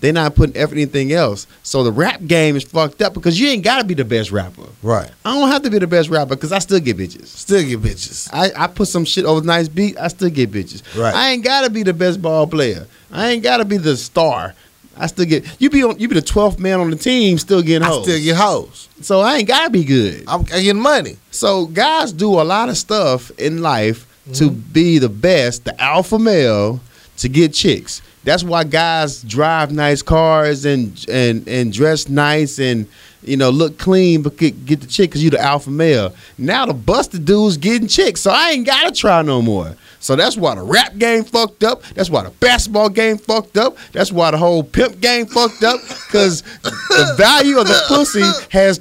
Speaker 2: They not putting effort in anything else. So the rap game is fucked up because you ain't gotta be the best rapper.
Speaker 1: Right.
Speaker 2: I don't have to be the best rapper because I still get bitches.
Speaker 1: Still get bitches.
Speaker 2: I, I put some shit over a nice beat, I still get bitches.
Speaker 1: Right.
Speaker 2: I ain't gotta be the best ball player. I ain't gotta be the star. I still get you be on you be the twelfth man on the team, still getting
Speaker 1: I
Speaker 2: hoes.
Speaker 1: still get hoes.
Speaker 2: so I ain't gotta be good.
Speaker 1: I'm, I get money.
Speaker 2: So guys do a lot of stuff in life to be the best, the alpha male, to get chicks. That's why guys drive nice cars and and and dress nice and you know look clean, but get, get the chick because you the alpha male. Now the busted dudes getting chicks, so I ain't gotta try no more. So that's why the rap game fucked up. That's why the basketball game fucked up. That's why the whole pimp game fucked up. Cause the value of the pussy has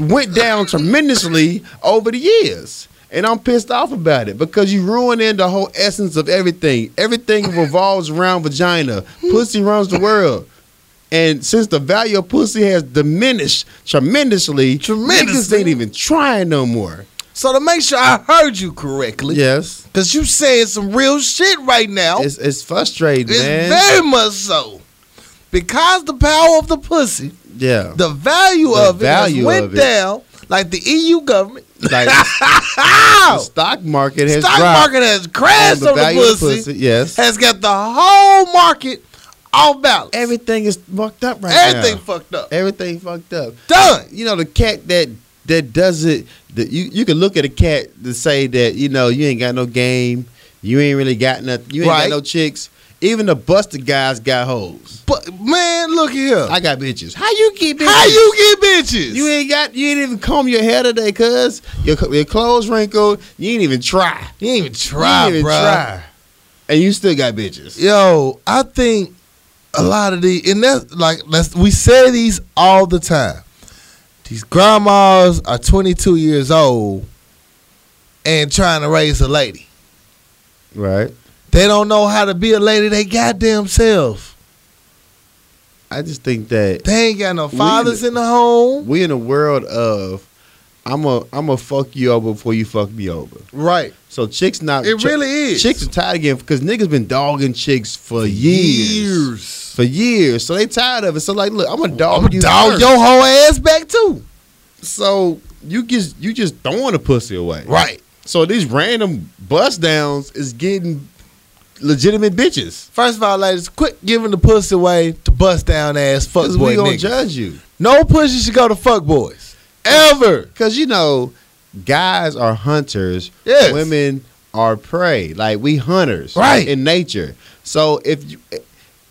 Speaker 2: went down tremendously over the years. And I'm pissed off about it because you ruining the whole essence of everything. Everything revolves around vagina. Pussy runs the world. And since the value of pussy has diminished tremendously,
Speaker 1: Tremendously.
Speaker 2: niggas ain't even trying no more.
Speaker 1: So to make sure I heard you correctly,
Speaker 2: Yes.
Speaker 1: because you saying some real shit right now.
Speaker 2: Oh. It's, it's frustrating,
Speaker 1: It's
Speaker 2: man.
Speaker 1: very much so. Because the power of the pussy,
Speaker 2: yeah.
Speaker 1: the value
Speaker 2: The
Speaker 1: of it
Speaker 2: value
Speaker 1: has went
Speaker 2: of it.
Speaker 1: down like the EU government.
Speaker 2: like the
Speaker 1: Ow!
Speaker 2: stock market has
Speaker 1: Stock
Speaker 2: dropped
Speaker 1: market has
Speaker 2: on
Speaker 1: crashed on the,
Speaker 2: value of
Speaker 1: pussy,
Speaker 2: Yes,
Speaker 1: has got the whole market off balance.
Speaker 2: everything is fucked up right
Speaker 1: Everything
Speaker 2: now.
Speaker 1: fucked up.
Speaker 2: Everything fucked up.
Speaker 1: Done.
Speaker 2: You know the cat that that does it. That you you can look at a cat to say that you know you ain't got no game. You ain't really got nothing. You ain't
Speaker 1: Right.
Speaker 2: got no chicks. Even the busted guys got hoes.
Speaker 1: But man, look here.
Speaker 2: I got bitches. How you get bitches?
Speaker 1: How you get bitches?
Speaker 2: You ain't got. You ain't even comb your hair today, cuz your your clothes wrinkled. You ain't even try.
Speaker 1: You ain't even try,
Speaker 2: you ain't even
Speaker 1: bruh.
Speaker 2: try. And you still got bitches.
Speaker 1: Yo, I think a lot of the and that's like that's, we say these all the time. These grandmas are 22 years old and trying to raise a lady.
Speaker 2: Right.
Speaker 1: They don't know how to be a lady. They goddamn self.
Speaker 2: I just think that
Speaker 1: They ain't got no
Speaker 2: We-
Speaker 1: fathers in the home.
Speaker 2: we in a world of I'm a I'm a fuck you over before you fuck me over.
Speaker 1: Right.
Speaker 2: So chicks not
Speaker 1: It really is.
Speaker 2: Chicks are tired again because niggas been dogging chicks for years. For years. So they tired of it. So like look, I'm a dog
Speaker 1: I'ma
Speaker 2: you
Speaker 1: dog
Speaker 2: first.
Speaker 1: your whole ass back too.
Speaker 2: So you just you just throwing a pussy away.
Speaker 1: Right.
Speaker 2: So these random bust downs is getting legitimate bitches.
Speaker 1: First of all, ladies, quit giving the pussy away to bust down ass
Speaker 2: Because
Speaker 1: fuckboy
Speaker 2: we gonna
Speaker 1: niggas.
Speaker 2: judge you.
Speaker 1: No pussy should go to fuckboys. Ever.
Speaker 2: Because you know, guys are hunters.
Speaker 1: Yes.
Speaker 2: Women are prey. Like we hunters,
Speaker 1: Right.
Speaker 2: In nature. So if you, So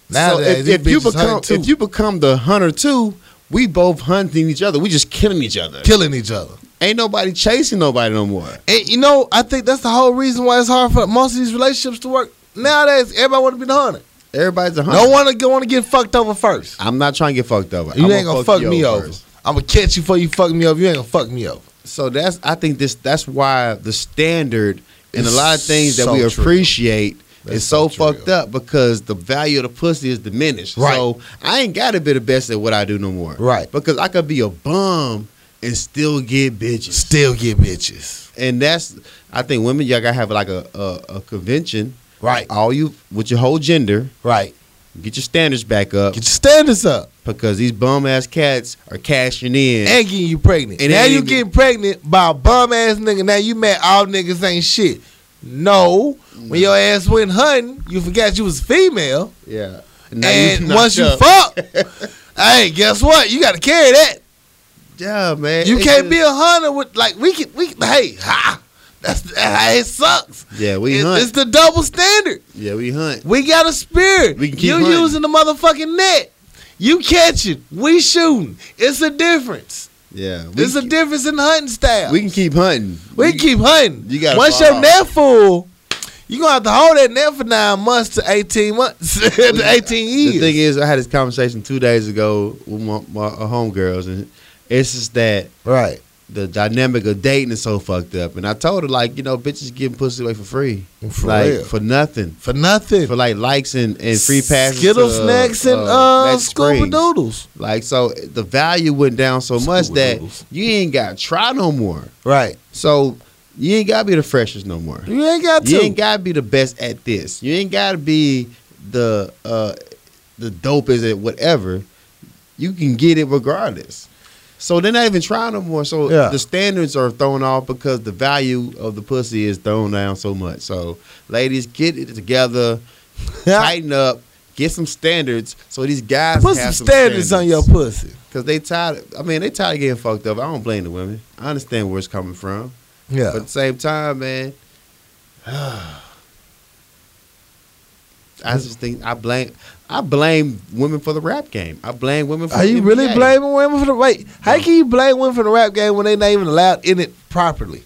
Speaker 1: Nowadays,
Speaker 2: if,
Speaker 1: these
Speaker 2: if you
Speaker 1: bitches hunting
Speaker 2: become
Speaker 1: too.
Speaker 2: if you become the hunter too, we both hunting each other. We just killing each other.
Speaker 1: killing each other.
Speaker 2: Ain't nobody chasing nobody no more.
Speaker 1: And you know, I think that's the whole reason why it's hard for most of these relationships to work nowadays. Everybody want to be the hunter.
Speaker 2: Everybody's a hunter.
Speaker 1: No one want to get fucked over first.
Speaker 2: I'm not trying to get fucked over.
Speaker 1: You
Speaker 2: I'm
Speaker 1: ain't gonna fuck,
Speaker 2: you
Speaker 1: me over.
Speaker 2: first.
Speaker 1: I'm gonna catch you before you fuck me over. You ain't gonna fuck me over.
Speaker 2: So that's I think this that's why the standard and a
Speaker 1: It's
Speaker 2: lot of things that
Speaker 1: so
Speaker 2: we
Speaker 1: true.
Speaker 2: appreciate
Speaker 1: That's
Speaker 2: is so,
Speaker 1: so true.
Speaker 2: fucked up because the value of the pussy is diminished.
Speaker 1: Right.
Speaker 2: So I ain't gotta be the best at what I do no more.
Speaker 1: Right.
Speaker 2: Because I could be a bum and still get bitches.
Speaker 1: Still get bitches.
Speaker 2: and that's I think women y'all gotta have like a, a, a convention.
Speaker 1: Right.
Speaker 2: All you with your whole gender,
Speaker 1: Right.
Speaker 2: get your standards back up
Speaker 1: Get your standards up.
Speaker 2: because these bum ass cats are cashing in.
Speaker 1: And getting you pregnant.
Speaker 2: And
Speaker 1: now
Speaker 2: ain't
Speaker 1: you
Speaker 2: even-
Speaker 1: getting pregnant by a bum ass nigga. Now you mad all niggas ain't shit. No. When your ass went hunting, you forgot you was female.
Speaker 2: yeah.
Speaker 1: and
Speaker 2: knocked
Speaker 1: once you
Speaker 2: up.
Speaker 1: fuck, hey, guess what? You gotta carry that.
Speaker 2: yeah, man,
Speaker 1: You
Speaker 2: it
Speaker 1: can't
Speaker 2: just-
Speaker 1: be a hunter with like we can we can- hey ha that's that, it sucks.
Speaker 2: Yeah, we
Speaker 1: It-
Speaker 2: hunt.
Speaker 1: It's the double standard.
Speaker 2: Yeah, we hunt.
Speaker 1: We got a spear.
Speaker 2: We can keep
Speaker 1: you
Speaker 2: hunting.
Speaker 1: using the motherfucking net. You catching. We shooting. It's a difference.
Speaker 2: Yeah, we,
Speaker 1: There's a difference in hunting style.
Speaker 2: we can keep hunting.
Speaker 1: We can keep hunting.
Speaker 2: you gotta
Speaker 1: Once
Speaker 2: fall
Speaker 1: your
Speaker 2: off.
Speaker 1: net full, you gonna have to hold that net for nine months to eighteen months to eighteen years.
Speaker 2: The thing is, I had this conversation two days ago with my, my uh, homegirls, and it's just that
Speaker 1: right.
Speaker 2: the dynamic of dating is so fucked up. And I told her like, you know, bitches getting pussy away for free,
Speaker 1: For
Speaker 2: like
Speaker 1: real.
Speaker 2: for nothing,
Speaker 1: For nothing.
Speaker 2: for like likes and, and free passes,
Speaker 1: Skittle
Speaker 2: to,
Speaker 1: snacks and
Speaker 2: Magic
Speaker 1: uh, scuba
Speaker 2: Springs.
Speaker 1: doodles.
Speaker 2: Like so, the value went down so much
Speaker 1: Scuba
Speaker 2: that
Speaker 1: doodles.
Speaker 2: you ain't got to try no more.
Speaker 1: Right.
Speaker 2: So you ain't got to be the freshest no more.
Speaker 1: You ain't got to.
Speaker 2: You ain't gotta be the best at this. You ain't gotta be the uh the dopest at whatever. You can get it regardless. So they're not even trying no more. So
Speaker 1: Yeah.
Speaker 2: the standards are thrown off because the value of the pussy is thrown down so much. So ladies, get it together, tighten up, get some standards. So these guys
Speaker 1: Put some
Speaker 2: have
Speaker 1: standards on your pussy.
Speaker 2: because they tired. I mean, they tired of getting fucked up. I don't blame the women. I understand where it's coming from.
Speaker 1: Yeah.
Speaker 2: But at the same time, man, I just think I blame I blame women for the rap game. I blame women. for
Speaker 1: Are
Speaker 2: the
Speaker 1: you really
Speaker 2: NBA.
Speaker 1: blaming women for the wait? How can you blame women for the rap game when they not even allowed in it properly?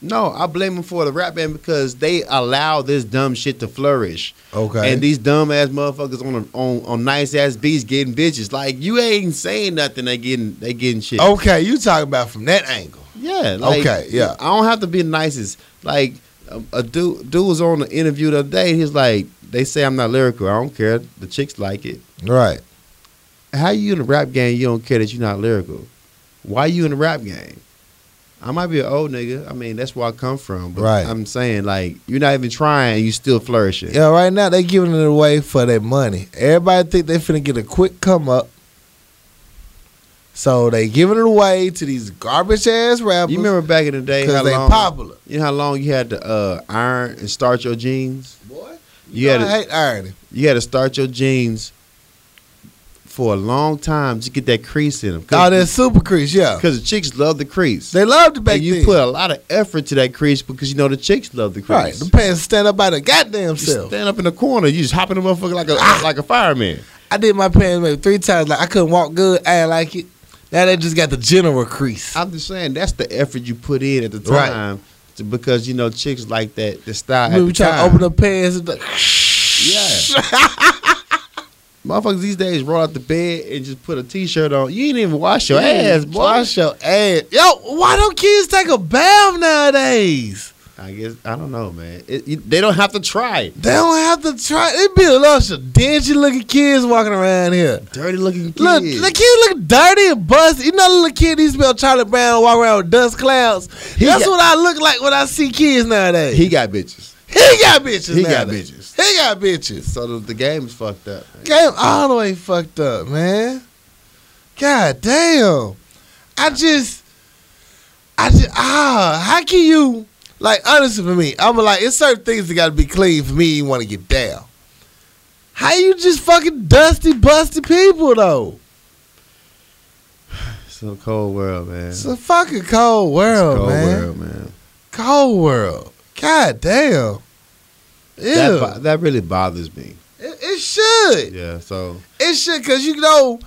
Speaker 2: No, I blame them for the rap game because they allow this dumb shit to flourish.
Speaker 1: Okay.
Speaker 2: And these dumb ass motherfuckers on a- on on nice ass beats getting bitches. Like you ain't saying nothing. They getting they getting shit.
Speaker 1: okay, you talking about from that angle.
Speaker 2: Yeah. Like,
Speaker 1: Okay, yeah.
Speaker 2: I don't have to be the nicest. Like a, a dude, dude was on an interview the other day. He's like, they say I'm not lyrical. I don't care. The chicks like it.
Speaker 1: Right.
Speaker 2: How you in the rap game? You don't care that you're not lyrical. Why you in the rap game? I might be an old nigga. I mean, that's where I come from. But
Speaker 1: Right.
Speaker 2: I'm saying like you're not even trying. You still flourishing.
Speaker 1: Yeah, right now they giving it away for their money. Everybody think they finna get a quick come up. So they giving it away to these garbage ass rappers
Speaker 2: You remember back in the day how
Speaker 1: because they
Speaker 2: long?
Speaker 1: popular.
Speaker 2: You know how long you had to uh, iron and starch your jeans?
Speaker 1: Boy,
Speaker 2: You
Speaker 1: you
Speaker 2: had
Speaker 1: know,
Speaker 2: to-
Speaker 1: I hate irony.
Speaker 2: you had to start your jeans for a long time to get that crease in them.
Speaker 1: Oh, that super crease, yeah.
Speaker 2: because the chicks love the crease.
Speaker 1: They loved it back
Speaker 2: and you
Speaker 1: then.
Speaker 2: put a lot of effort to that crease because you know the chicks love the
Speaker 1: right,
Speaker 2: crease.
Speaker 1: the pants stand up by the goddamn
Speaker 2: You
Speaker 1: self.
Speaker 2: stand up in the corner, you just hop in the motherfucker like a like a fireman.
Speaker 1: I did my pants maybe three times. Like I couldn't walk good. I didn't like it. Now they just got the general crease.
Speaker 2: I'm just saying that's the effort you put in at the
Speaker 1: Right.
Speaker 2: time to, because you know chicks like that the style.
Speaker 1: When
Speaker 2: at
Speaker 1: we
Speaker 2: the
Speaker 1: try to
Speaker 2: time.
Speaker 1: open up pants, it's like,
Speaker 2: Yeah. Motherfuckers these days roll out the bed and just put a t-shirt on. You ain't even wash your ass, boy.
Speaker 1: Wash your ass. Yo, why don't kids take a bath nowadays?
Speaker 2: I guess I don't know, man. It, you, they don't have to try.
Speaker 1: They don't have to try. It be a lot of dingy looking kids walking around here.
Speaker 2: Dirty looking kids.
Speaker 1: Look, the kid look dirty and busted. You know, the little kid he smell Charlie Brown walk around with dust clouds. That's
Speaker 2: got-
Speaker 1: what I look like when I see kids nowadays.
Speaker 2: he got bitches.
Speaker 1: He got bitches.
Speaker 2: He got
Speaker 1: nowadays.
Speaker 2: bitches.
Speaker 1: He got bitches.
Speaker 2: So the, the game is fucked up. man.
Speaker 1: Game all the way fucked up, man. God damn. I just, I just, ah, how can you, like, honestly for me, I'm like, it's certain things that gotta be clean for me, you wanna get down. How you just fucking dusty, busty people, though?
Speaker 2: It's a cold world, man.
Speaker 1: It's a fucking cold
Speaker 2: It's a
Speaker 1: world,
Speaker 2: cold
Speaker 1: man.
Speaker 2: world, man.
Speaker 1: Cold world. God damn. Ew.
Speaker 2: That, bo- that really bothers me.
Speaker 1: It, it should.
Speaker 2: Yeah, so
Speaker 1: It should, cause you know,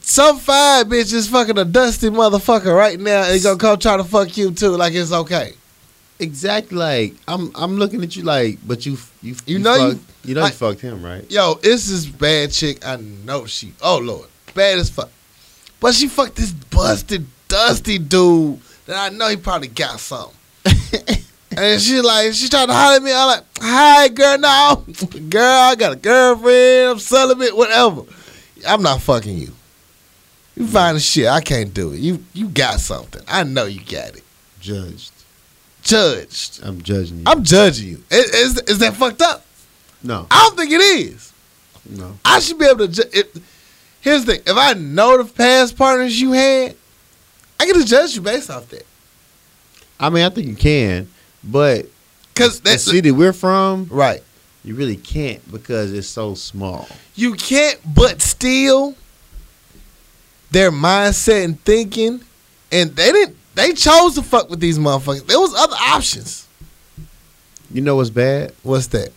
Speaker 1: some fine bitch is fucking a dusty motherfucker right now, and gonna come try to fuck you too, like it's okay.
Speaker 2: exact like I'm I'm looking at you like, but you you
Speaker 1: You know you-
Speaker 2: fucked, you, know
Speaker 1: like-
Speaker 2: you fucked him right?
Speaker 1: Yo, this is bad chick. I know she. Oh lord, bad as fuck. But she fucked this busted, dusty dude that I know he probably got something. and she like she tried to holler at me. I'm like, hi girl, no, girl, I got a girlfriend. I'm celibate, whatever. I'm not fucking you. You find the shit. I can't do it. You you got something. I know you got it.
Speaker 2: Judged.
Speaker 1: Judged.
Speaker 2: I'm judging you.
Speaker 1: I'm judging you. Is, is, is that fucked up?
Speaker 2: no,
Speaker 1: I don't think it is.
Speaker 2: no.
Speaker 1: I should be able to. Ju- it, here's the thing: if I know the past partners you had, I get to judge you based off that.
Speaker 2: I mean, I think you can, but
Speaker 1: Cause
Speaker 2: the
Speaker 1: that's
Speaker 2: city we're from,
Speaker 1: right.
Speaker 2: you really can't because it's so small.
Speaker 1: You can't, but still, their mindset and thinking, and they didn't. They chose to fuck with these motherfuckers. There was other options.
Speaker 2: You know what's bad?
Speaker 1: What's that?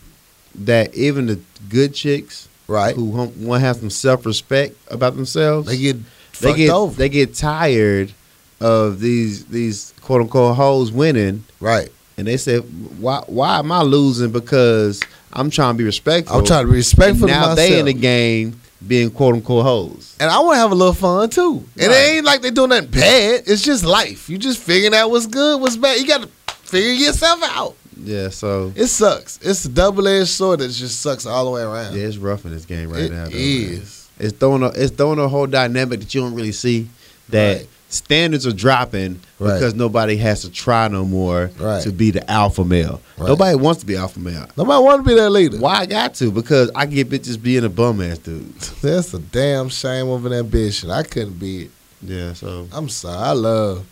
Speaker 2: That even the good chicks
Speaker 1: Right?
Speaker 2: who want to have some self respect about themselves,
Speaker 1: They get
Speaker 2: they
Speaker 1: fucked
Speaker 2: get
Speaker 1: over.
Speaker 2: they get tired of these these quote unquote hoes winning,
Speaker 1: right.
Speaker 2: and they say, "Why why am I losing? Because I'm trying to be respectful.
Speaker 1: I'm trying to be respectful
Speaker 2: And
Speaker 1: to
Speaker 2: now
Speaker 1: myself.
Speaker 2: they in the game being quote unquote hoes.
Speaker 1: and I want to have a little fun too. And
Speaker 2: Right.
Speaker 1: it ain't like they doing nothing bad. It's just life. You just figuring out what's good, what's bad. You got to figure yourself out.
Speaker 2: Yeah, so
Speaker 1: It sucks. It's a double edged sword that just sucks all the way around.
Speaker 2: yeah, it's rough in this game right
Speaker 1: It
Speaker 2: now. though, man.
Speaker 1: is.
Speaker 2: It's throwing a it's throwing a whole dynamic that you don't really see. That
Speaker 1: Right.
Speaker 2: standards are dropping
Speaker 1: Right.
Speaker 2: because nobody has to try no more
Speaker 1: Right.
Speaker 2: to be the alpha male.
Speaker 1: Right.
Speaker 2: Nobody wants to be alpha male.
Speaker 1: Nobody want to be their leader.
Speaker 2: Why I got to? Because I get bitches being a bum ass dude.
Speaker 1: That's a damn shame of an ambition. I couldn't be it.
Speaker 2: Yeah, so
Speaker 1: I'm sorry. I love.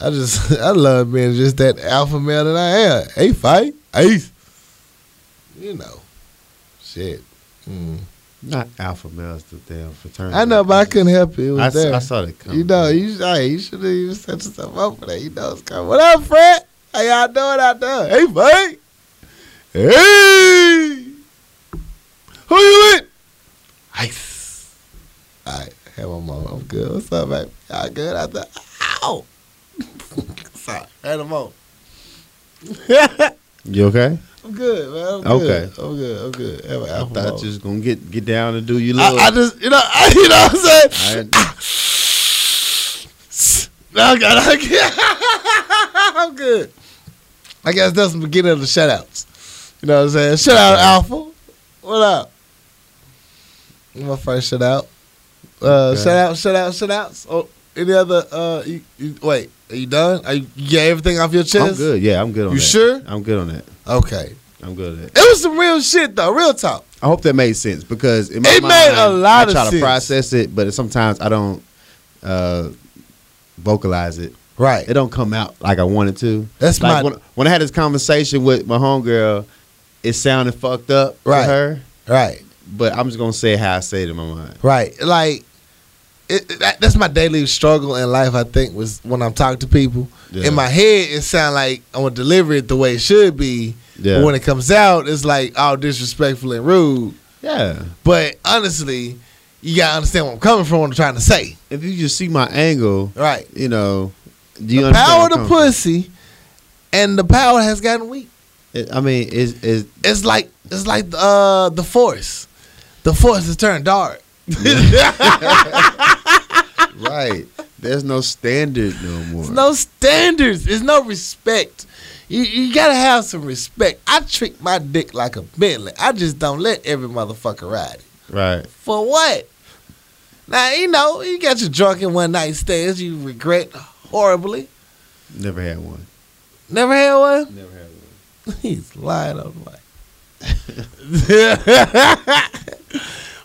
Speaker 1: I just I love being just that alpha male that I am. Hey, fight, ace. You know, shit. Mm.
Speaker 2: not alpha male is the damn fraternity.
Speaker 1: I know, but I couldn't help it. It was
Speaker 2: I, s-
Speaker 1: there.
Speaker 2: I saw that coming.
Speaker 1: You know, you, hey, you should have even set yourself up for that. You know it's coming. What up, Fred? How y'all doing out there? Hey, buddy. Hey. Who you with? Ice. All right. Have my mom. I'm good. What's up, baby? Y'all good out there? Ow. Sorry. Had a moment.
Speaker 2: You okay?
Speaker 1: I'm good, man. I'm
Speaker 2: Okay.
Speaker 1: good. I'm good. I'm good. Have an
Speaker 2: I
Speaker 1: apple
Speaker 2: thought
Speaker 1: moment.
Speaker 2: you was gonna get get down and do your little.
Speaker 1: I, I just, you know, I, you know what I'm saying?
Speaker 2: I-
Speaker 1: No, I got, I got, I'm good. I guess that's the beginning of the shutouts. You know what I'm saying? Shout out Alpha. What up? My first shout out. Uh,
Speaker 2: Okay.
Speaker 1: Shout out, shout out, shout outs. Oh, any other? Uh, you, you, wait, are you done? Are you, you got everything off your chest?
Speaker 2: I'm good. Yeah, I'm good on
Speaker 1: You
Speaker 2: that.
Speaker 1: sure?
Speaker 2: I'm good on that.
Speaker 1: Okay.
Speaker 2: I'm good at
Speaker 1: It was some real shit though, real talk.
Speaker 2: I hope that made sense because in my
Speaker 1: It
Speaker 2: mind,
Speaker 1: made a lot
Speaker 2: I
Speaker 1: of
Speaker 2: try to
Speaker 1: sense.
Speaker 2: process it, but sometimes I don't uh, vocalize it.
Speaker 1: Right.
Speaker 2: It don't come out like I wanted to.
Speaker 1: That's
Speaker 2: like
Speaker 1: my-
Speaker 2: when, when I had this conversation with my homegirl. It sounded fucked up
Speaker 1: Right.
Speaker 2: to her,
Speaker 1: Right.
Speaker 2: but I'm just gonna say how I say it in my mind.
Speaker 1: Right. Like, it, it- that, that's my daily struggle in life, I think, was when I'm talking to people.
Speaker 2: Yeah.
Speaker 1: In my head, it sounds like I'm going to deliver it the way it should be.
Speaker 2: Yeah.
Speaker 1: But when it comes out, it's like all disrespectful and rude.
Speaker 2: Yeah.
Speaker 1: But honestly, you got to understand where I'm coming from, what I'm trying to say.
Speaker 2: If you just see my angle,
Speaker 1: Right.
Speaker 2: you know, do you
Speaker 1: the
Speaker 2: understand
Speaker 1: power
Speaker 2: where
Speaker 1: of the
Speaker 2: I'm coming
Speaker 1: pussy and the power has gotten weak.
Speaker 2: from? It- I mean, it's, it's
Speaker 1: It's like it's like uh, the force. The force has turned dark.
Speaker 2: right. There's no standard no more.
Speaker 1: There's no standards. There's no respect. You, you gotta have some respect. I treat my dick like a Bentley. I just don't let every motherfucker ride it.
Speaker 2: right.
Speaker 1: For what? Now you know you got you drunk in one night stands. You regret horribly.
Speaker 2: Never had one.
Speaker 1: Never had one.
Speaker 2: Never had one.
Speaker 1: He's lying on like.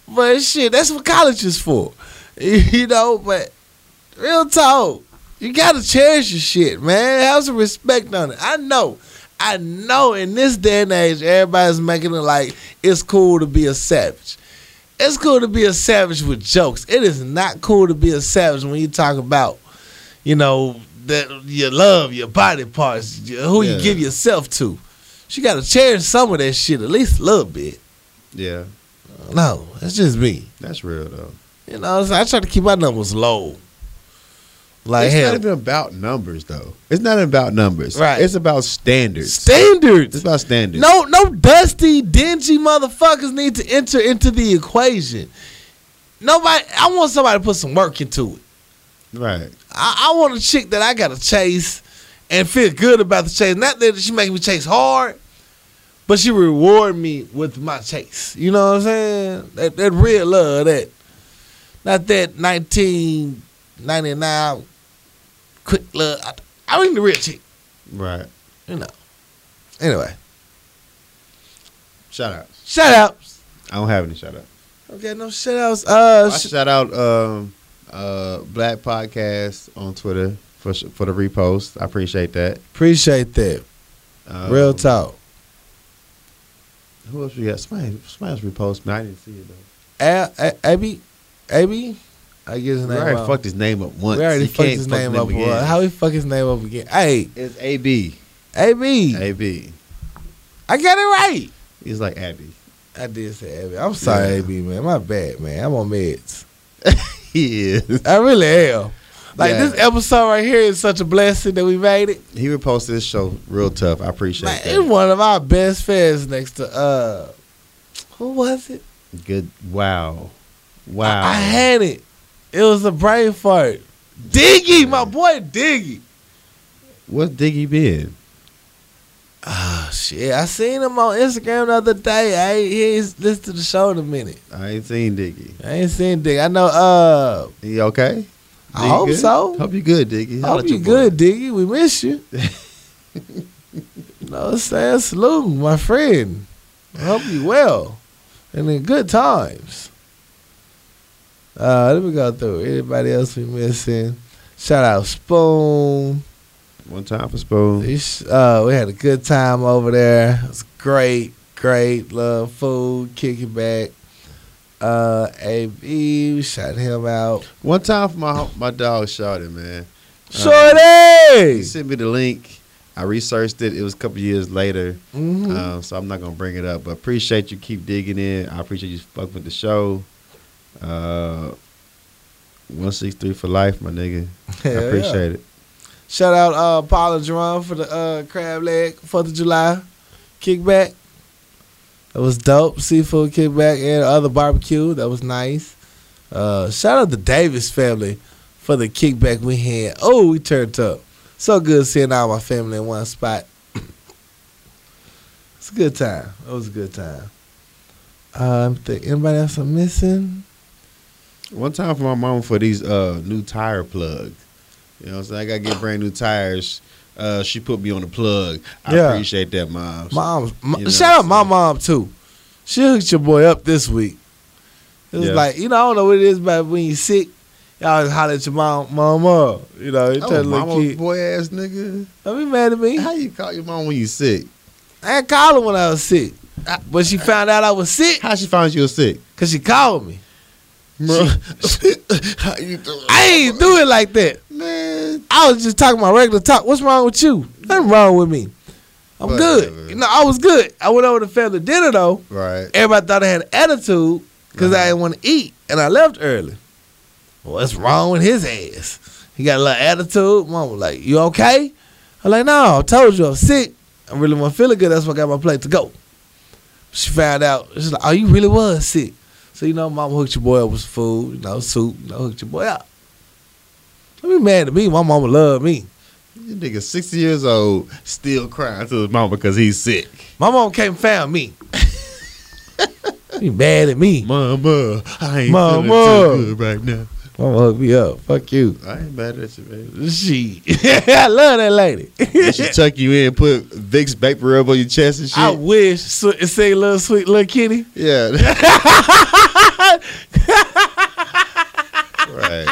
Speaker 1: but shit, that's what college is for. You know, but real talk, you gotta cherish your shit, man. Have some respect on it. I know. I know in this day and age, everybody's making it like it's cool to be a savage. It's cool to be a savage with jokes. It is not cool to be a savage when you talk about, you know, that your love, your body parts, your- who
Speaker 2: Yeah.
Speaker 1: you give yourself to. She got to cherish some of that shit at least a little bit.
Speaker 2: Yeah,
Speaker 1: No, that's just me.
Speaker 2: that's real though.
Speaker 1: You know, so I try to keep my numbers low. Like
Speaker 2: it's
Speaker 1: hell,
Speaker 2: not even about numbers though. It's not about numbers.
Speaker 1: Right.
Speaker 2: It's about standards. it's
Speaker 1: standards.
Speaker 2: about standards.
Speaker 1: No, no dusty, dingy motherfuckers need to enter into the equation. Nobody. I want somebody to put some work into it.
Speaker 2: Right.
Speaker 1: I, I want a chick that I gotta chase and feel good about the chase. Not that she make me chase hard, but she reward me with my chase. You know what I'm saying? That, that real love, that not that 1999 quick love. I, I mean the real chick,
Speaker 2: Right.
Speaker 1: you know. Anyway,
Speaker 2: Shout outs.
Speaker 1: shout outs.
Speaker 2: I don't have any shout outs.
Speaker 1: Okay, no shout outs. Uh,
Speaker 2: I
Speaker 1: sh-
Speaker 2: shout out um, uh, Black Podcast on Twitter for sh- for the repost. I appreciate that.
Speaker 1: appreciate that.
Speaker 2: Um,
Speaker 1: real talk.
Speaker 2: Who else we got? Somebody, somebody's reposted. me. I didn't see it though.
Speaker 1: A- A- Abby, Abby, I guess his
Speaker 2: We
Speaker 1: name.
Speaker 2: already
Speaker 1: wrong.
Speaker 2: fucked his name up once.
Speaker 1: We already
Speaker 2: He
Speaker 1: fucked
Speaker 2: can't
Speaker 1: his
Speaker 2: fuck
Speaker 1: name up.
Speaker 2: again.
Speaker 1: Again. How we fuck his name up again? Hey,
Speaker 2: It's AB.
Speaker 1: AB, I
Speaker 2: AB.
Speaker 1: got it right.
Speaker 2: He's like Abby.
Speaker 1: I did say AB. I'm sorry,
Speaker 2: Yeah.
Speaker 1: AB, man. My bad, man. I'm on meds.
Speaker 2: He is.
Speaker 1: I really am. Like
Speaker 2: Yeah.
Speaker 1: this episode right here is such a blessing that we made it.
Speaker 2: He reposted this show real tough. I appreciate
Speaker 1: Like, it's
Speaker 2: that.
Speaker 1: one of our best fans next to uh, who was it?
Speaker 2: Good. Wow. Wow.
Speaker 1: I, I had it. It was a brain fart. Diggy, my boy, Diggy.
Speaker 2: What's Diggy been?
Speaker 1: Oh shit! I seen him on Instagram the other day. I ain't, he ain't listened to the show in a minute.
Speaker 2: I ain't seen Diggy.
Speaker 1: I ain't seen Dick. I know. Uh,
Speaker 2: He okay?
Speaker 1: I
Speaker 2: Diggy
Speaker 1: hope
Speaker 2: good?
Speaker 1: so.
Speaker 2: Hope you good, Diggy. Holla
Speaker 1: hope
Speaker 2: at
Speaker 1: you
Speaker 2: your
Speaker 1: good,
Speaker 2: boy.
Speaker 1: Diggy. We miss you. you know what I'm saying? Salute, my friend. I hope you well and in good times. Uh, let me go through anybody else we missing. Shout out Spoon.
Speaker 2: One time for Spoon.
Speaker 1: You sh- Uh, we had a good time over there. It was great, great. Love food, kicking back. Uh, AB, we shot him out.
Speaker 2: One time for my my dog shouted, man. He Uh,
Speaker 1: Shorty!
Speaker 2: sent me the link. I researched it. It was a couple years later,
Speaker 1: Mhm.
Speaker 2: um, so I'm not gonna bring it up. But appreciate you. Keep digging in. I appreciate you fucking with the show. Uh, one six three for life, my nigga.
Speaker 1: Hell
Speaker 2: I
Speaker 1: yeah.
Speaker 2: appreciate it.
Speaker 1: Shout out uh, Paula Jerome for the uh, crab leg, 4th of July kickback. That was dope. Seafood kickback and other barbecue. That was nice. Uh, shout out the Davis family for the kickback we had. Oh, we turned up. So good seeing all my family in one spot. it's a good time. It was a good time. Um, think anybody else I'm missing?
Speaker 2: One time for my mom for these uh, new tire plug. You know, what I'm saying I gotta get brand new tires. Uh, she put me on the plug. I
Speaker 1: Yeah.
Speaker 2: appreciate that, mom.
Speaker 1: Mom,
Speaker 2: You
Speaker 1: m
Speaker 2: know
Speaker 1: shout
Speaker 2: what
Speaker 1: out
Speaker 2: I'm
Speaker 1: my
Speaker 2: saying?
Speaker 1: mom too. She hooked your boy up this week. It was
Speaker 2: Yeah.
Speaker 1: like you know I don't know what it is, but when you sick, y'all always holler at your mom, mama. You know, you tell
Speaker 2: Oh,
Speaker 1: the little
Speaker 2: mama,
Speaker 1: kid,
Speaker 2: boy ass nigga.
Speaker 1: don't be mad at me.
Speaker 2: How you call your mom when you sick?
Speaker 1: I ain't call her when I was sick, but she found out I was sick
Speaker 2: How she find you was sick?
Speaker 1: because she called me.
Speaker 2: Bro, how you doing?
Speaker 1: I ain't do it like that.
Speaker 2: man.
Speaker 1: I was just talking my regular talk. What's wrong with you? Nothing wrong with me. I'm
Speaker 2: Whatever.
Speaker 1: good. You know, I was good. I went over to family dinner though.
Speaker 2: Right.
Speaker 1: everybody thought I had an attitude because I
Speaker 2: Uh-huh.
Speaker 1: didn't want to eat and I left early. What's wrong with his ass? He got a little attitude. Mom was like, You okay? I'm like, No, I told you I'm sick. I really wasn't feeling good. That's why I got my plate to go. She found out. She's like, Oh, you really was sick. So, you know, mom hooked your boy up with some food, you know, soup, you know, hooked your boy up. Don't be mad at me. My mama loved me.
Speaker 2: This nigga 60 years old still crying to his mama because he's sick.
Speaker 1: My mom came and found me. Don't be mad at me.
Speaker 2: Mama, I ain't
Speaker 1: Mama.
Speaker 2: feeling too good right now.
Speaker 1: Mama hooked me up. Fuck you.
Speaker 2: I ain't mad at you, man.
Speaker 1: She, I love that lady.
Speaker 2: Did she tuck you in, put Vicks vapor rub on your chest and shit.
Speaker 1: I wish su- say little sweet little kitty.
Speaker 2: yeah. right.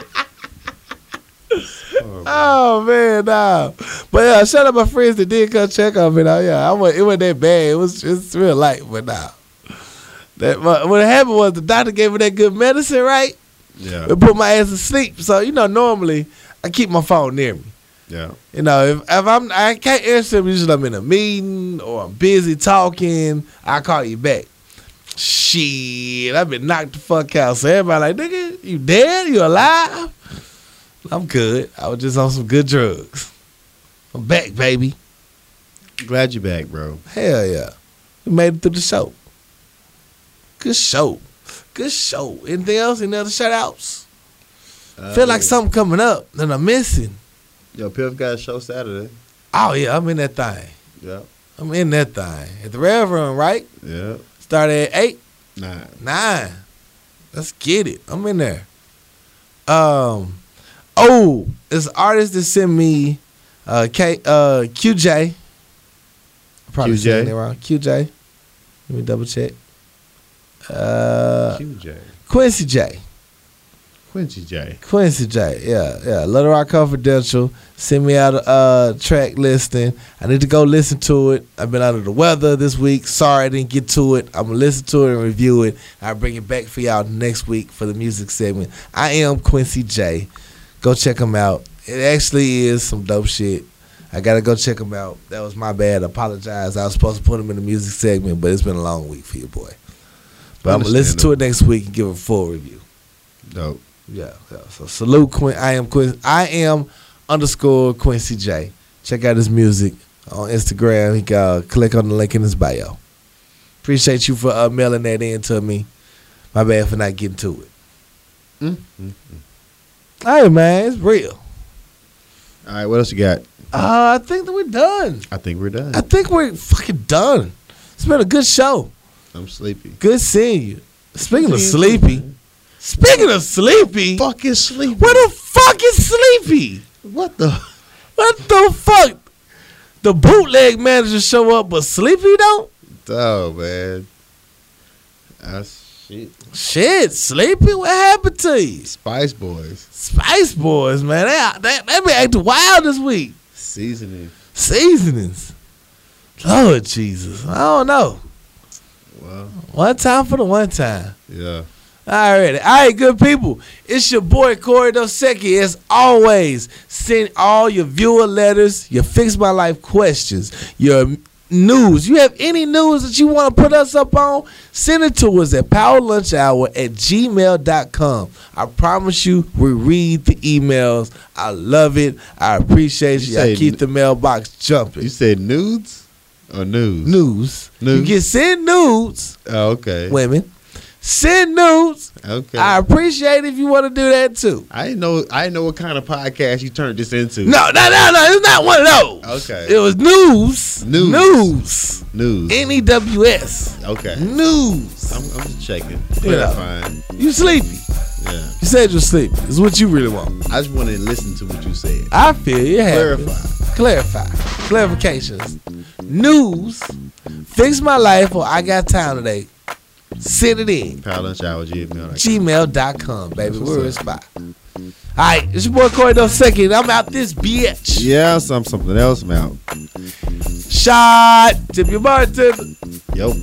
Speaker 1: Oh man, nah. But yeah, shout out my friends that did come check on me. Now, yeah, I was it wasn't that bad. It was just real light, but nah. That but what happened was the doctor gave me that good medicine, right?
Speaker 2: Yeah.
Speaker 1: It put my ass to sleep. So you know, normally I keep my phone near me.
Speaker 2: Yeah.
Speaker 1: You know, if, if I'm I can't answer him, usually I'm in a meeting or I'm busy talking, I call you back. Shit, I've been knocked the fuck out. So everybody like, nigga, you dead? You alive? I'm good. I was just on some good drugs. I'm back, baby.
Speaker 2: Glad you're back, bro.
Speaker 1: Hell yeah. We made it through the show. Good show. Good show. Anything else? Any other shoutouts?
Speaker 2: Uh,
Speaker 1: Feel like something coming up that I'm missing.
Speaker 2: Yo, Piff got a show Saturday.
Speaker 1: Oh yeah, I'm in that thing.
Speaker 2: Yeah.
Speaker 1: I'm in that thing. At the Reverend, right?
Speaker 2: Yeah.
Speaker 1: Start at eight,
Speaker 2: Nah.
Speaker 1: nine. Let's get it. I'm in there. Um Oh, it's artists that sent me uh K uh QJ. I'm Probably
Speaker 2: QJ.
Speaker 1: saying it wrong. QJ. Let me double check. Uh
Speaker 2: QJ.
Speaker 1: Quincy J.
Speaker 2: Quincy J.
Speaker 1: Quincy J. Yeah, yeah. Little Rock Confidential. Send me out a uh, track listing. I need to go listen to it. I've been out of the weather this week. Sorry I didn't get to it. I'm gonna listen to it and review it. I'll bring it back for y'all next week for the music segment. I am Quincy J. Go check him out. It actually is some dope shit. I gotta go check him out. That was my bad. Apologize. I was supposed to put him in the music segment, but it's been a long week for you, boy. But I'm gonna listen to it next week and give a full review.
Speaker 2: Dope.
Speaker 1: Yeah, yeah. So salute Quin. I am Quin. I am underscore Quincy J. Check out his music on Instagram. He can uh, click on the link in his bio. Appreciate you for uh, mailing that in to me. My bad for not getting to it. Mm. Mm-hmm. Hey man, it's real.
Speaker 2: All right, what else you got?
Speaker 1: Uh, I think that we're done.
Speaker 2: I think we're done.
Speaker 1: I think we're fucking done. It's been a good show.
Speaker 2: I'm sleepy.
Speaker 1: Good seeing you. Speaking of sleepy. Speaking of sleepy.
Speaker 2: Fucking sleepy.
Speaker 1: Where the fuck is sleepy?
Speaker 2: What the?
Speaker 1: What the fuck? The bootleg manager show up, but Sleepy don't.
Speaker 2: Oh man. That's shit.
Speaker 1: Shit, Sleepy, what happened to you?
Speaker 2: Spice Boys
Speaker 1: Spice Boys, man, they out- they they been acting wild this week.
Speaker 2: seasoning.
Speaker 1: Seasonings, Lord Jesus, I don't know.
Speaker 2: Well,
Speaker 1: One time for the one time.
Speaker 2: yeah.
Speaker 1: Alrighty. Alright, good people. It's your boy Corey Dosecki. As always, send all your viewer letters, your fix my life questions, your news. You have any news that you want to put us up on, send it to us at powerlunchhour at gmail.com. I promise you, we read the emails. I love it. I appreciate
Speaker 2: You
Speaker 1: you. I
Speaker 2: say-
Speaker 1: keep the mailbox
Speaker 2: You
Speaker 1: jumping.
Speaker 2: said nudes or news?
Speaker 1: News. You
Speaker 2: News.
Speaker 1: can send nudes,
Speaker 2: Oh, okay.
Speaker 1: women. Send nudes.
Speaker 2: Okay.
Speaker 1: I
Speaker 2: I,
Speaker 1: appreciate if you want to do that too.
Speaker 2: didn't know. I didn't know what kind of podcast you turned this into.
Speaker 1: No, no, no, no. It's not one of those.
Speaker 2: Okay.
Speaker 1: It was news.
Speaker 2: News.
Speaker 1: News.
Speaker 2: News.
Speaker 1: N E W S.
Speaker 2: okay.
Speaker 1: News.
Speaker 2: I'm, I'm just checking.
Speaker 1: Yeah.
Speaker 2: Fine.
Speaker 1: You sleepy.
Speaker 2: Yeah.
Speaker 1: You said you're sleepy. It's what you really want.
Speaker 2: I just wanted to listen to what you said.
Speaker 1: I feel you. it happens. Clarify.
Speaker 2: Clarify.
Speaker 1: Clarifications. News. Fix my life or I got time today. Send it in.
Speaker 2: Power lunch hour gmail.
Speaker 1: Gmail.com, baby.
Speaker 2: what's
Speaker 1: We're in
Speaker 2: up.
Speaker 1: spot. All right. It's your boy Corey No Second. I'm out this bitch.
Speaker 2: Yeah, some something else, man.
Speaker 1: Shot. Tip your bartender.
Speaker 2: Yo.